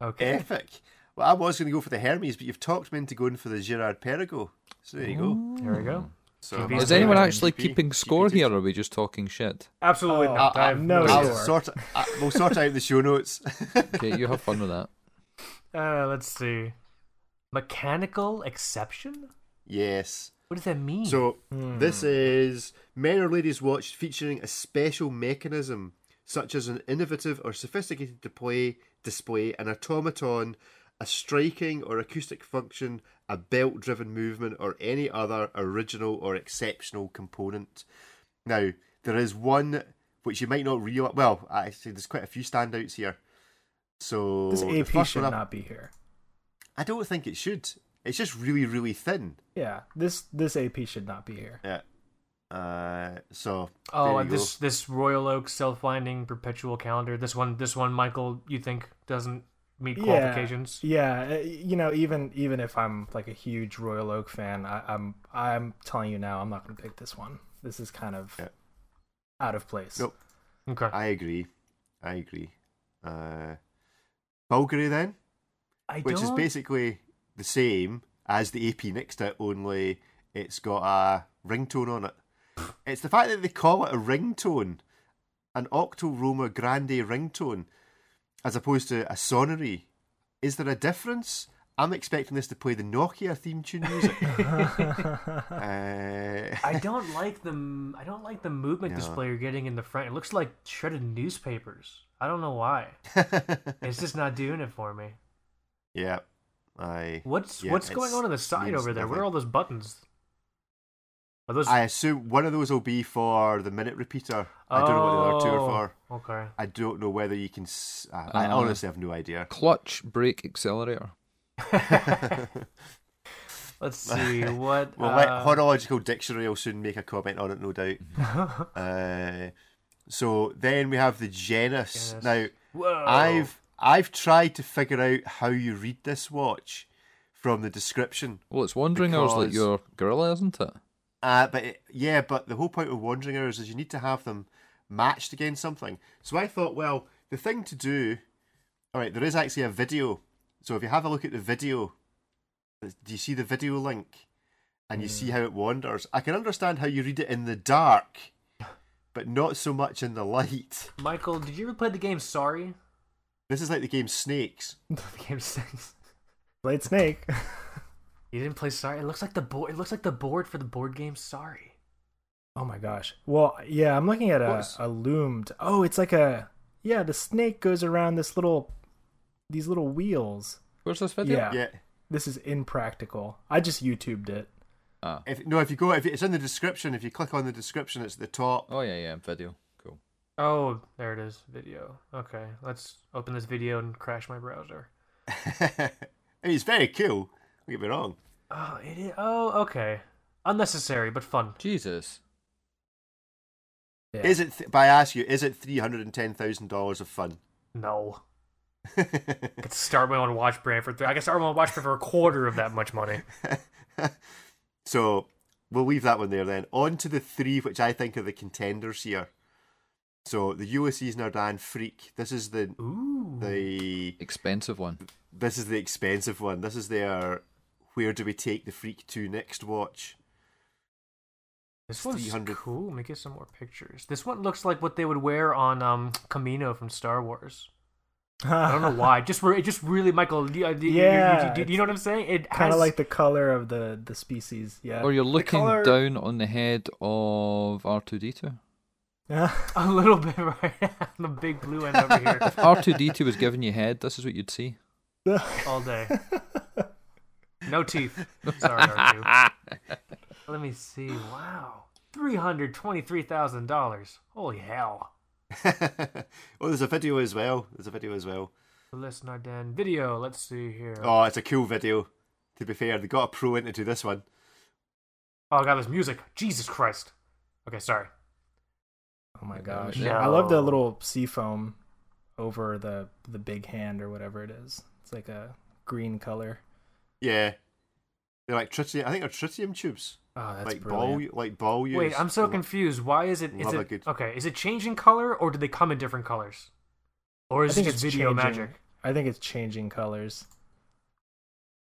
Speaker 2: Okay.
Speaker 1: Epic. Well, I was going to go for the Hermes, but you've talked me into going for the Gerard Perregaux. So there you go.
Speaker 2: There we go.
Speaker 1: So
Speaker 2: Is
Speaker 3: Is anyone
Speaker 1: Yeah.
Speaker 3: actually
Speaker 1: GP,
Speaker 3: keeping
Speaker 1: GP
Speaker 3: score
Speaker 1: takes-
Speaker 3: here, or are we just talking shit?
Speaker 2: Absolutely
Speaker 4: Oh,
Speaker 2: not.
Speaker 1: uh,
Speaker 2: I have
Speaker 4: no.
Speaker 2: idea.
Speaker 1: I'll
Speaker 4: Sure.
Speaker 1: sort. I, we'll sort out the show notes.
Speaker 3: Okay, you have fun with that.
Speaker 2: Uh, let's see. Mechanical exception?
Speaker 1: yes.
Speaker 2: What does that mean?
Speaker 1: So this is men or ladies watch featuring a special mechanism, such as an innovative or sophisticated display, display, an automaton, a striking or acoustic function, a belt-driven movement, or any other original or exceptional component. Now there is one which you might not realize. Well, actually, there's quite a few standouts here. So
Speaker 4: This
Speaker 1: the
Speaker 4: AP
Speaker 1: first
Speaker 4: should
Speaker 1: one up-
Speaker 4: not be here.
Speaker 1: I don't think it should. It's just really, really thin.
Speaker 4: Yeah, this this AP should not be here.
Speaker 1: Yeah. Uh, so. there
Speaker 2: oh,
Speaker 1: you
Speaker 2: and
Speaker 1: go.
Speaker 2: this this Royal Oak self-winding perpetual calendar. This one, this one, Michael, you think doesn't meet qualifications.
Speaker 4: Yeah, yeah. uh, You know, even even if I'm like a huge Royal Oak fan, I, I'm I'm telling you now, I'm not going to pick this one. This is kind of
Speaker 1: Yeah.
Speaker 4: out of place.
Speaker 1: Nope.
Speaker 2: Okay.
Speaker 1: I agree. I agree. Uh, Bulgari then,
Speaker 2: I
Speaker 1: which is
Speaker 2: don't-
Speaker 1: basically the same as the AP Nixta, only it's got a ringtone on it. It's the fact that they call it a ringtone, an Octo Roma Grande ringtone, as opposed to a sonoree. Is there a difference? I'm expecting this to play the Nokia theme tune music. uh,
Speaker 2: I don't like the m- I don't like the movement
Speaker 1: Yeah.
Speaker 2: display you're getting in the front. It looks like shredded newspapers. I don't know why. It's just not doing it for me.
Speaker 1: yeah, I.
Speaker 2: What's
Speaker 1: Yeah,
Speaker 2: what's going
Speaker 1: it's-
Speaker 2: on on the side
Speaker 1: means
Speaker 2: over there? Where
Speaker 1: nothing.
Speaker 2: are all those buttons? Are those?
Speaker 1: I assume one of those will be for the minute repeater. I don't know what the other two
Speaker 2: Oh,
Speaker 1: are for.
Speaker 2: Okay.
Speaker 1: I don't know whether you can. s- I, I
Speaker 3: Uh,
Speaker 1: honestly have no idea.
Speaker 3: Clutch, brake, accelerator.
Speaker 2: Let's see what.
Speaker 1: Well,
Speaker 2: uh,
Speaker 1: let horological dictionary will soon make a comment on it, no doubt. uh, so then we have the genus.
Speaker 2: Genus. Oh.
Speaker 1: Now,
Speaker 2: Whoa.
Speaker 1: I've I've tried to figure out how you read this watch from the description.
Speaker 3: Well, it's wandering hours like
Speaker 1: Because-
Speaker 3: your gorilla, isn't it?
Speaker 1: Uh, but it, yeah, but the whole point of wandering hours is you need to have them matched against something. So I thought, well, the thing to do. All right, there is actually a video. So if you have a look at the video, do you see the video link? And you see how it wanders. I can understand how you read it in the dark, but not so much in the light.
Speaker 2: Michael, did you ever play the game Sorry?
Speaker 1: This is like the game Snakes.
Speaker 2: the game Snakes.
Speaker 4: Blade Snake.
Speaker 2: You didn't play Sorry. It looks like the board. It looks like the board for the board game Sorry.
Speaker 4: oh my gosh. Well, yeah, I'm looking at a,
Speaker 3: What's-
Speaker 4: a loomed. Oh, it's like a yeah. The snake goes around this little these little wheels.
Speaker 3: Where's this video?
Speaker 4: Yeah.
Speaker 1: Yeah.
Speaker 4: This is impractical. I just YouTubed it.
Speaker 3: Ah.
Speaker 1: If no, if you go, if it's in the description, if you click on the description, it's at the top.
Speaker 3: Oh yeah, yeah, video. Cool.
Speaker 2: Oh, there it is. Video. Okay, let's open this video and crash my browser.
Speaker 1: I mean, it's very cool. Don't get me wrong.
Speaker 2: Oh, it is. Oh, okay. Unnecessary, but fun.
Speaker 3: Jesus.
Speaker 4: Yeah.
Speaker 1: Is it? Th- but I ask you, is it three hundred and ten thousand dollars of fun?
Speaker 2: No. I could start my own watch brand for three. I could start my own watch brand for a quarter of that much money.
Speaker 1: so we'll leave that one there then. On to the three, which I think are the contenders here. So the Ulysses Nardan Freak. This is the
Speaker 2: Ooh.
Speaker 1: the
Speaker 3: Expensive one.
Speaker 1: this is the expensive one. This is their where do we take the Freak to next watch?
Speaker 2: This one's
Speaker 1: 300.
Speaker 2: cool. Let me get some more pictures. This one looks like what they would wear on um Camino from Star Wars. I don't know why. Just re- it just really Michael. Do, do,
Speaker 4: Yeah,
Speaker 2: do, do, you know what I'm saying? It
Speaker 4: Kind
Speaker 2: has
Speaker 4: of like the color of the the species. Yeah.
Speaker 1: Oh,
Speaker 3: Or you're
Speaker 2: The
Speaker 3: looking
Speaker 2: colour-
Speaker 3: down on the head of R two D two.
Speaker 2: a little bit right. the big blue end over here
Speaker 3: R two D two was giving you head. This is what you'd see.
Speaker 2: all day.
Speaker 4: Oh
Speaker 2: No teeth. Sorry, R2. Let me see. Wow, three hundred twenty-three thousand dollars. Holy hell!
Speaker 1: oh, there's a video as well. There's a video as well.
Speaker 2: Let's not then video. Let's see here. Oh,
Speaker 1: Oh, it's a cool video. To be fair, they got a pro into this one.
Speaker 2: god, Oh, this music. Jesus Christ. Okay, sorry.
Speaker 4: Oh my gosh!
Speaker 3: No.
Speaker 4: I love the little sea foam over the the big hand or whatever it is. It's like a green color.
Speaker 1: Yeah, they're like tritium. I think they're tritium tubes,
Speaker 4: Oh, that's
Speaker 1: like
Speaker 4: brilliant.
Speaker 1: ball, like ball.
Speaker 2: Wait,
Speaker 1: use.
Speaker 2: I'm so confused. Why is it? Is
Speaker 1: Love a
Speaker 2: it
Speaker 1: good-
Speaker 2: okay? Is it changing color, or do they come in different colors, or
Speaker 4: I
Speaker 2: is it
Speaker 4: think
Speaker 2: just
Speaker 4: it's
Speaker 2: video
Speaker 4: changing-
Speaker 2: magic?
Speaker 4: I think it's changing colors.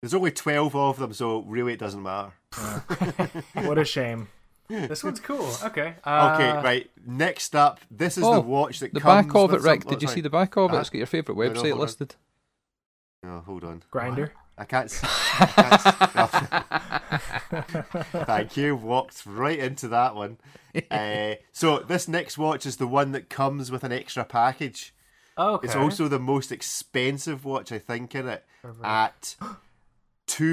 Speaker 1: There's only twelve of them, so really it doesn't matter.
Speaker 4: What a shame.
Speaker 2: This one's cool.
Speaker 1: okay,
Speaker 2: Okay. uh,
Speaker 1: right. Next up, this is
Speaker 3: oh,
Speaker 1: the watch that
Speaker 3: the
Speaker 1: comes
Speaker 3: back of it,
Speaker 1: with
Speaker 3: Rick.
Speaker 1: some-
Speaker 3: Did you
Speaker 1: sorry.
Speaker 3: see the back of it?
Speaker 1: Uh,
Speaker 3: It's got your favourite
Speaker 1: no, no,
Speaker 3: website
Speaker 1: hold on.
Speaker 3: listed.
Speaker 1: No, Oh, hold on.
Speaker 4: Grinder.
Speaker 1: I can't. See, I can't see- Thank you. Walked right into that one. Uh, so this next watch is the one that comes with an extra package.
Speaker 2: okay.
Speaker 1: It's also the most expensive watch I think in it at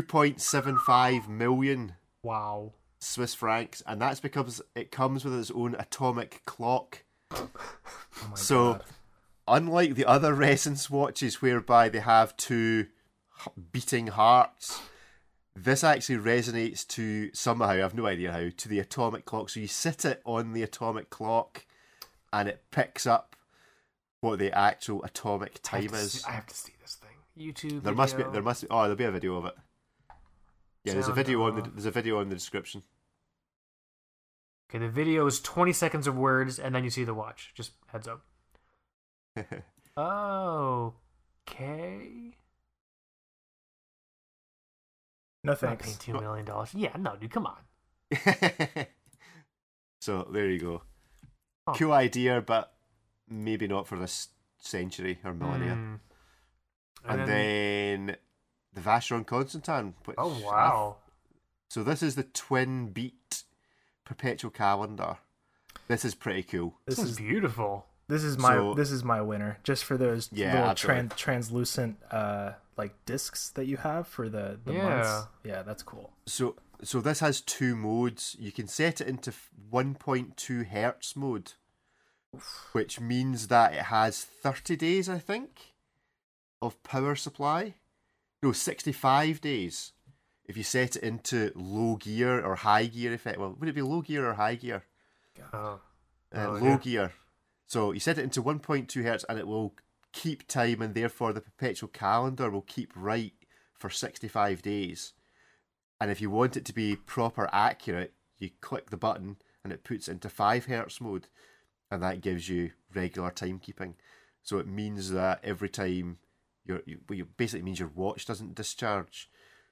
Speaker 1: 2.75 million
Speaker 2: wow.
Speaker 1: Swiss francs and that's because it comes with its own atomic clock.
Speaker 4: Oh my
Speaker 1: so
Speaker 4: God.
Speaker 1: unlike the other Resonance watches whereby they have two h- beating hearts, this actually resonates to somehow, I've no idea how, to the atomic clock. So you sit it on the atomic clock and it picks up what the actual atomic
Speaker 2: I have
Speaker 1: time
Speaker 2: to
Speaker 1: is.
Speaker 2: see- I have to see this thing. YouTube.
Speaker 1: There must be.
Speaker 2: video.
Speaker 1: There must. Be, oh, there'll be a video of it. Yeah, there's a
Speaker 2: Sound
Speaker 1: video on the
Speaker 2: off.
Speaker 1: there's a video on the description.
Speaker 2: Okay, the video is 20 seconds of words, and then you see the watch. Just heads up. Okay.
Speaker 4: No
Speaker 2: I'm not
Speaker 4: thanks.
Speaker 2: paying two million dollars. Yeah, no, dude, come on.
Speaker 1: so there you go.
Speaker 2: Huh.
Speaker 1: Cool idea, but maybe not for this century or millennia.
Speaker 2: Hmm.
Speaker 1: And, then, the Vacheron Constantin. Which
Speaker 2: oh
Speaker 1: I-
Speaker 2: wow,
Speaker 1: so this is the twin beat perpetual calendar. This is pretty cool.
Speaker 4: This is
Speaker 2: beautiful.
Speaker 4: this is my
Speaker 1: So-
Speaker 4: this is my winner. Just for those
Speaker 1: Yeah,
Speaker 4: little
Speaker 1: absolutely.
Speaker 4: tran- translucent uh like discs that you have for the, the months. Yeah, that's cool.
Speaker 1: So so this has two modes. You can set it into f- 1.2 hertz mode, which means that it has 30 days, I think, of power supply. No, 65 days. If you set it into low gear or high gear effect, well, would it be low gear or high gear? uh,
Speaker 2: Oh. Oh,
Speaker 1: low
Speaker 2: yeah.
Speaker 1: gear. So you set it into 1.2 hertz and it will keep time, and therefore the perpetual calendar will keep right for 65 days. And if you want it to be proper accurate, you click the button and it puts it into 5 hertz mode, and that gives you regular timekeeping. So it means that every time your you, well, you basically means your watch doesn't discharge,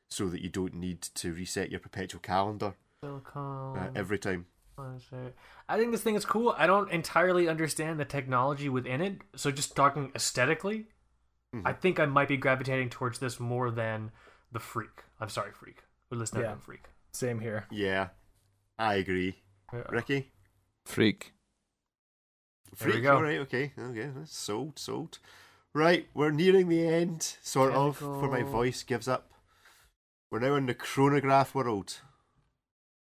Speaker 1: so that you don't need to reset your perpetual calendar
Speaker 2: Silicone.
Speaker 1: uh, every time.
Speaker 2: Concert. I think this thing is cool. I don't entirely understand the technology within it, so just talking esthetically
Speaker 1: Hmm.
Speaker 2: I think I might be gravitating towards this more than the freak. I'm sorry, freak. We're listening
Speaker 4: Yeah.
Speaker 2: to freak.
Speaker 4: Same here.
Speaker 1: Yeah, I agree.
Speaker 2: Yeah.
Speaker 1: Ricky?
Speaker 3: Freak.
Speaker 2: There we
Speaker 1: Freak,
Speaker 2: go.
Speaker 1: All right, okay, okay, that's sold, sold. Right, we're nearing the end, sort of, for my
Speaker 2: Technical.
Speaker 1: voice gives up. We're now in the chronograph world.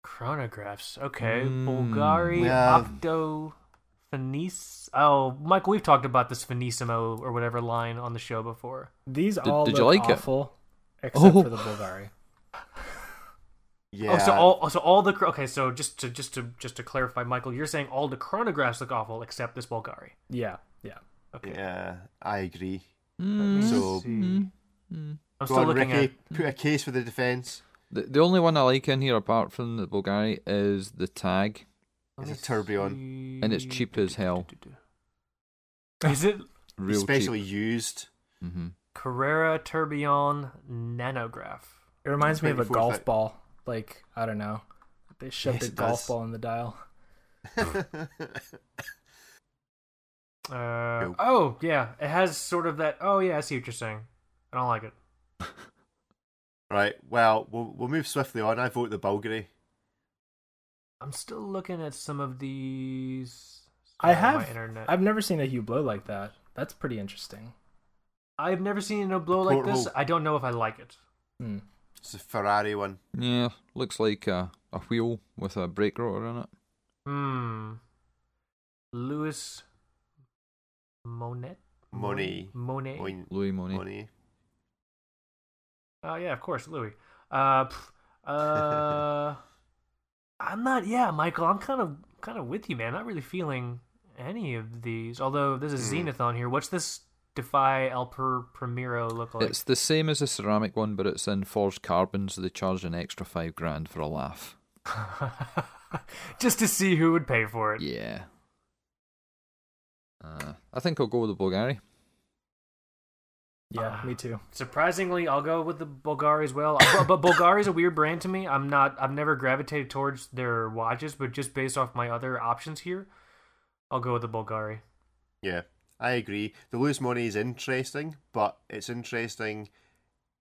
Speaker 2: Chronographs. Okay.
Speaker 3: Mm.
Speaker 2: Bulgari
Speaker 1: We have-
Speaker 2: Octo Phoenice. Oh, Michael, we've talked about this Phoenissimo or whatever line on the show before.
Speaker 4: These
Speaker 3: Did-
Speaker 4: all
Speaker 3: did you
Speaker 4: look
Speaker 3: like it?
Speaker 4: awful except
Speaker 3: Oh.
Speaker 4: for the Bulgari.
Speaker 1: Yeah.
Speaker 2: Oh, so all so all the chro- okay. So just to just to just to clarify, Michael, you're saying all the chronographs look awful except this Bulgari.
Speaker 4: Yeah, yeah.
Speaker 2: Okay.
Speaker 1: Yeah, I agree.
Speaker 3: Mm,
Speaker 1: So-
Speaker 3: mm, mm.
Speaker 2: I'm
Speaker 1: Go
Speaker 2: still
Speaker 1: on,
Speaker 2: looking
Speaker 1: Ricky, put a case for the defence.
Speaker 3: The, the only one I like in here, apart from the Bulgari, is the tag.
Speaker 2: at.
Speaker 1: It's a tourbillon,
Speaker 3: And it's cheap as hell.
Speaker 2: Is it
Speaker 3: Real
Speaker 1: especially used.
Speaker 3: cheap. hmm
Speaker 2: Carrera Tourbillon Nanograph?
Speaker 4: It reminds me of a
Speaker 1: 24
Speaker 4: golf
Speaker 1: thou-
Speaker 4: ball. Like, I don't know. They shoved
Speaker 1: Yes,
Speaker 4: a
Speaker 1: it
Speaker 4: golf
Speaker 1: does.
Speaker 4: ball in the dial.
Speaker 2: Uh,
Speaker 1: Nope.
Speaker 2: oh yeah, it has sort of that. Oh yeah, I see what you're saying. I don't like it.
Speaker 1: right, well, we'll we'll move swiftly on. I vote the Bulgari.
Speaker 2: I'm still looking at some of these.
Speaker 4: I
Speaker 2: Sorry, my
Speaker 4: have
Speaker 2: internet.
Speaker 4: I've never seen a Hugh Blow like that. That's pretty interesting.
Speaker 2: I've never seen a blow like this.
Speaker 1: Porthole.
Speaker 2: I don't know if I like it.
Speaker 4: Hmm.
Speaker 1: It's a Ferrari one.
Speaker 3: Yeah, looks like a, a wheel with a brake rotor in it.
Speaker 2: Hmm. Louis Monet.
Speaker 1: Money.
Speaker 2: Monet.
Speaker 1: Money.
Speaker 3: Louis Monet.
Speaker 1: Money.
Speaker 2: Oh yeah, of course, Louis. Uh, pff, uh, I'm not. Yeah, Michael, I'm kind of kind of with you, man. Not really feeling any of these. Although there's a
Speaker 1: Hmm.
Speaker 2: Zenith on here. What's this Defy El per Primero look like?
Speaker 3: It's the same as the ceramic one, but it's in forged carbon, so they charge an extra five grand for a laugh.
Speaker 2: Just to see who would pay for it.
Speaker 3: Yeah. Uh, I think I'll go with the Bulgari.
Speaker 4: Yeah,
Speaker 2: Ah.
Speaker 4: me too.
Speaker 2: Surprisingly, I'll go with the Bulgari as well. Uh, but, but Bulgari is a weird brand to me. I'm not. I've never gravitated towards their watches, but just based off my other options here, I'll go with the Bulgari.
Speaker 1: Yeah, I agree. The Lewis Money is interesting, but it's interesting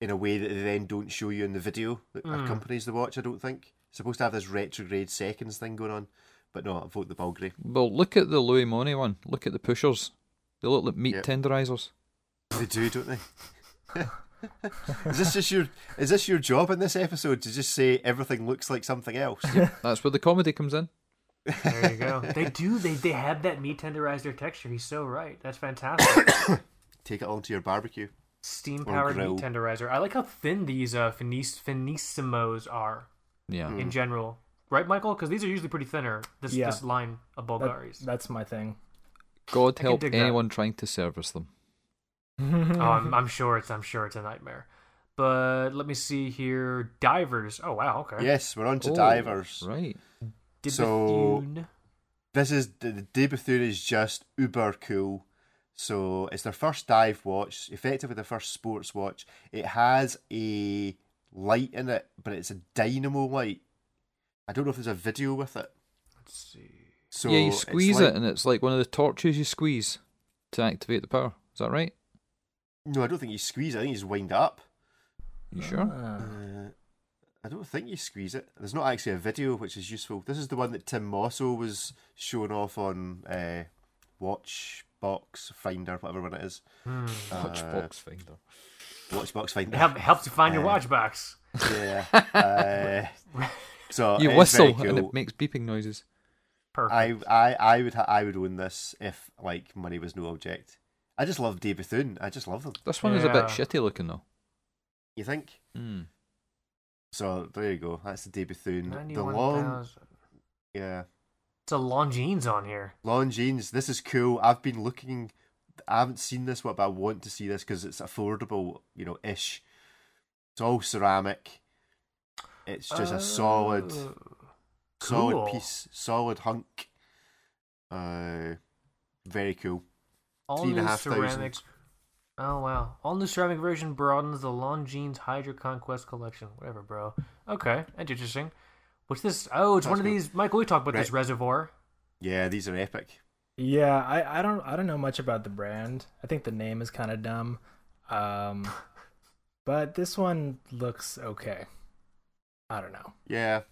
Speaker 1: in a way that they then don't show you in the video that
Speaker 2: Mm.
Speaker 1: accompanies the watch. I don't think it's supposed to have this retrograde seconds thing going on, but no, I vote the Bulgari.
Speaker 3: Well, look at the Louis Monet one. Look at the pushers. They look like meat
Speaker 1: Yep.
Speaker 3: tenderizers.
Speaker 1: They do, don't they? is this just your is this your job in this episode to just say everything looks like something else?
Speaker 3: That's where the comedy comes in.
Speaker 2: There you go. they do. They they have that meat tenderizer texture. He's so right. That's fantastic.
Speaker 1: Take it all to your barbecue.
Speaker 2: Steam powered meat
Speaker 1: grill.
Speaker 2: tenderizer. I like how thin these uh, finis- finissimos are
Speaker 3: Yeah.
Speaker 1: Mm.
Speaker 2: in general. Right, Michael? Because these are usually pretty thinner. This
Speaker 4: Yeah.
Speaker 2: this line of
Speaker 4: That,
Speaker 2: Bulgaris.
Speaker 4: that's my thing.
Speaker 3: God
Speaker 2: I can
Speaker 3: help
Speaker 2: dig that.
Speaker 3: anyone trying to service them.
Speaker 2: oh, I'm, I'm sure it's I'm sure it's a nightmare. But let me see here. Divers. Oh wow. Okay.
Speaker 1: Yes, we're on to
Speaker 3: Oh,
Speaker 1: divers.
Speaker 3: Right.
Speaker 2: Did
Speaker 1: so-
Speaker 2: Bethune-
Speaker 1: This is the, the day Bethune is just uber cool. So it's their first dive watch, effectively their first sports watch. It has a light in it, but it's a dynamo light. I don't know if there's a video with it.
Speaker 2: Let's see.
Speaker 1: So
Speaker 3: yeah, you
Speaker 1: it's
Speaker 3: squeeze
Speaker 1: like-
Speaker 3: it, and it's like one of the torches you squeeze to activate the power. Is that right?
Speaker 1: No, I don't think you squeeze it. I think you just wind it up.
Speaker 3: You sure?
Speaker 4: Ah.
Speaker 1: Uh, I don't think you squeeze it. There's not actually a video, which is useful. This is the one that Tim Mosso was showing off on uh, Watch Box Finder, whatever one it is.
Speaker 2: Hmm.
Speaker 3: Touch
Speaker 1: Uh,
Speaker 3: box finder.
Speaker 1: Watch Box
Speaker 2: It
Speaker 1: Finder.
Speaker 2: help, helps you find your
Speaker 1: Uh,
Speaker 2: watch box.
Speaker 1: yeah. Uh, so
Speaker 3: You
Speaker 1: it's very
Speaker 3: whistle, and
Speaker 1: cool.
Speaker 3: it makes beeping noises.
Speaker 2: Perfect.
Speaker 1: I, I, I would, ha- I would own this if like money was no object. I just love Dave Bethune. I just love them.
Speaker 3: This one is a bit
Speaker 2: Yeah.
Speaker 3: shitty looking though.
Speaker 1: You think?
Speaker 3: Hmm.
Speaker 1: So there you go. That's the Dave Bethune. The
Speaker 2: 91,000.
Speaker 1: long, yeah.
Speaker 2: It's a Longines on here.
Speaker 1: Longines, this is cool. I've been looking. I haven't seen this one, but I want to see this because it's affordable, you know, ish. It's all ceramic. It's just a solid,
Speaker 2: Uh, cool.
Speaker 1: solid piece, solid hunk. Uh, very cool.
Speaker 2: All
Speaker 1: Three and a
Speaker 2: new
Speaker 1: half thousand.
Speaker 2: ceramic. Oh wow! All new ceramic version broadens the Longines Hydra Conquest collection. Whatever, bro. Okay, that's interesting. What's this? Oh, it's one
Speaker 1: That's
Speaker 2: of
Speaker 1: cool.
Speaker 2: these. Michael, we talked about this
Speaker 1: Right.
Speaker 2: reservoir.
Speaker 1: Yeah, these are epic.
Speaker 4: Yeah, I, I don't I don't know much about the brand. I think the name is kind of dumb. Um, but this one looks okay. I don't know.
Speaker 1: Yeah,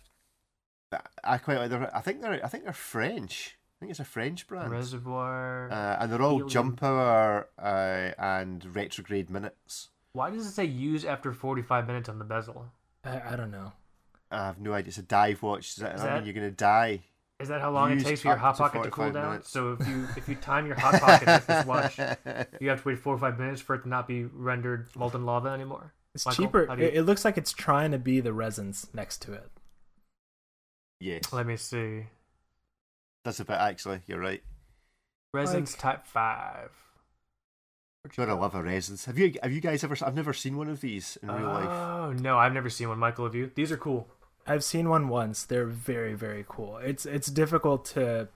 Speaker 1: I- I quite like. They're, I think they're. I think they're French. I think it's a French brand.
Speaker 2: Reservoir.
Speaker 1: uh, and they're all
Speaker 2: Helium.
Speaker 1: jump hour uh, and retrograde minutes.
Speaker 2: Why does it say use after 45 minutes on the bezel?
Speaker 4: I, I don't know.
Speaker 1: I have no idea. It's a dive watch. Does that,
Speaker 2: Is
Speaker 1: I mean,
Speaker 2: that-
Speaker 1: you're gonna die.
Speaker 2: Is that how long
Speaker 1: Use
Speaker 2: it takes for your
Speaker 1: up
Speaker 2: hot
Speaker 1: to
Speaker 2: pocket to cool
Speaker 1: 45
Speaker 2: down?
Speaker 1: minutes.
Speaker 2: So if you if you time your hot pocket with this watch, you have to wait 45 minutes for it to not be rendered molten lava anymore.
Speaker 4: It's
Speaker 2: Michael, how
Speaker 4: cheaper.
Speaker 2: do you-
Speaker 4: It, it looks like it's trying to be the resins next to it.
Speaker 1: Yes,
Speaker 2: Let me see.
Speaker 1: that's a bit actually. You're right.
Speaker 2: Resins
Speaker 4: Like-
Speaker 2: type five.
Speaker 1: Gotta love a resins. Have you? Have you guys ever? I've never seen one of these in real life.
Speaker 2: Oh no, I've never seen one. Michael, have you? These are cool.
Speaker 4: I've seen one once. They're very very cool. It's it's difficult to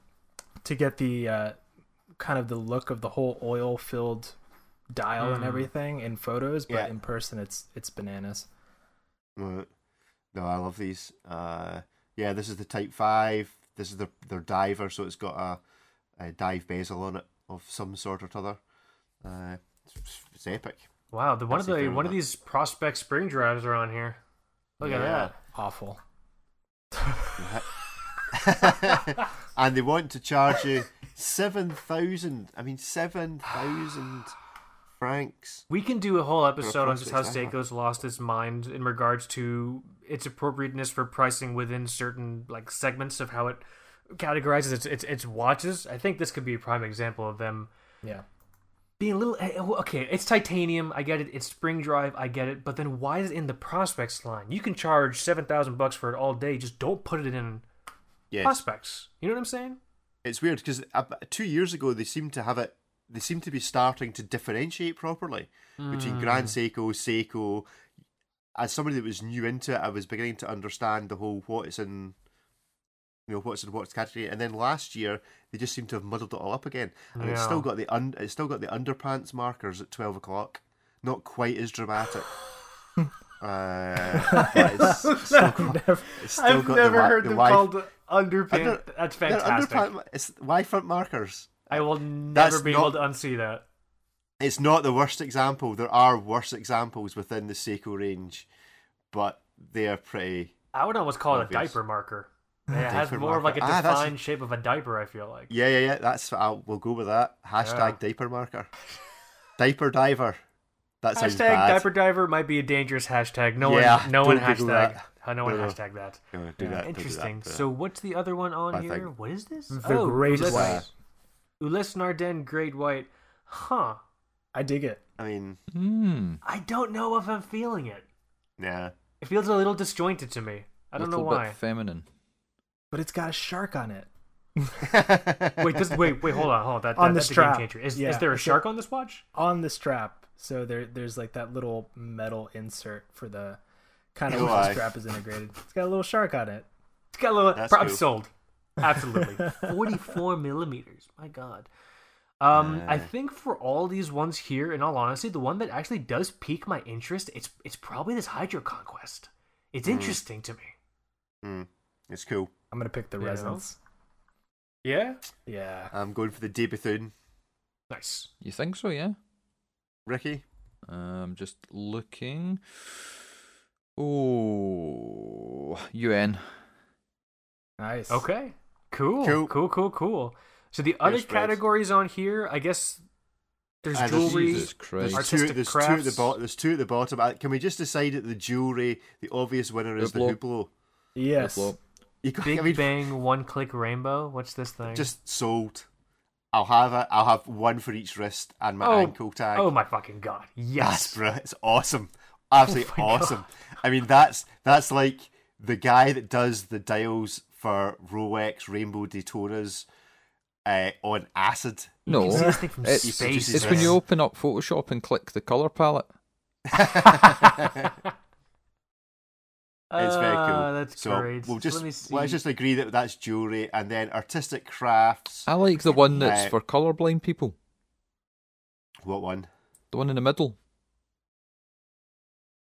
Speaker 4: to get the uh, kind of the look of the whole oil filled dial and
Speaker 2: Mm.
Speaker 4: everything in photos, but
Speaker 1: Yeah.
Speaker 4: in person it's it's bananas.
Speaker 1: Uh, No, I love these. Uh, yeah, this is the Type Five. This is their their diver, so it's got a, a dive bezel on it of some sort or other. Uh, it's, it's epic.
Speaker 2: Wow, the one
Speaker 1: That's
Speaker 2: of the
Speaker 1: even
Speaker 2: one of
Speaker 1: not-
Speaker 2: these prospect spring drives are on here. Look at
Speaker 1: Yeah.
Speaker 2: that.
Speaker 4: Awful.
Speaker 1: and they want to charge you seven thousand. I mean, seven thousand francs.
Speaker 2: We can do a whole episode on just how
Speaker 1: prospects, I have.
Speaker 2: Seiko's lost his mind in regards to its appropriateness for pricing within certain like segments of how it categorizes its its, its watches. I think this could be a prime example of them
Speaker 4: Yeah.
Speaker 2: being a little eh, eh, well, okay. It's titanium, I get it. It's spring drive, I get it. But then why is it in the prospects line? You can charge seven thousand bucks for it all day. Just don't put it in
Speaker 1: Yes.
Speaker 2: prospects. You know what I'm saying?
Speaker 1: it's weird because two years ago they seemed to have it. They seem to be starting to differentiate properly between Grand Seiko, Seiko. As somebody that was new into it, I was beginning to understand the whole what is in, you know, what's in what's category. And then last year they just seemed to have muddled it all up again, and it's
Speaker 2: Yeah.
Speaker 1: still got the un, it's still got the underpants markers at twelve o'clock. Not quite as dramatic. uh, but it's still got, it's still got the, wa- the wife-
Speaker 2: underpants.
Speaker 1: Under-
Speaker 2: That's
Speaker 1: they're
Speaker 2: fantastic.
Speaker 1: underpant- it's Y front markers.
Speaker 2: I will never
Speaker 1: That's
Speaker 2: be
Speaker 1: not-
Speaker 2: able to unsee that.
Speaker 1: it's not the worst example. There are worse examples within the Seiko range, but they are pretty.
Speaker 2: I would almost call it a
Speaker 1: Obvious.
Speaker 2: diaper marker. It has
Speaker 1: Diaper
Speaker 2: more of like a
Speaker 1: marker. Ah,
Speaker 2: defined
Speaker 1: that's-
Speaker 2: shape of a diaper. I feel like.
Speaker 1: Yeah, yeah, yeah. That's I'll, we'll go with that. Hashtag diaper marker, diaper diver. That sounds
Speaker 2: Hashtag
Speaker 1: bad.
Speaker 2: diaper diver might be a dangerous hashtag. No
Speaker 1: Yeah,
Speaker 2: one, no one
Speaker 1: don't Google
Speaker 2: hashtag.
Speaker 1: that.
Speaker 2: uh, no one
Speaker 1: No.
Speaker 2: hashtag that.
Speaker 1: No, do that, don't do
Speaker 2: Interesting.
Speaker 1: that, do that.
Speaker 2: So what's the other one on
Speaker 1: I
Speaker 2: here?
Speaker 1: think-
Speaker 2: What is this? Oh,
Speaker 4: The Great
Speaker 2: Ulysse-
Speaker 1: White.
Speaker 2: Ulysse Nardin Great White. Huh.
Speaker 4: I dig it.
Speaker 1: I mean,
Speaker 3: Hmm.
Speaker 2: I don't know if I'm feeling it.
Speaker 1: yeah,
Speaker 2: It feels a little disjointed to me. I don't know
Speaker 3: Little
Speaker 2: why.
Speaker 3: Bit feminine.
Speaker 4: But it's got a shark on it.
Speaker 2: wait, this, wait, wait, hold on, hold on. That,
Speaker 4: On
Speaker 2: that-
Speaker 4: the
Speaker 2: that's a
Speaker 4: strap.
Speaker 2: game changer. Is,
Speaker 4: Yeah.
Speaker 2: is there a
Speaker 4: It's a-
Speaker 2: shark on this watch?
Speaker 4: On the strap. So there, there's like that little metal insert for the kind of
Speaker 1: Oh,
Speaker 4: where
Speaker 1: aye.
Speaker 4: the strap is integrated. It's got a little shark on it.
Speaker 2: It's got a little.
Speaker 1: That's
Speaker 2: Bro, I'm
Speaker 1: cool.
Speaker 2: sold. Absolutely. 44 millimeters. My God. Um, I
Speaker 1: Yeah.
Speaker 2: think for all these ones here, in all honesty, the one that actually does pique my interest, it's it's probably this Hydro Conquest. It's
Speaker 1: Hmm.
Speaker 2: interesting to me.
Speaker 1: Mm, it's cool.
Speaker 4: I'm gonna pick the
Speaker 2: Yeah.
Speaker 4: resins.
Speaker 2: Yeah.
Speaker 4: Yeah.
Speaker 1: I'm going for the Day Bethune.
Speaker 2: Nice.
Speaker 3: You think so? Yeah.
Speaker 1: Ricky?
Speaker 3: Um, just looking. Oh, UN.
Speaker 4: Nice.
Speaker 2: Okay. Cool. Cool.
Speaker 1: Cool.
Speaker 2: Cool. Cool. So the other
Speaker 1: spreads.
Speaker 2: categories on here, I guess there's
Speaker 1: Ah, there's-
Speaker 2: jewelry.
Speaker 3: Jesus Christ.
Speaker 1: There's two,
Speaker 2: Artistic
Speaker 1: there's two at
Speaker 2: crafts.
Speaker 1: the bottom. There's two at the bottom. Uh, Can we just decide that the jewelry, the obvious winner is the
Speaker 3: Hublot.
Speaker 1: Hublot?
Speaker 4: Yes.
Speaker 3: Well,
Speaker 1: You got,
Speaker 2: Big
Speaker 1: I mean,
Speaker 2: Bang One Click Rainbow. What's this thing?
Speaker 1: just sold. I'll have it. I'll have one for each wrist and my
Speaker 2: oh,
Speaker 1: ankle tag.
Speaker 2: Oh my fucking god!
Speaker 1: That's
Speaker 2: Yes. Oh
Speaker 1: bro, it's awesome. Absolutely
Speaker 2: my God.
Speaker 1: awesome. I mean, that's that's like the guy that does the dials for Rolex Rainbow Daytonas uh, on acid.
Speaker 3: No,
Speaker 2: You can see this thing from
Speaker 3: it's,
Speaker 2: space.
Speaker 3: it's when
Speaker 1: man.
Speaker 3: you open up Photoshop and click the color palette.
Speaker 1: It's very cool.
Speaker 2: Ah, that's
Speaker 1: so
Speaker 2: great.
Speaker 1: We'll just
Speaker 2: Let me see.
Speaker 1: us just agree that that's jewelry, and then artistic crafts.
Speaker 3: I like the one that's
Speaker 1: Right.
Speaker 3: for colorblind people.
Speaker 1: What one?
Speaker 3: The one in the middle.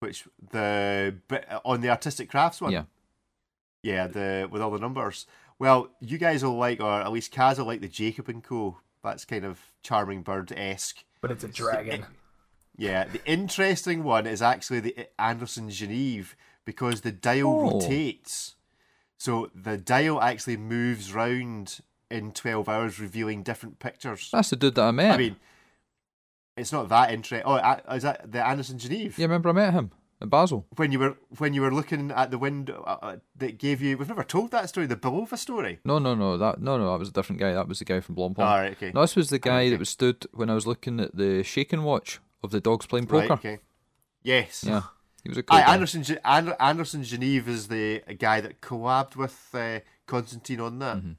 Speaker 1: Which the bit on the artistic crafts one?
Speaker 3: Yeah.
Speaker 1: Yeah, the with all the numbers. Well, you guys will like, or at least Kaz will like the Jacob and Co. That's kind of charming bird esque.
Speaker 4: But it's a dragon.
Speaker 1: Yeah, the interesting one is actually the Anderson Geneve because the dial
Speaker 3: Oh.
Speaker 1: rotates. So the dial actually moves round in 12 hours, revealing different pictures.
Speaker 3: That's the dude that I met.
Speaker 1: I mean, it's not that interesting. Oh, a- is that the Anderson Geneve?
Speaker 3: you remember I met him at Basel?
Speaker 1: When you were when you were looking at the window uh, uh, that gave you, we've never told that story. The Belova story.
Speaker 3: No, no, no. That no, no. That was a different guy. That was the guy from Blonde
Speaker 1: All right, okay.
Speaker 3: No, this was the guy
Speaker 1: Okay.
Speaker 3: that was stood when I was looking at the shaking watch of the dogs playing poker.
Speaker 1: Right, okay. Yes.
Speaker 3: Yeah, he was a cool
Speaker 1: Aye,
Speaker 3: guy.
Speaker 1: Anderson Ge- Ander- Anderson Geneve is the guy that collabed with uh, Constantine on that.
Speaker 3: Mhm. Mm-hmm.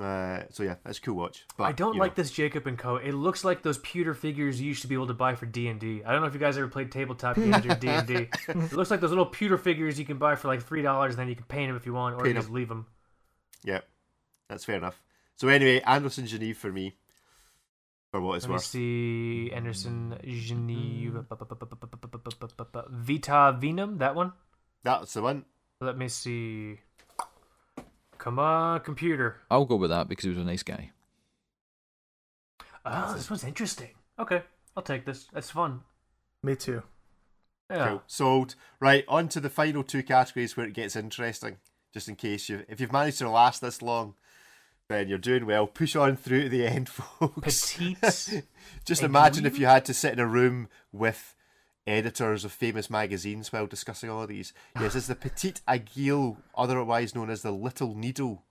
Speaker 1: Uh, so yeah, that's a cool watch. But,
Speaker 2: I don't
Speaker 1: you
Speaker 2: like
Speaker 1: know.
Speaker 2: this Jacob and Co. It looks like those pewter figures you used to be able to buy for D and D. I don't know if you guys ever played tabletop games or D and D. It looks like those little pewter figures you can buy for like three dollars, and then you can paint them if you want, or you
Speaker 1: Paint
Speaker 2: just
Speaker 1: 'em.
Speaker 2: leave them.
Speaker 1: Yeah, that's fair enough. So anyway, Anderson Geneve for me, for what it's
Speaker 2: Let me
Speaker 1: worth.
Speaker 2: see. Anderson Geneve bu- bu- bu- bu- bu- bu- bu- bu- bu- bu- bu- Vita Venum. That one.
Speaker 1: That's the one.
Speaker 2: Let me see. Come on, computer.
Speaker 3: I'll go with that because he was a nice guy.
Speaker 2: Oh, this one's interesting. Okay, I'll take this. That's fun.
Speaker 4: Me too.
Speaker 2: Yeah.
Speaker 1: Cool. Sold. Right on to the final two categories where it gets interesting. Just in case you, if you've managed to last this long, then you're doing well. Push on through to the end, folks.
Speaker 2: Petite.
Speaker 1: Just
Speaker 2: A
Speaker 1: imagine if
Speaker 2: dream?
Speaker 1: you had to sit in a room with editors of famous magazines while discussing all of these. Yes, this is the Petite Aiguille, otherwise known as the Little Needle.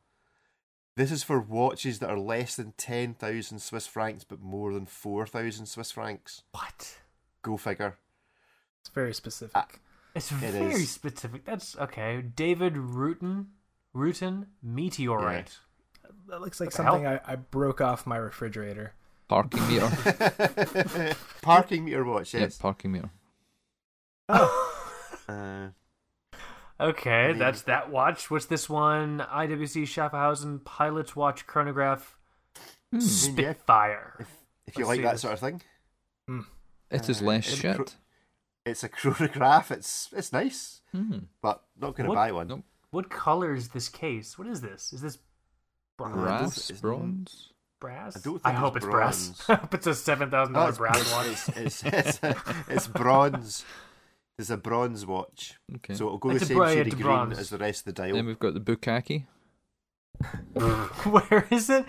Speaker 1: This is for watches that are less than 10,000 Swiss francs but more than 4,000 Swiss francs.
Speaker 2: what?
Speaker 1: Go figure.
Speaker 4: It's very specific.
Speaker 2: It's
Speaker 1: It
Speaker 2: very
Speaker 1: is.
Speaker 2: specific. That's okay. David Rutin, Rutin meteorite.
Speaker 4: that looks like
Speaker 2: What the
Speaker 4: something I, I broke off my refrigerator.
Speaker 3: Parking meter.
Speaker 1: Parking meter watch,
Speaker 3: yeah,
Speaker 1: yes.
Speaker 3: parking meter.
Speaker 1: Uh,
Speaker 2: Okay,
Speaker 1: The-
Speaker 2: that's that watch. What's this one? IWC Schaffhausen Pilot's Watch Chronograph
Speaker 3: Hmm.
Speaker 1: S- yeah.
Speaker 2: Spitfire.
Speaker 1: if you
Speaker 2: Let's
Speaker 1: like
Speaker 2: see
Speaker 1: that
Speaker 2: this.
Speaker 1: sort of thing.
Speaker 4: Mm.
Speaker 3: It is
Speaker 1: Uh,
Speaker 3: less
Speaker 1: it's
Speaker 3: shit.
Speaker 1: cro- It's a chronograph. It's it's nice,
Speaker 3: Hmm.
Speaker 1: but not going to
Speaker 2: What?
Speaker 1: buy one.
Speaker 3: Nope.
Speaker 2: What color is this case? What is this? Is this bronze?
Speaker 1: Right.
Speaker 3: Brass,
Speaker 1: it's-
Speaker 3: bronze.
Speaker 2: Brass?
Speaker 1: I don't
Speaker 2: I
Speaker 1: think
Speaker 2: hope
Speaker 1: it's
Speaker 2: it's brass.
Speaker 1: bronze.
Speaker 2: I hope it's a seven thousand
Speaker 1: No,
Speaker 2: dollar
Speaker 1: it's,
Speaker 2: brass
Speaker 1: it's-
Speaker 2: watch.
Speaker 1: It's, it's, it's, it's bronze. It's a bronze watch.
Speaker 3: Okay.
Speaker 1: So it'll go
Speaker 2: It's a
Speaker 1: the same
Speaker 2: bright
Speaker 1: shade of green
Speaker 2: bronze.
Speaker 1: as the rest of the dial.
Speaker 3: then we've got the bukkake.
Speaker 2: Where is it?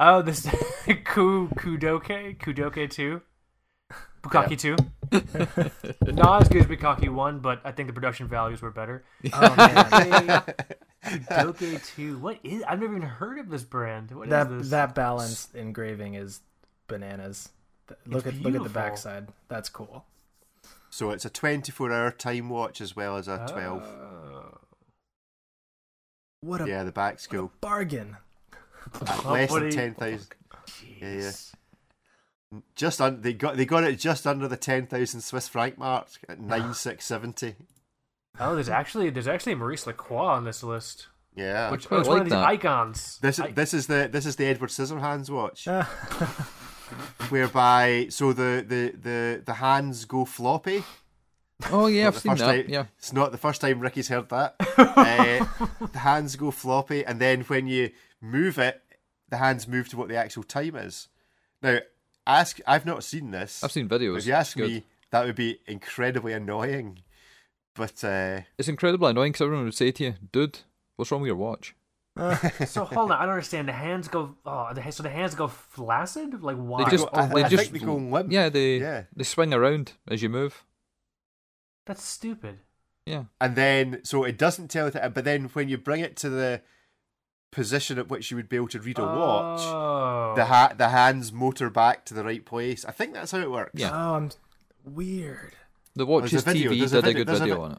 Speaker 2: Oh, this Ku Kudoke Kudoke two, Bukaki two. Not as good as Bukaki one, but I think the production values were better.
Speaker 4: Oh man,
Speaker 2: Kudoke two. What is? I've never even heard of this brand. What is
Speaker 4: that
Speaker 2: this?
Speaker 4: that balance engraving is bananas. Th- Look at look at
Speaker 2: beautiful.
Speaker 4: the backside. That's cool.
Speaker 1: So it's a 24 hour time watch as well
Speaker 2: Ah.
Speaker 1: as a 12.
Speaker 2: Oh.
Speaker 4: What a,
Speaker 1: yeah, the back's
Speaker 4: what a
Speaker 1: cool.
Speaker 4: bargain.
Speaker 1: At
Speaker 2: Oh,
Speaker 1: less
Speaker 2: what
Speaker 1: than
Speaker 2: do you-
Speaker 1: 10,000.
Speaker 2: Jeez.
Speaker 1: Yeah, yeah. just un- they got they got it just under the ten thousand Swiss franc mark at nine six seventy.
Speaker 2: Oh, there's actually there's actually Maurice Lacroix on this list.
Speaker 1: Yeah,
Speaker 2: Which
Speaker 3: I
Speaker 2: oh, it's one
Speaker 3: like
Speaker 2: of these
Speaker 3: that.
Speaker 2: icons.
Speaker 1: this is
Speaker 2: I-
Speaker 1: this is the this is the Edward Scissorhands watch,
Speaker 4: Uh,
Speaker 1: whereby so the the the the hands go floppy.
Speaker 3: Oh yeah,
Speaker 1: the
Speaker 3: I've seen
Speaker 1: first
Speaker 3: that.
Speaker 1: time-
Speaker 3: Yeah.
Speaker 1: It's not the first time Ricky's heard that. uh, the hands go floppy, and then when you move it, the hands move to what the actual time is. Now, ask I've not seen this.
Speaker 3: I've seen videos.
Speaker 1: If you ask
Speaker 3: It's good.
Speaker 1: me, that would be incredibly annoying. But uh,
Speaker 3: it's incredibly annoying because everyone would say to you, "Dude, what's wrong with your watch?"
Speaker 4: uh,
Speaker 2: so hold on, I don't understand. The hands go. Oh, the, so the hands go flaccid. Like why?
Speaker 3: They just,
Speaker 1: go- I-
Speaker 3: they
Speaker 1: I
Speaker 3: just,
Speaker 1: think they go limp.
Speaker 3: Yeah, they
Speaker 1: Yeah.
Speaker 3: they swing around as you move.
Speaker 2: That's stupid.
Speaker 3: Yeah,
Speaker 1: and then so it doesn't tell it, but then when you bring it to the position at which you would be able to read or watch,
Speaker 2: Oh.
Speaker 1: the ha- the hands motor back to the right place. I think that's how it works.
Speaker 3: yeah.
Speaker 4: Oh, I'm weird.
Speaker 3: The watches
Speaker 1: video,
Speaker 3: TV
Speaker 1: Oh, there's a
Speaker 3: did a
Speaker 1: video,
Speaker 3: good
Speaker 1: there's a
Speaker 3: video
Speaker 1: vi-
Speaker 3: on it.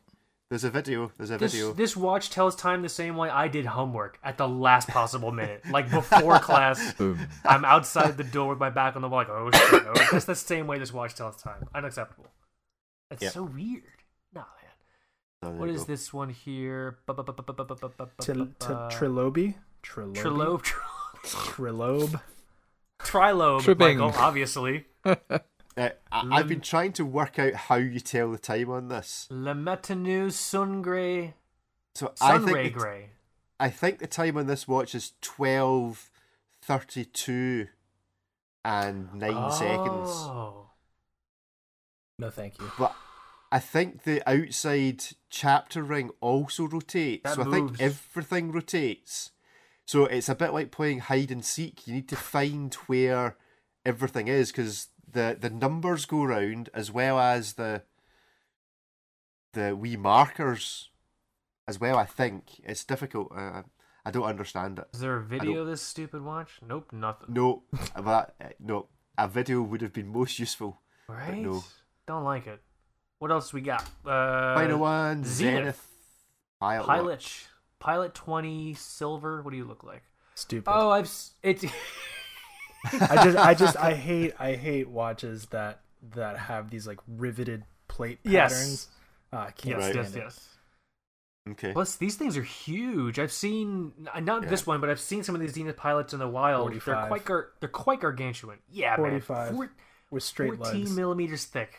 Speaker 1: There's a video. There's a
Speaker 2: This,
Speaker 1: video.
Speaker 2: this watch tells time the same way I did homework at the last possible minute, like before class.
Speaker 3: Boom.
Speaker 2: I'm outside the door with my back on the wall, like oh shit. Oh, that's the same way this watch tells time. Unacceptable. That's
Speaker 1: Yeah.
Speaker 2: so weird. Nah, man.
Speaker 1: So there
Speaker 2: What
Speaker 1: you
Speaker 2: is
Speaker 1: go.
Speaker 2: this one here?
Speaker 4: Til- til-
Speaker 2: Trilobe.
Speaker 4: Trilobe. Trilobe. Trilobe.
Speaker 2: Trilobe,
Speaker 3: Tribbing.
Speaker 2: Michael, obviously.
Speaker 1: Uh, I, I've been trying to work out how you tell the time on this.
Speaker 2: Le Metanu Sungray
Speaker 1: So I
Speaker 2: Sunray
Speaker 1: think the,
Speaker 2: Gray.
Speaker 1: I think the time on this watch is twelve thirty-two and nine seconds.
Speaker 2: Oh.
Speaker 4: No, thank you.
Speaker 1: But I think the outside chapter ring also rotates.
Speaker 2: That
Speaker 1: so I
Speaker 2: moves.
Speaker 1: think everything rotates. So it's a bit like playing hide and seek. You need to find where everything is because the the numbers go round as well as the the wee markers as well. I think it's difficult. Uh, I don't understand it.
Speaker 2: Is there a
Speaker 1: I
Speaker 2: video
Speaker 1: don't-
Speaker 2: of this stupid watch? Nope, nothing.
Speaker 1: No, but uh, no, a video would have been most useful.
Speaker 2: right?
Speaker 1: no.
Speaker 2: Don't like it. What else we got? Uh,
Speaker 1: Final one,
Speaker 2: Zenith.
Speaker 1: Zenith, Pilot.
Speaker 2: Pilot. Pilot 20 Silver. What do you look like?
Speaker 4: Stupid.
Speaker 2: Oh, I've. s- It's.
Speaker 4: I just, I just, I hate, I hate watches that that have these like riveted plate
Speaker 2: Yes.
Speaker 4: patterns. Ah, I can't
Speaker 2: yes,
Speaker 1: Right.
Speaker 2: yes,
Speaker 4: stand it.
Speaker 2: yes.
Speaker 1: Okay.
Speaker 2: Plus, these things are huge. I've seen n- not this one, but I've seen some of these Zenith pilots in the wild. They're
Speaker 4: 45.
Speaker 2: quite gar- they're quite gargantuan. Yeah, man.
Speaker 4: 45
Speaker 2: Four-
Speaker 4: With straight
Speaker 2: Fourteen
Speaker 4: legs.
Speaker 2: millimeters thick.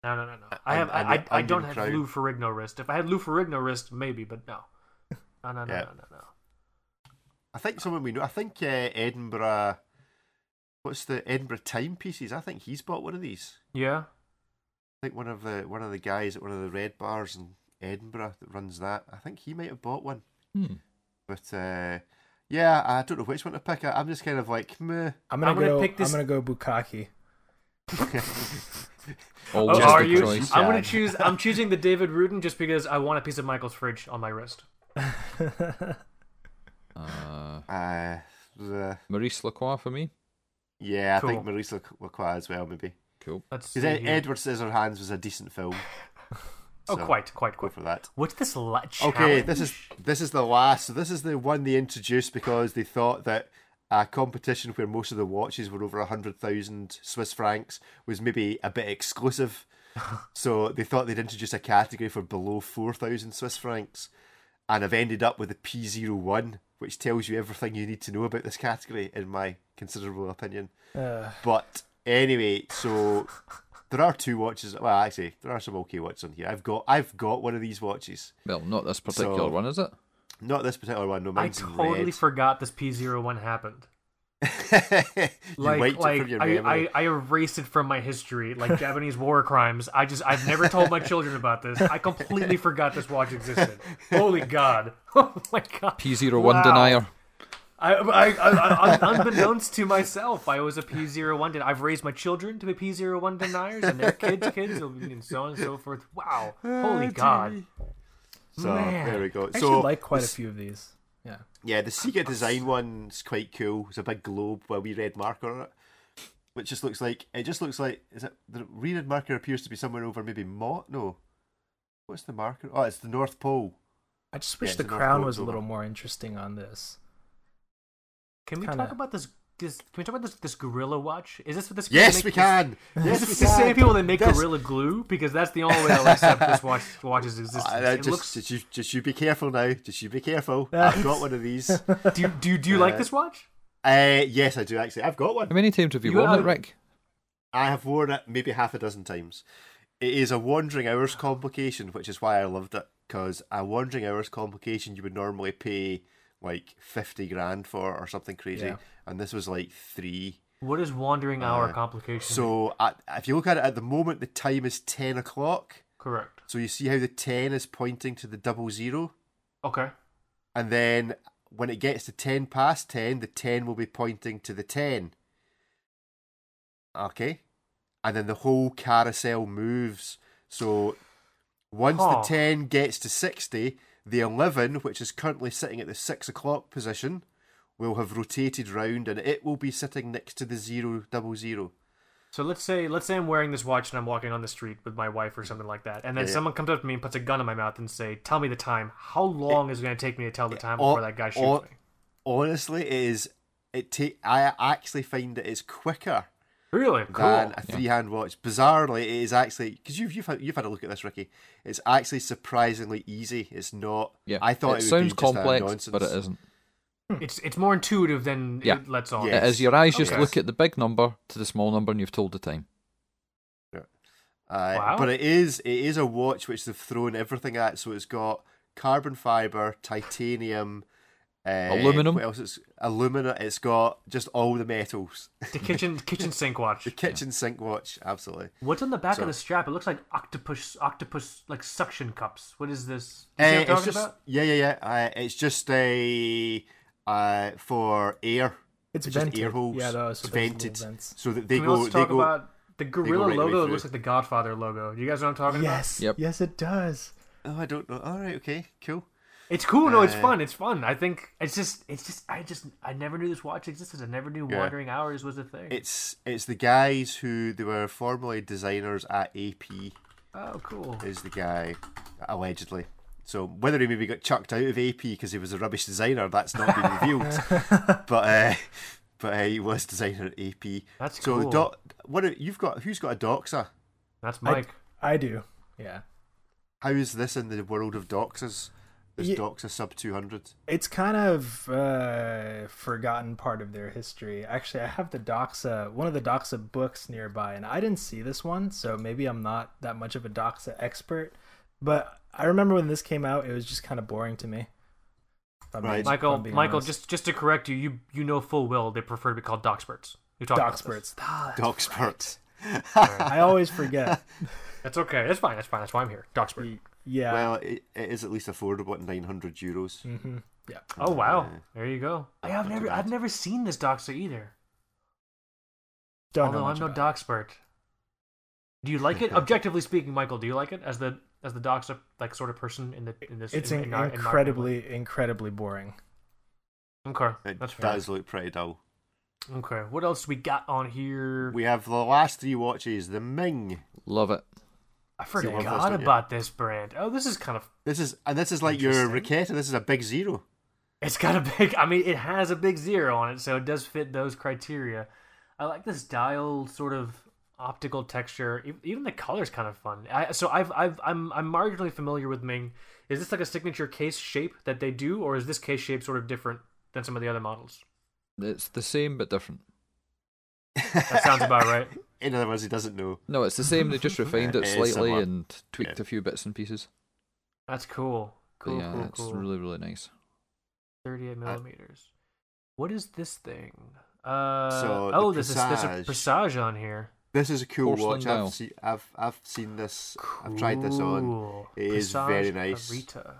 Speaker 2: No, no, no, no, no. I
Speaker 1: And-
Speaker 2: have.
Speaker 1: and
Speaker 2: I,
Speaker 1: the
Speaker 2: I, I don't
Speaker 1: onion
Speaker 2: have
Speaker 1: crown.
Speaker 2: Lou Ferrigno wrist. If I had Lou Ferrigno wrist, maybe, but no. No, no, no,
Speaker 1: Yeah.
Speaker 2: no, no, no.
Speaker 1: I think someone we know. I think uh, Edinburgh. What's the Edinburgh timepieces? I think he's bought one of these.
Speaker 2: Yeah.
Speaker 1: I think one of the one of the guys at one of the red bars in Edinburgh that runs that. I think he might have bought one.
Speaker 3: Hmm.
Speaker 1: But uh, yeah, I don't know which one to pick. I, I'm just kind of like meh.
Speaker 4: I'm gonna,
Speaker 2: I'm gonna
Speaker 4: go.
Speaker 2: pick this-
Speaker 4: I'm gonna go Bukaki.
Speaker 3: Always
Speaker 1: Just
Speaker 2: Oh, are
Speaker 3: the
Speaker 2: you?
Speaker 3: choice.
Speaker 2: I'm gonna
Speaker 1: Chad.
Speaker 2: choose. I'm choosing the David Rudin just because I want a piece of Michael's fridge on my wrist.
Speaker 3: Uh,
Speaker 1: Uh, uh,
Speaker 3: Maurice Lacroix for me.
Speaker 1: yeah, I think
Speaker 2: Cool.
Speaker 1: Maurice Lac- Lacroix as well, maybe.
Speaker 3: Cool.
Speaker 2: That's
Speaker 1: Because Edward Scissorhands was a decent film.
Speaker 2: Oh,
Speaker 1: So,
Speaker 2: quite, quite,
Speaker 1: Go
Speaker 2: quite.
Speaker 1: for that.
Speaker 2: What's this? La-
Speaker 1: Okay, this is
Speaker 2: challenge?
Speaker 1: this is the last. So this is the one they introduced because they thought that a competition where most of the watches were over hundred thousand Swiss francs was maybe a bit exclusive. so they thought they'd introduce a category for below four thousand Swiss francs, and I've ended up with the P01, which tells you everything you need to know about this category, in my considerable opinion.
Speaker 4: Uh,
Speaker 1: But anyway, so there are two watches. Well, actually, there are some okay watches on here. I've got I've got one of these watches.
Speaker 3: Well, not this particular
Speaker 1: So-
Speaker 3: one, is it?
Speaker 1: Not this particular one. No,
Speaker 2: I
Speaker 1: mine's in
Speaker 2: totally
Speaker 1: red.
Speaker 2: forgot this P01 happened.
Speaker 1: you
Speaker 2: Like,
Speaker 1: wiped it
Speaker 2: like
Speaker 1: from your
Speaker 2: I,
Speaker 1: memory.
Speaker 2: I, I erased it from my history, like Japanese war crimes. I just, I've never told my children about this. I completely forgot this watch existed. Holy God! Oh my God!
Speaker 3: P01
Speaker 2: Wow.
Speaker 3: denier.
Speaker 2: I, I, I, I, un- unbeknownst to myself, I was a P01 denier. I've raised my children to be P01 deniers, and their kids' kids, will be- and so on and so forth. Wow!
Speaker 1: Oh,
Speaker 2: Holy God!
Speaker 1: so
Speaker 2: man.
Speaker 1: there we go.
Speaker 4: I actually
Speaker 1: So
Speaker 4: like quite a few of these. Yeah.
Speaker 1: yeah, the Sega design one's quite cool. It's a big globe with a wee red marker on it, which just looks like it just looks like is it the wee red marker appears to be somewhere over maybe Mott? No, what's the marker? Oh, it's the North Pole.
Speaker 4: I just wish
Speaker 1: Yeah,
Speaker 4: the
Speaker 1: it's enough
Speaker 4: crown
Speaker 1: gold
Speaker 4: was a
Speaker 1: to-
Speaker 4: little more interesting on this.
Speaker 2: Can we
Speaker 4: Kinda-
Speaker 2: talk about this This, can we talk about this, this gorilla watch? Is this what this?
Speaker 1: Yes,
Speaker 2: make
Speaker 1: we
Speaker 2: this-
Speaker 1: can.
Speaker 2: Is
Speaker 1: Yes,
Speaker 2: this
Speaker 1: we
Speaker 2: the same
Speaker 1: can.
Speaker 2: people that make
Speaker 1: This-
Speaker 2: gorilla glue? Because that's the only way I'll accept this watch watch's existence.
Speaker 1: I- I
Speaker 2: it
Speaker 1: Ah, uh, just,
Speaker 2: looks.
Speaker 1: just, you, just you be careful now. Just you be careful. I've got one of these. Uh,
Speaker 2: Do you, do you, do you like this watch?
Speaker 1: yes, I do actually. I've got one.
Speaker 3: How many times have you,
Speaker 2: You
Speaker 3: worn
Speaker 2: are-
Speaker 3: it, Rick?
Speaker 1: I have worn it maybe half a dozen times. It is a wandering hours complication, which is why I loved it. Because a wandering hours complication you would normally pay like fifty grand for or something crazy,
Speaker 4: Yeah.
Speaker 1: and this was like three.
Speaker 2: What is wandering hour complication?
Speaker 1: Uh, So at, if you look at it at the moment, the time is ten o'clock.
Speaker 2: correct.
Speaker 1: So you see how the ten is pointing to the double zero,
Speaker 2: Okay.
Speaker 1: and then when it gets to ten past ten, the ten will be pointing to the ten. Okay, and then the whole carousel moves. So once
Speaker 2: Huh.
Speaker 1: the ten gets to sixty, the eleven, which is currently sitting at the six o'clock position, will have rotated round, and it will be sitting next to the zero double zero.
Speaker 2: So let's say let's say I'm wearing this watch and I'm walking on the street with my wife or something like that, and then
Speaker 1: Yeah, yeah.
Speaker 2: someone comes up to me and puts a gun in my mouth and say, "Tell me the time. How long is it going to take me to tell the time
Speaker 1: Or-
Speaker 2: before that guy shoots
Speaker 1: or-
Speaker 2: me?"
Speaker 1: Honestly, it is. It take. I actually find that it's quicker
Speaker 2: Really cool.
Speaker 1: than a three-hand watch. Bizarrely, it is actually because you've you've had, you've had a look at this, Ricky. It's actually surprisingly easy. It's not.
Speaker 3: Yeah,
Speaker 1: I thought it,
Speaker 3: it,
Speaker 1: would
Speaker 3: sounds
Speaker 1: be just a
Speaker 3: complex,
Speaker 1: nonsense.
Speaker 3: but it isn't.
Speaker 2: It's it's more intuitive than
Speaker 3: Yeah.
Speaker 2: it lets on.
Speaker 1: Yeah.
Speaker 3: It is your eyes just
Speaker 1: Okay.
Speaker 3: look at the big number to the small number, and you've told the time.
Speaker 1: Uh,
Speaker 2: Wow.
Speaker 1: But it is it is a watch which they've thrown everything at. So it's got carbon fiber, titanium, uh,
Speaker 3: Aluminum.
Speaker 1: What else? It's aluminum. It's got just all the metals.
Speaker 2: The kitchen kitchen sink watch.
Speaker 1: the kitchen sink watch, absolutely.
Speaker 2: What's on the back
Speaker 1: So-
Speaker 2: of the strap? It looks like octopus octopus like suction cups. What is this? You see
Speaker 1: Uh,
Speaker 2: what I'm
Speaker 1: it's
Speaker 2: talking
Speaker 1: just,
Speaker 2: about?
Speaker 1: Yeah, yeah, yeah. Uh, it's just a uh, for air.
Speaker 4: It's
Speaker 1: It's just
Speaker 4: vented.
Speaker 1: air holes.
Speaker 4: Yeah, no,
Speaker 1: it's
Speaker 4: so there's little
Speaker 1: vented.
Speaker 4: vents.
Speaker 1: So that they
Speaker 2: Can we
Speaker 1: go.
Speaker 2: also
Speaker 1: they
Speaker 2: talk
Speaker 1: go.
Speaker 2: about the gorilla
Speaker 1: right the way
Speaker 2: logo? It
Speaker 1: through.
Speaker 2: looks like the Godfather logo. You guys know what I'm talking
Speaker 4: Yes.
Speaker 2: about?
Speaker 3: Yep.
Speaker 4: Yes, it does.
Speaker 1: Oh, I don't know. All right, okay, cool.
Speaker 2: It's cool. No, it's
Speaker 1: Uh,
Speaker 2: fun. It's fun. I think it's just it's just I just I never knew this watch existed. I never knew
Speaker 1: Yeah.
Speaker 2: Wandering Hours was a thing.
Speaker 1: It's it's the guys who they were formerly designers at AP
Speaker 2: oh, cool.
Speaker 1: is the guy allegedly. So whether he maybe got chucked out of AP because he was a rubbish designer, that's not been revealed. but uh, but uh, he was designer at AP.
Speaker 2: That's
Speaker 1: so.
Speaker 2: cool.
Speaker 1: The doc, what have- you've got? Who's got a Doxa?
Speaker 2: That's
Speaker 4: I-
Speaker 2: Mike.
Speaker 4: I, do. Yeah.
Speaker 1: How is this in the world of Doxas? There's
Speaker 4: Ye-
Speaker 1: Doxa sub two hundred.
Speaker 4: It's kind of uh, forgotten part of their history. Actually, I have the Doxa, one of the Doxa books nearby, and I didn't see this one, so maybe I'm not that much of a Doxa expert. But I remember when this came out, it was just kind of boring to me. If I'm
Speaker 1: Right.
Speaker 4: being- if
Speaker 2: Michael,
Speaker 4: I'm being
Speaker 2: Michael,
Speaker 4: honest.
Speaker 2: just just to correct you, you you know full well they prefer to be called Doxperts. You talk about this.
Speaker 4: Doxperts. Ah, that's-
Speaker 1: Doxpert.
Speaker 4: I always forget.
Speaker 2: That's okay. That's fine. That's fine. That's why I'm here. Doxpert.
Speaker 4: Yeah.
Speaker 1: Well, it, it is at least affordable at nine hundred euros.
Speaker 4: hmm Yeah.
Speaker 2: Mm. Oh wow. There you go. I have
Speaker 1: Not too
Speaker 2: never
Speaker 1: bad.
Speaker 2: I've never seen this Doxa either.
Speaker 4: Don't know
Speaker 2: Although
Speaker 4: much
Speaker 2: I'm no
Speaker 4: about
Speaker 2: Doxpert. Do you like it? Objectively speaking, Michael, do you like it as the as the Doxa like sort of person in the in this?
Speaker 4: it. It's
Speaker 2: in,
Speaker 4: in-
Speaker 2: in our- in our-
Speaker 4: incredibly, incredibly boring.
Speaker 2: Okay,
Speaker 1: Uh, It
Speaker 2: that's fair.
Speaker 1: does look pretty dull.
Speaker 2: Okay, what else we got on here?
Speaker 1: We have the last three watches. The Ming.
Speaker 3: Love it.
Speaker 2: I
Speaker 1: you want
Speaker 2: forgot
Speaker 1: first, don't you?
Speaker 2: about this brand. Oh, this is kind of.
Speaker 1: This is and this is like your Ricetta. This is a big zero.
Speaker 2: It's got a big. I mean, it has a big zero on it, so it does fit those criteria. I like this dial sort of optical texture. E- Even the color's kind of fun. I, so I've, I've I'm I'm marginally familiar with Ming. Is this like a signature case shape that they do, or is this case shape sort of different than some of the other models?
Speaker 3: It's the same but different.
Speaker 2: That sounds about right.
Speaker 1: In other words, he doesn't know.
Speaker 3: No, it's the same. They just refined it
Speaker 1: It is
Speaker 3: slightly
Speaker 1: similar.
Speaker 3: and tweaked
Speaker 1: Yeah.
Speaker 3: a few bits and pieces.
Speaker 2: That's cool.
Speaker 3: But
Speaker 2: Cool,
Speaker 3: yeah,
Speaker 2: cool,
Speaker 3: it's
Speaker 2: cool.
Speaker 3: really really nice.
Speaker 2: 38 millimeters. what is this thing? Uh,
Speaker 1: So, the
Speaker 2: oh, this is there's a
Speaker 1: Presage.
Speaker 2: presage on here.
Speaker 1: This is a cool
Speaker 3: Porcelain
Speaker 1: watch.
Speaker 3: dial.
Speaker 1: I've, seen. I've I've seen this. I've tried this on.
Speaker 2: Cool.
Speaker 1: It is very
Speaker 2: Presage
Speaker 1: nice.
Speaker 2: Arita.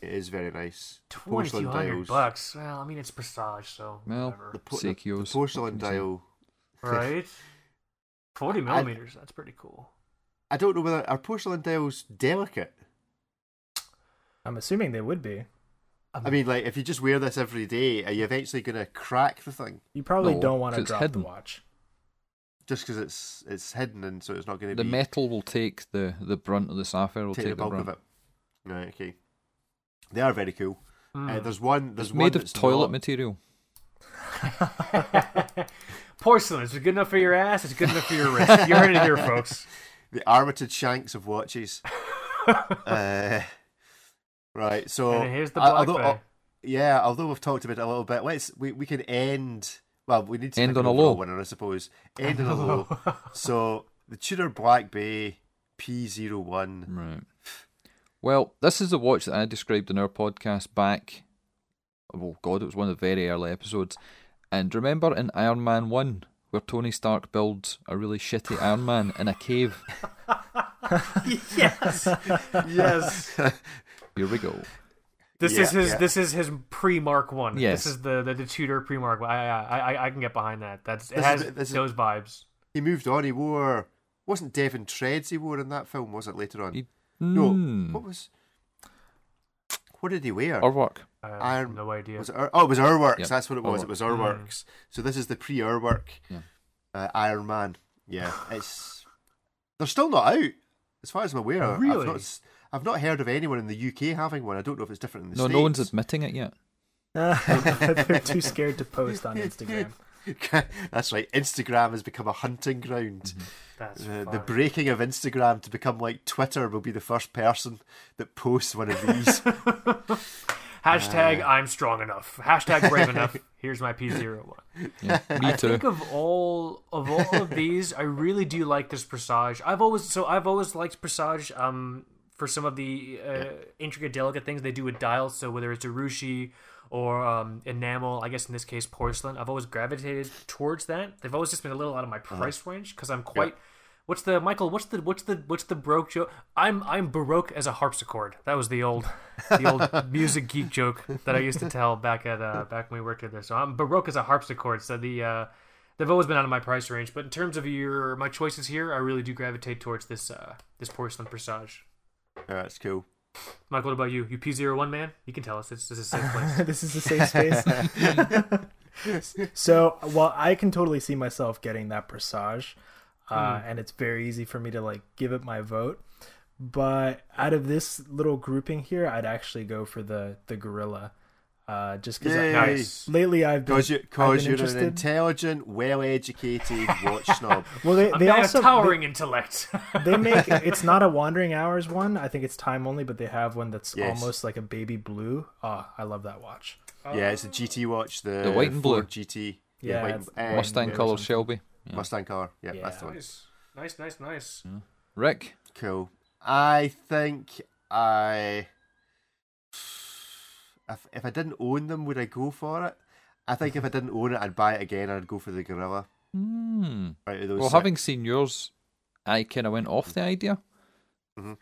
Speaker 1: It is very nice.
Speaker 2: Twenty two
Speaker 1: Porcelain
Speaker 2: hundred
Speaker 1: dials.
Speaker 2: bucks. Well, I mean it's presage, so
Speaker 3: Well,
Speaker 2: whatever.
Speaker 1: The, po- the- the
Speaker 3: Seikyo's,
Speaker 1: porcelain
Speaker 3: what can you say?
Speaker 1: dial.
Speaker 2: right? Forty millimeters. that's pretty cool.
Speaker 1: I don't know whether are porcelain dials delicate.
Speaker 4: I'm assuming they would be.
Speaker 1: I mean, like if you just wear this every day, are you eventually gonna crack the thing?
Speaker 4: You probably
Speaker 3: No,
Speaker 4: don't want to
Speaker 3: 'cause it's
Speaker 4: drop
Speaker 3: hidden.
Speaker 4: the watch.
Speaker 1: Just because it's it's hidden and so it's not gonna
Speaker 3: The
Speaker 1: be
Speaker 3: metal will take the the brunt of the sapphire. Will
Speaker 1: take,
Speaker 3: take,
Speaker 1: the bulk
Speaker 3: brunt.
Speaker 1: of it. Right, okay. They are very cool. Uh,
Speaker 2: Mm.
Speaker 1: there's one. There's
Speaker 3: Hmm.
Speaker 1: one
Speaker 3: It's made of
Speaker 1: that's
Speaker 3: toilet
Speaker 1: not-
Speaker 3: material.
Speaker 2: Porcelain is it good enough for your ass? It's good enough for your wrist. You heard it here, folks.
Speaker 1: The armated shanks of watches. uh, right. So
Speaker 2: And here's the
Speaker 1: I-
Speaker 2: black
Speaker 1: although- uh,
Speaker 2: bay.
Speaker 1: yeah, although we've talked about it a little bit, let's we, we can end. Well, we need to
Speaker 3: End
Speaker 1: pick an
Speaker 3: on a
Speaker 1: overall
Speaker 3: low.
Speaker 1: winner, I suppose. End on a low. so the Tudor Black Bay P01.
Speaker 3: Right. Well, this is the watch that I described in our podcast back. Oh God, it was one of the very early episodes. And remember in Iron Man One, where Tony Stark builds a really shitty Iron Man in a cave.
Speaker 2: yes, yes.
Speaker 3: Here we go.
Speaker 2: This is
Speaker 1: Yeah,
Speaker 2: his.
Speaker 1: yeah.
Speaker 2: This is his pre Mark One.
Speaker 3: Yes.
Speaker 2: This is the the, the Tudor pre Mark. I, I I I can get behind that. That's it
Speaker 1: This
Speaker 2: has
Speaker 1: is- this is-
Speaker 2: those vibes.
Speaker 1: He moved on. He wore wasn't Devon Treads he wore in that film, was it later on?
Speaker 3: He-
Speaker 1: No,
Speaker 3: Hmm.
Speaker 1: what was? What did he wear?
Speaker 3: Or work.
Speaker 2: I have
Speaker 1: Iron-
Speaker 2: no idea.
Speaker 1: Was it Ur- oh, it was Urworks.
Speaker 3: Yep,
Speaker 1: That's what it was. It
Speaker 3: Urworks.
Speaker 1: was Urworks. So this is the pre Urwork
Speaker 3: Yeah.
Speaker 1: uh, Iron Man. Yeah, it's they're still not out as far as I'm aware. I've
Speaker 2: Really?
Speaker 1: not s- I've not heard of anyone in the UK having one. I don't know if it's different in the
Speaker 3: No,
Speaker 1: states.
Speaker 3: no one's admitting it yet.
Speaker 4: They're too scared to post on Instagram.
Speaker 1: That's right. Instagram has become a hunting ground.
Speaker 3: Mm-hmm.
Speaker 2: That's
Speaker 1: The, uh, the
Speaker 2: funny.
Speaker 1: breaking of Instagram to become like Twitter will be the first person that posts one of these. Oh, Uh,
Speaker 2: Hashtag I'm strong enough. Hashtag brave enough. Here's my P zero one.
Speaker 3: Yeah, me
Speaker 2: I
Speaker 3: too.
Speaker 2: think of all of all of these, I really do like this presage. I've always so I've always liked presage. Um, for some of the uh, intricate, delicate things they do with dials. So whether it's urushi or um, enamel, I guess in this case porcelain, I've always gravitated towards that. They've always just been a little out of my price range because I'm quite. What's the Michael? What's the what's the what's the broke joke? I'm I'm baroque as a harpsichord. That was the old the old music geek joke that I used to tell back at uh, back when we worked at there. So I'm baroque as a harpsichord. So the uh, they've always been out of my price range. But in terms of your my choices here, I really do gravitate towards this uh, this porcelain presage.
Speaker 1: Yeah, that's cool.
Speaker 2: Michael, what about you? You P01 man? You can tell us. It's, this is a safe place.
Speaker 4: this is the safe space. so, while I can totally see myself getting that presage, uh,
Speaker 2: Hmm.
Speaker 4: and it's very easy for me to like give it my vote. But out of this little grouping here, I'd actually go for the the gorilla, uh, just because
Speaker 1: Yay.
Speaker 2: nice.
Speaker 4: lately I've been,
Speaker 1: Because you,
Speaker 4: I've
Speaker 1: cause
Speaker 4: been
Speaker 1: you're an
Speaker 4: interested.
Speaker 1: intelligent, well-educated watch snob.
Speaker 4: well, they,
Speaker 2: A
Speaker 4: they
Speaker 2: man of
Speaker 4: also they,
Speaker 2: towering intellect.
Speaker 4: they make it's not a wandering hours one. I think it's time only, but they have one that's
Speaker 1: Yes.
Speaker 4: almost like a baby blue. Oh, I love that watch.
Speaker 1: Yeah, it's a GT watch. The,
Speaker 3: The white and blue.
Speaker 1: Ford GT.
Speaker 4: Yeah,
Speaker 1: white
Speaker 4: it's
Speaker 1: and- and
Speaker 3: Mustang
Speaker 4: Yeah,
Speaker 3: colour
Speaker 4: something.
Speaker 3: Shelby. Yeah.
Speaker 1: Mustang car. Yeah, that's the one. Hmm?
Speaker 2: nice, nice, nice, nice.
Speaker 3: Rick.
Speaker 1: Cool. I think I. If, if I didn't own them, would I go for it? I think if I didn't own it, I'd buy it again. I'd go for the Gorilla.
Speaker 3: Hmm.
Speaker 1: Right, of those
Speaker 3: Well,
Speaker 1: six.
Speaker 3: having seen yours, I kind of went off the idea.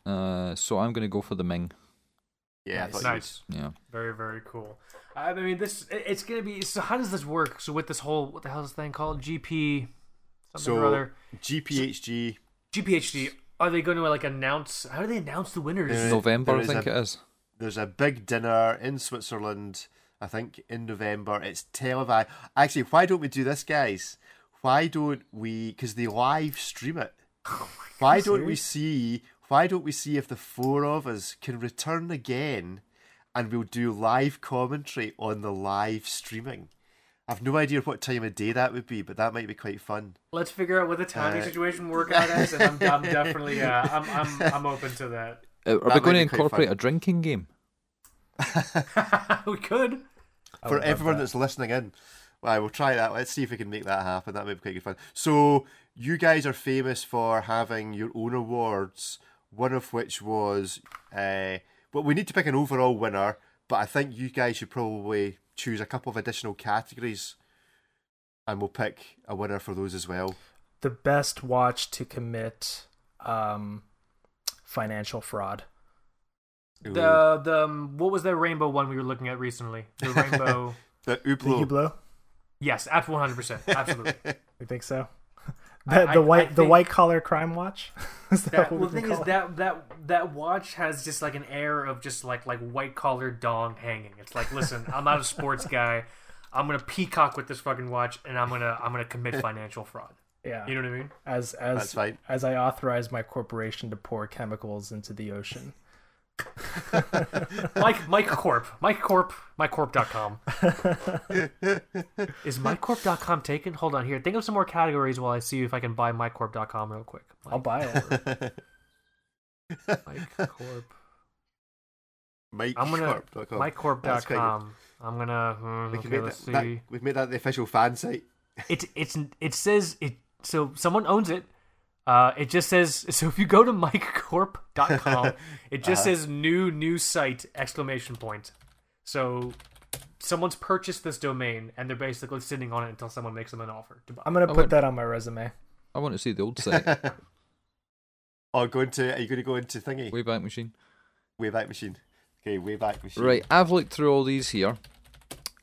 Speaker 3: Uh, so I'm going to go for the Ming.
Speaker 1: Mm-hmm. yeah, I thought you
Speaker 2: Nice.
Speaker 3: Yeah.
Speaker 2: Very, very cool. I mean, this it- it's gonna be. So, how does this work? So, with this whole what the hell is this thing called? GP
Speaker 1: would.
Speaker 2: something or
Speaker 1: So
Speaker 2: other.
Speaker 1: GPHG.
Speaker 2: GPHD. Are they going to like announce? How do they announce the winners?
Speaker 1: Yeah.
Speaker 3: November,
Speaker 1: there
Speaker 3: I
Speaker 1: is
Speaker 3: think
Speaker 1: a-
Speaker 3: it is.
Speaker 1: There's a big dinner in Switzerland. I think in November. It's televised. Actually, why don't we do this, guys? Why don't we? Because they live stream it. Why don't we see? Why don't we see if the four of us can return again, and we'll do live commentary on the live streaming? I've no idea what time of day that would be, but that might be quite fun.
Speaker 2: Let's figure out what the timing
Speaker 1: Uh,
Speaker 2: situation work out is, and I'm, I'm definitely yeah, I'm, I'm I'm open to that.
Speaker 3: Uh, Are
Speaker 1: might
Speaker 3: we
Speaker 1: be
Speaker 3: going to
Speaker 1: quite
Speaker 3: incorporate
Speaker 1: fun.
Speaker 3: a drinking game?
Speaker 2: we could.
Speaker 4: I
Speaker 1: for
Speaker 4: would love
Speaker 1: everyone
Speaker 4: that.
Speaker 1: that's listening in. Right, we'll try that. Let's see if we can make that happen. That might be quite good fun. So you guys are famous for having your own awards, one of which was uh well we need to pick an overall winner, but I think you guys should probably choose a couple of additional categories and we'll pick a winner for those as well.
Speaker 4: the best watch to commit um, financial fraud.
Speaker 2: The the um, what was that rainbow one we were looking at recently? The rainbow.
Speaker 1: The
Speaker 4: Did you
Speaker 1: Ooplo.
Speaker 4: blow?
Speaker 2: yes, at 100, percent absolutely.
Speaker 4: You think so?
Speaker 2: I-
Speaker 4: The,
Speaker 2: I-
Speaker 4: the white
Speaker 2: I
Speaker 4: the
Speaker 2: think-
Speaker 4: white collar crime watch. is that
Speaker 2: That, well,
Speaker 4: what we
Speaker 2: the
Speaker 4: can
Speaker 2: thing is
Speaker 4: call it?
Speaker 2: that that that watch has just like an air of just like like white collar dong hanging. It's like, listen, I'm not a sports guy. I'm gonna peacock with this fucking watch, and I'm gonna I'm gonna commit financial fraud.
Speaker 4: yeah.
Speaker 2: You know what I mean?
Speaker 4: as
Speaker 1: That's
Speaker 4: as
Speaker 1: fine.
Speaker 4: as I authorize my corporation to pour chemicals into the ocean.
Speaker 2: Mike Mike Corp. Mike Corp. MikeCorp.com. Is MikeCorp.com taken? Hold on here. Think of some more categories while I see if I can buy MikeCorp.com real quick.
Speaker 4: I'll
Speaker 2: Mike,
Speaker 4: buy it.
Speaker 2: Mike Corp.
Speaker 1: Mike
Speaker 2: I'm gonna
Speaker 1: Sharp.com. That's quite good.
Speaker 2: MikeCorp.com. I'm gonna. Hmm,
Speaker 1: We
Speaker 2: okay,
Speaker 1: can make
Speaker 2: let's
Speaker 1: that, that-
Speaker 2: see.
Speaker 1: we've made that the official fan site.
Speaker 2: It's it's it says it. So someone owns it. Uh, it just says so. If you go to MikeCorp.com, it just
Speaker 1: Uh-huh.
Speaker 2: says new new site exclamation point. So someone's purchased this domain and they're basically sitting on it until someone makes them an offer to buy.
Speaker 4: I'm gonna
Speaker 3: I
Speaker 4: put
Speaker 3: would-
Speaker 4: that on my resume.
Speaker 3: I want to see the old site,
Speaker 1: Or Oh, go into are you going to go into thingy
Speaker 3: Wayback Machine.
Speaker 1: Wayback Machine? Okay, Wayback Machine.
Speaker 3: Right, I've looked through all these here,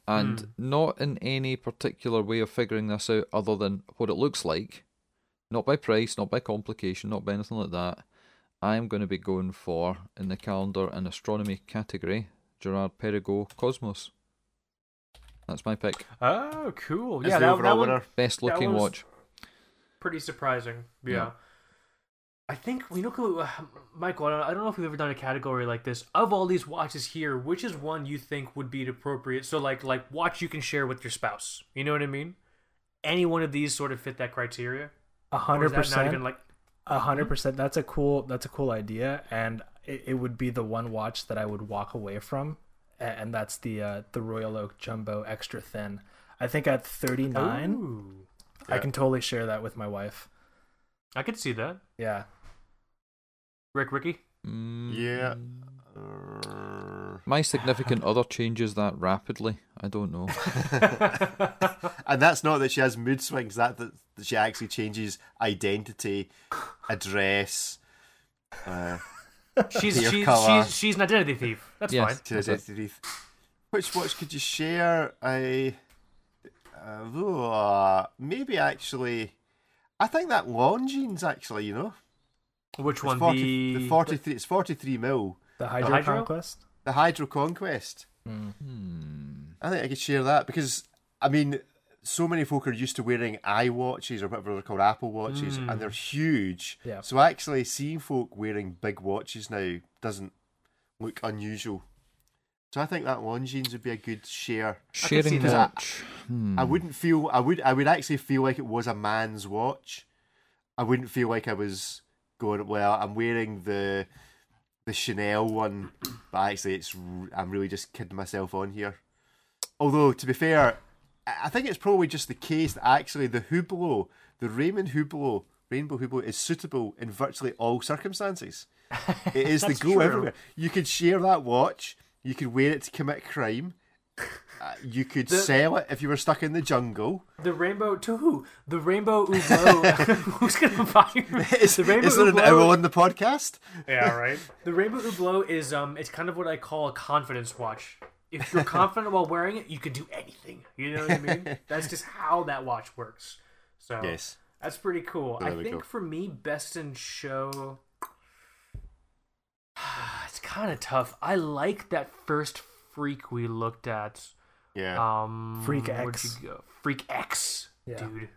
Speaker 3: and not in any particular way of figuring this out other than what it looks like. Not by price, not by complication, not by anything like that. I'm going to be going for, in the calendar and astronomy category, Gerard Perregaux Cosmos. That's my pick.
Speaker 2: Oh, cool!
Speaker 1: Is the
Speaker 2: yeah, that, that
Speaker 1: overall
Speaker 2: one
Speaker 1: winner.
Speaker 3: Best
Speaker 2: That
Speaker 3: looking
Speaker 2: one's-
Speaker 3: watch.
Speaker 2: pretty surprising. Yeah.
Speaker 3: Yeah.
Speaker 2: I think we know, who- uh, Michael. I don't- I don't know if we've ever done a category like this. Of all these watches here, which is one you think would be appropriate? So, like, like watch you can share with your spouse. You know what I mean? Any one of these sort of fit that criteria.
Speaker 4: A
Speaker 2: Or is
Speaker 4: hundred
Speaker 2: that Not even
Speaker 4: percent.
Speaker 2: like
Speaker 4: A
Speaker 2: Mm-hmm.
Speaker 4: hundred percent. That's a cool. That's a cool idea, and it, it would be the one watch that I would walk away from, a- and that's the uh, the Royal Oak Jumbo Extra Thin. I think at 39,
Speaker 2: Ooh.
Speaker 4: I can totally share that with my wife.
Speaker 2: I could see that.
Speaker 4: Yeah,
Speaker 2: Rick, Ricky.
Speaker 3: Mm,
Speaker 1: Yeah. Uh,
Speaker 3: My significant other changes that rapidly. I don't know.
Speaker 1: and that's not that she has mood swings. That that, that she actually changes identity, address. Uh,
Speaker 2: She's
Speaker 1: Your
Speaker 2: she's,
Speaker 1: colour.
Speaker 2: she's she's an identity thief. That's
Speaker 3: Yes.
Speaker 2: fine.
Speaker 1: to
Speaker 3: That's it.
Speaker 1: identity. Which watch could you share? I uh, oh, maybe actually. I think that Longines actually, you know,
Speaker 2: Which
Speaker 1: it's
Speaker 2: one?
Speaker 1: 40,
Speaker 2: the,
Speaker 1: the forty three. It's forty three mil.
Speaker 4: the Hydro,
Speaker 2: Hydro?
Speaker 4: Conquest.
Speaker 1: The Hydro Conquest.
Speaker 3: Hmm.
Speaker 1: I think I could share that because I mean, so many folk are used to wearing eye watches or whatever they're called, Apple watches, and they're huge.
Speaker 4: Yeah.
Speaker 1: So actually, seeing folk wearing big watches now doesn't look unusual. So I think that Longines would be a good share.
Speaker 3: Sharing
Speaker 2: that.
Speaker 3: watch. Hmm.
Speaker 1: I wouldn't feel I would I would actually feel like it was a man's watch. I wouldn't feel like I was going well. I'm wearing the the Chanel one, but actually it's r- I'm really just kidding myself on here. Although to be fair, I I think it's probably just the case that actually the Hublot, the Raymond Hublot, Rainbow Hublot is suitable in virtually all circumstances. It is the
Speaker 2: That's
Speaker 1: go
Speaker 2: true.
Speaker 1: everywhere. You could share that watch. You could wear it to commit crime. Uh, you could
Speaker 2: The-
Speaker 1: sell it if you were stuck in the jungle.
Speaker 2: The rainbow to who? The rainbow Hublot. Who's gonna buy
Speaker 1: Is,
Speaker 2: the rainbow
Speaker 1: is there an
Speaker 2: Hublot-
Speaker 1: hour on the podcast?
Speaker 2: Yeah, right. The rainbow Hublot is um, it's kind of what I call a confidence watch. If you're confident while wearing it, you can do anything. You know what I mean? That's just how that watch works. So
Speaker 1: Yes.
Speaker 2: that's pretty cool. I
Speaker 1: there we
Speaker 2: think
Speaker 1: go.
Speaker 2: for me, best in show. it's kind of tough. I like that first freak we looked at.
Speaker 1: Yeah.
Speaker 2: Um,
Speaker 4: Freak
Speaker 2: where'd
Speaker 4: X.
Speaker 2: you go? Freak X,
Speaker 4: Yeah.
Speaker 2: dude.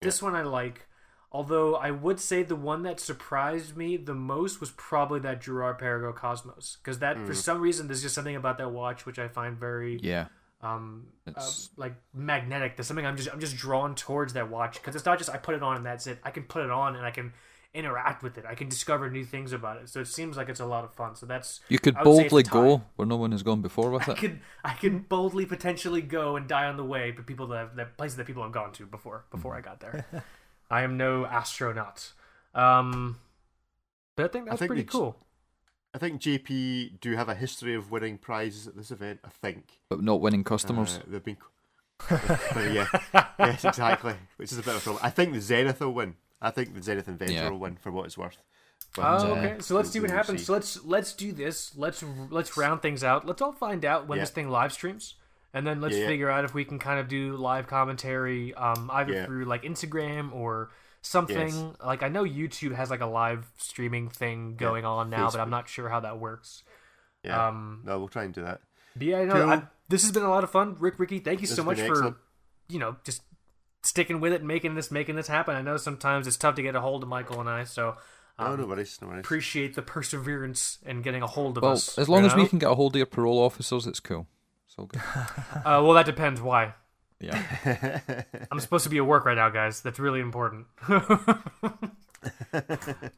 Speaker 2: This one I like. Although I would say the one that surprised me the most was probably that Gerard Perregaux Cosmos, because that for some reason there's just something about that watch which I find very
Speaker 3: Mm. Yeah.
Speaker 2: um, uh,
Speaker 3: It's-
Speaker 2: like magnetic. There's something I'm just I'm just drawn towards that watch because it's not just I put it on and that's it. I can put it on and I can interact with it. I can discover new things about it. So it seems like it's a lot of fun. So that's
Speaker 3: You could
Speaker 2: I would say it's
Speaker 3: boldly
Speaker 2: tie.
Speaker 3: go where no one has gone before with
Speaker 2: I
Speaker 3: it.
Speaker 2: can I can boldly potentially go and die on the way, but people that, have, that places that people have gone to before before
Speaker 1: Hmm.
Speaker 2: I got there. I am no astronaut. Um, but I think that's
Speaker 1: I think
Speaker 2: pretty
Speaker 1: we j-
Speaker 2: cool.
Speaker 1: I think JP do have a history of winning prizes at this event, I think.
Speaker 3: But not winning customers.
Speaker 1: Uh, they've been. but yeah. Yes, exactly. Which is a bit of a problem. I think the Zenith will win. I think the Zenith Inventor
Speaker 3: Yeah.
Speaker 1: will win for what it's worth. But,
Speaker 2: Oh,
Speaker 1: uh,
Speaker 2: okay. So let's see
Speaker 1: we-
Speaker 2: what
Speaker 1: we will
Speaker 2: happens.
Speaker 1: see.
Speaker 2: So let's let's do this. Let's let's round things out. Let's all find out when
Speaker 1: Yeah.
Speaker 2: this thing live streams, and then let's
Speaker 1: Yeah, yeah.
Speaker 2: figure out if we can kind of do live commentary, um, either
Speaker 1: Yeah.
Speaker 2: through like Instagram or something.
Speaker 1: Yes.
Speaker 2: Like I know YouTube has like a live streaming thing going on now, but I'm not sure how that works.
Speaker 1: yeah.
Speaker 2: um,
Speaker 1: no, we'll try and do that.
Speaker 2: But yeah, no,
Speaker 1: Cool.
Speaker 2: I, this has been a lot of fun, Rick. Ricky, thank you
Speaker 1: This
Speaker 2: so
Speaker 1: has
Speaker 2: much
Speaker 1: been
Speaker 2: for
Speaker 1: excellent.
Speaker 2: you know just sticking with it, making this, making this happen. I know sometimes it's tough to get a hold of Michael and I, so
Speaker 1: No, no worries, no worries.
Speaker 2: Appreciate the perseverance and getting a hold of
Speaker 3: Well,
Speaker 2: us.
Speaker 3: as long
Speaker 2: you
Speaker 3: as we
Speaker 2: know?
Speaker 3: can get a hold of your parole officers, it's cool. It's all good.
Speaker 2: Uh, well, that depends. Why?
Speaker 3: Yeah.
Speaker 2: I'm supposed to be at work right now, guys. That's really important. but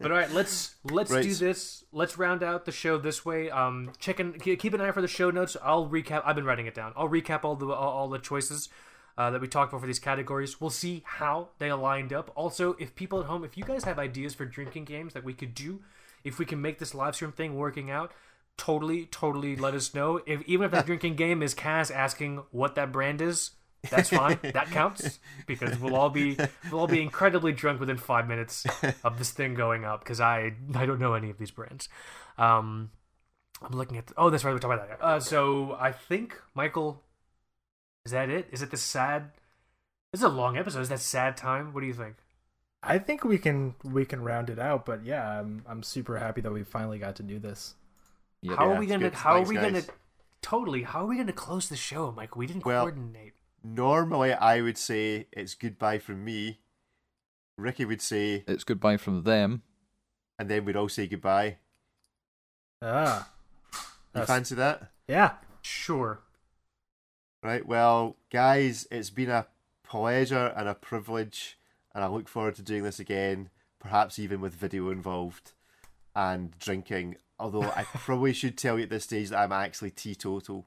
Speaker 2: all right, let's let's
Speaker 1: Right.
Speaker 2: do this. Let's round out the show this way. Um, check in, ke- keep an eye for the show notes. I'll recap. I've been writing it down. I'll recap all the all, all the choices uh, that we talked about for these categories. We'll see how they lined up. Also, if people at home, if you guys have ideas for drinking games that we could do, if we can make this live stream thing working out. Totally, totally let us know. If even if that drinking game is Kaz asking what that brand is, that's fine. That counts because we'll all be we'll all be incredibly drunk within five minutes of this thing going up because I I don't know any of these brands. Um, I'm looking at the, oh that's right we're talking about that. Uh, so I think Michael, is that it? Is it the sad? This is a long episode. Is that sad time? What do you think?
Speaker 4: I think we can we can round it out, but yeah, I'm I'm super happy that we finally got to do this.
Speaker 3: Yep.
Speaker 2: how
Speaker 1: yeah,
Speaker 2: are we
Speaker 1: it's
Speaker 2: gonna
Speaker 1: good.
Speaker 2: how
Speaker 1: Thanks,
Speaker 2: are we
Speaker 1: guys.
Speaker 2: gonna totally how are we gonna close the show, Michael? We didn't
Speaker 1: Well-
Speaker 2: coordinate.
Speaker 1: Normally, I would say it's goodbye from me. Ricky would say,
Speaker 3: It's goodbye from them.
Speaker 1: and then we'd all say goodbye.
Speaker 4: Ah,
Speaker 1: You
Speaker 4: Yes.
Speaker 1: fancy that?
Speaker 4: yeah,
Speaker 2: Sure.
Speaker 1: Right. Well, guys, it's been a pleasure and a privilege, and I look forward to doing this again, perhaps even with video involved and drinking. Although I probably should tell you at this stage that I'm actually teetotal,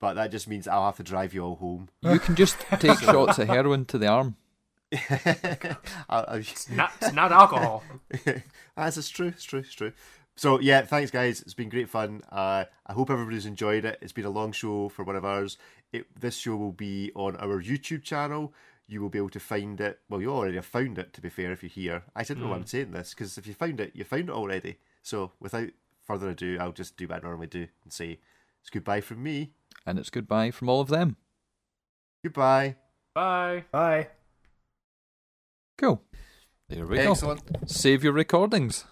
Speaker 1: but that just means I'll have to drive you all home.
Speaker 3: You can just take shots of heroin to the arm.
Speaker 1: I'll-
Speaker 2: Not it's not alcohol.
Speaker 1: That's it's true, it's true, it's true. So yeah, thanks guys. It's been great fun. Uh, I hope everybody's enjoyed it. It's been a long show for one of ours. It, this show will be on our YouTube channel. You will be able to find it. Well, you already have found it. To be fair, if you're here, I didn't know why I'm saying this because if you found it, you found it already. So without further ado, I'll just do what I normally do and say it's goodbye from me.
Speaker 3: And it's goodbye from all of them.
Speaker 1: Goodbye.
Speaker 2: Bye.
Speaker 4: bye.
Speaker 3: Cool. There we go.
Speaker 1: Excellent.
Speaker 3: Save your recordings.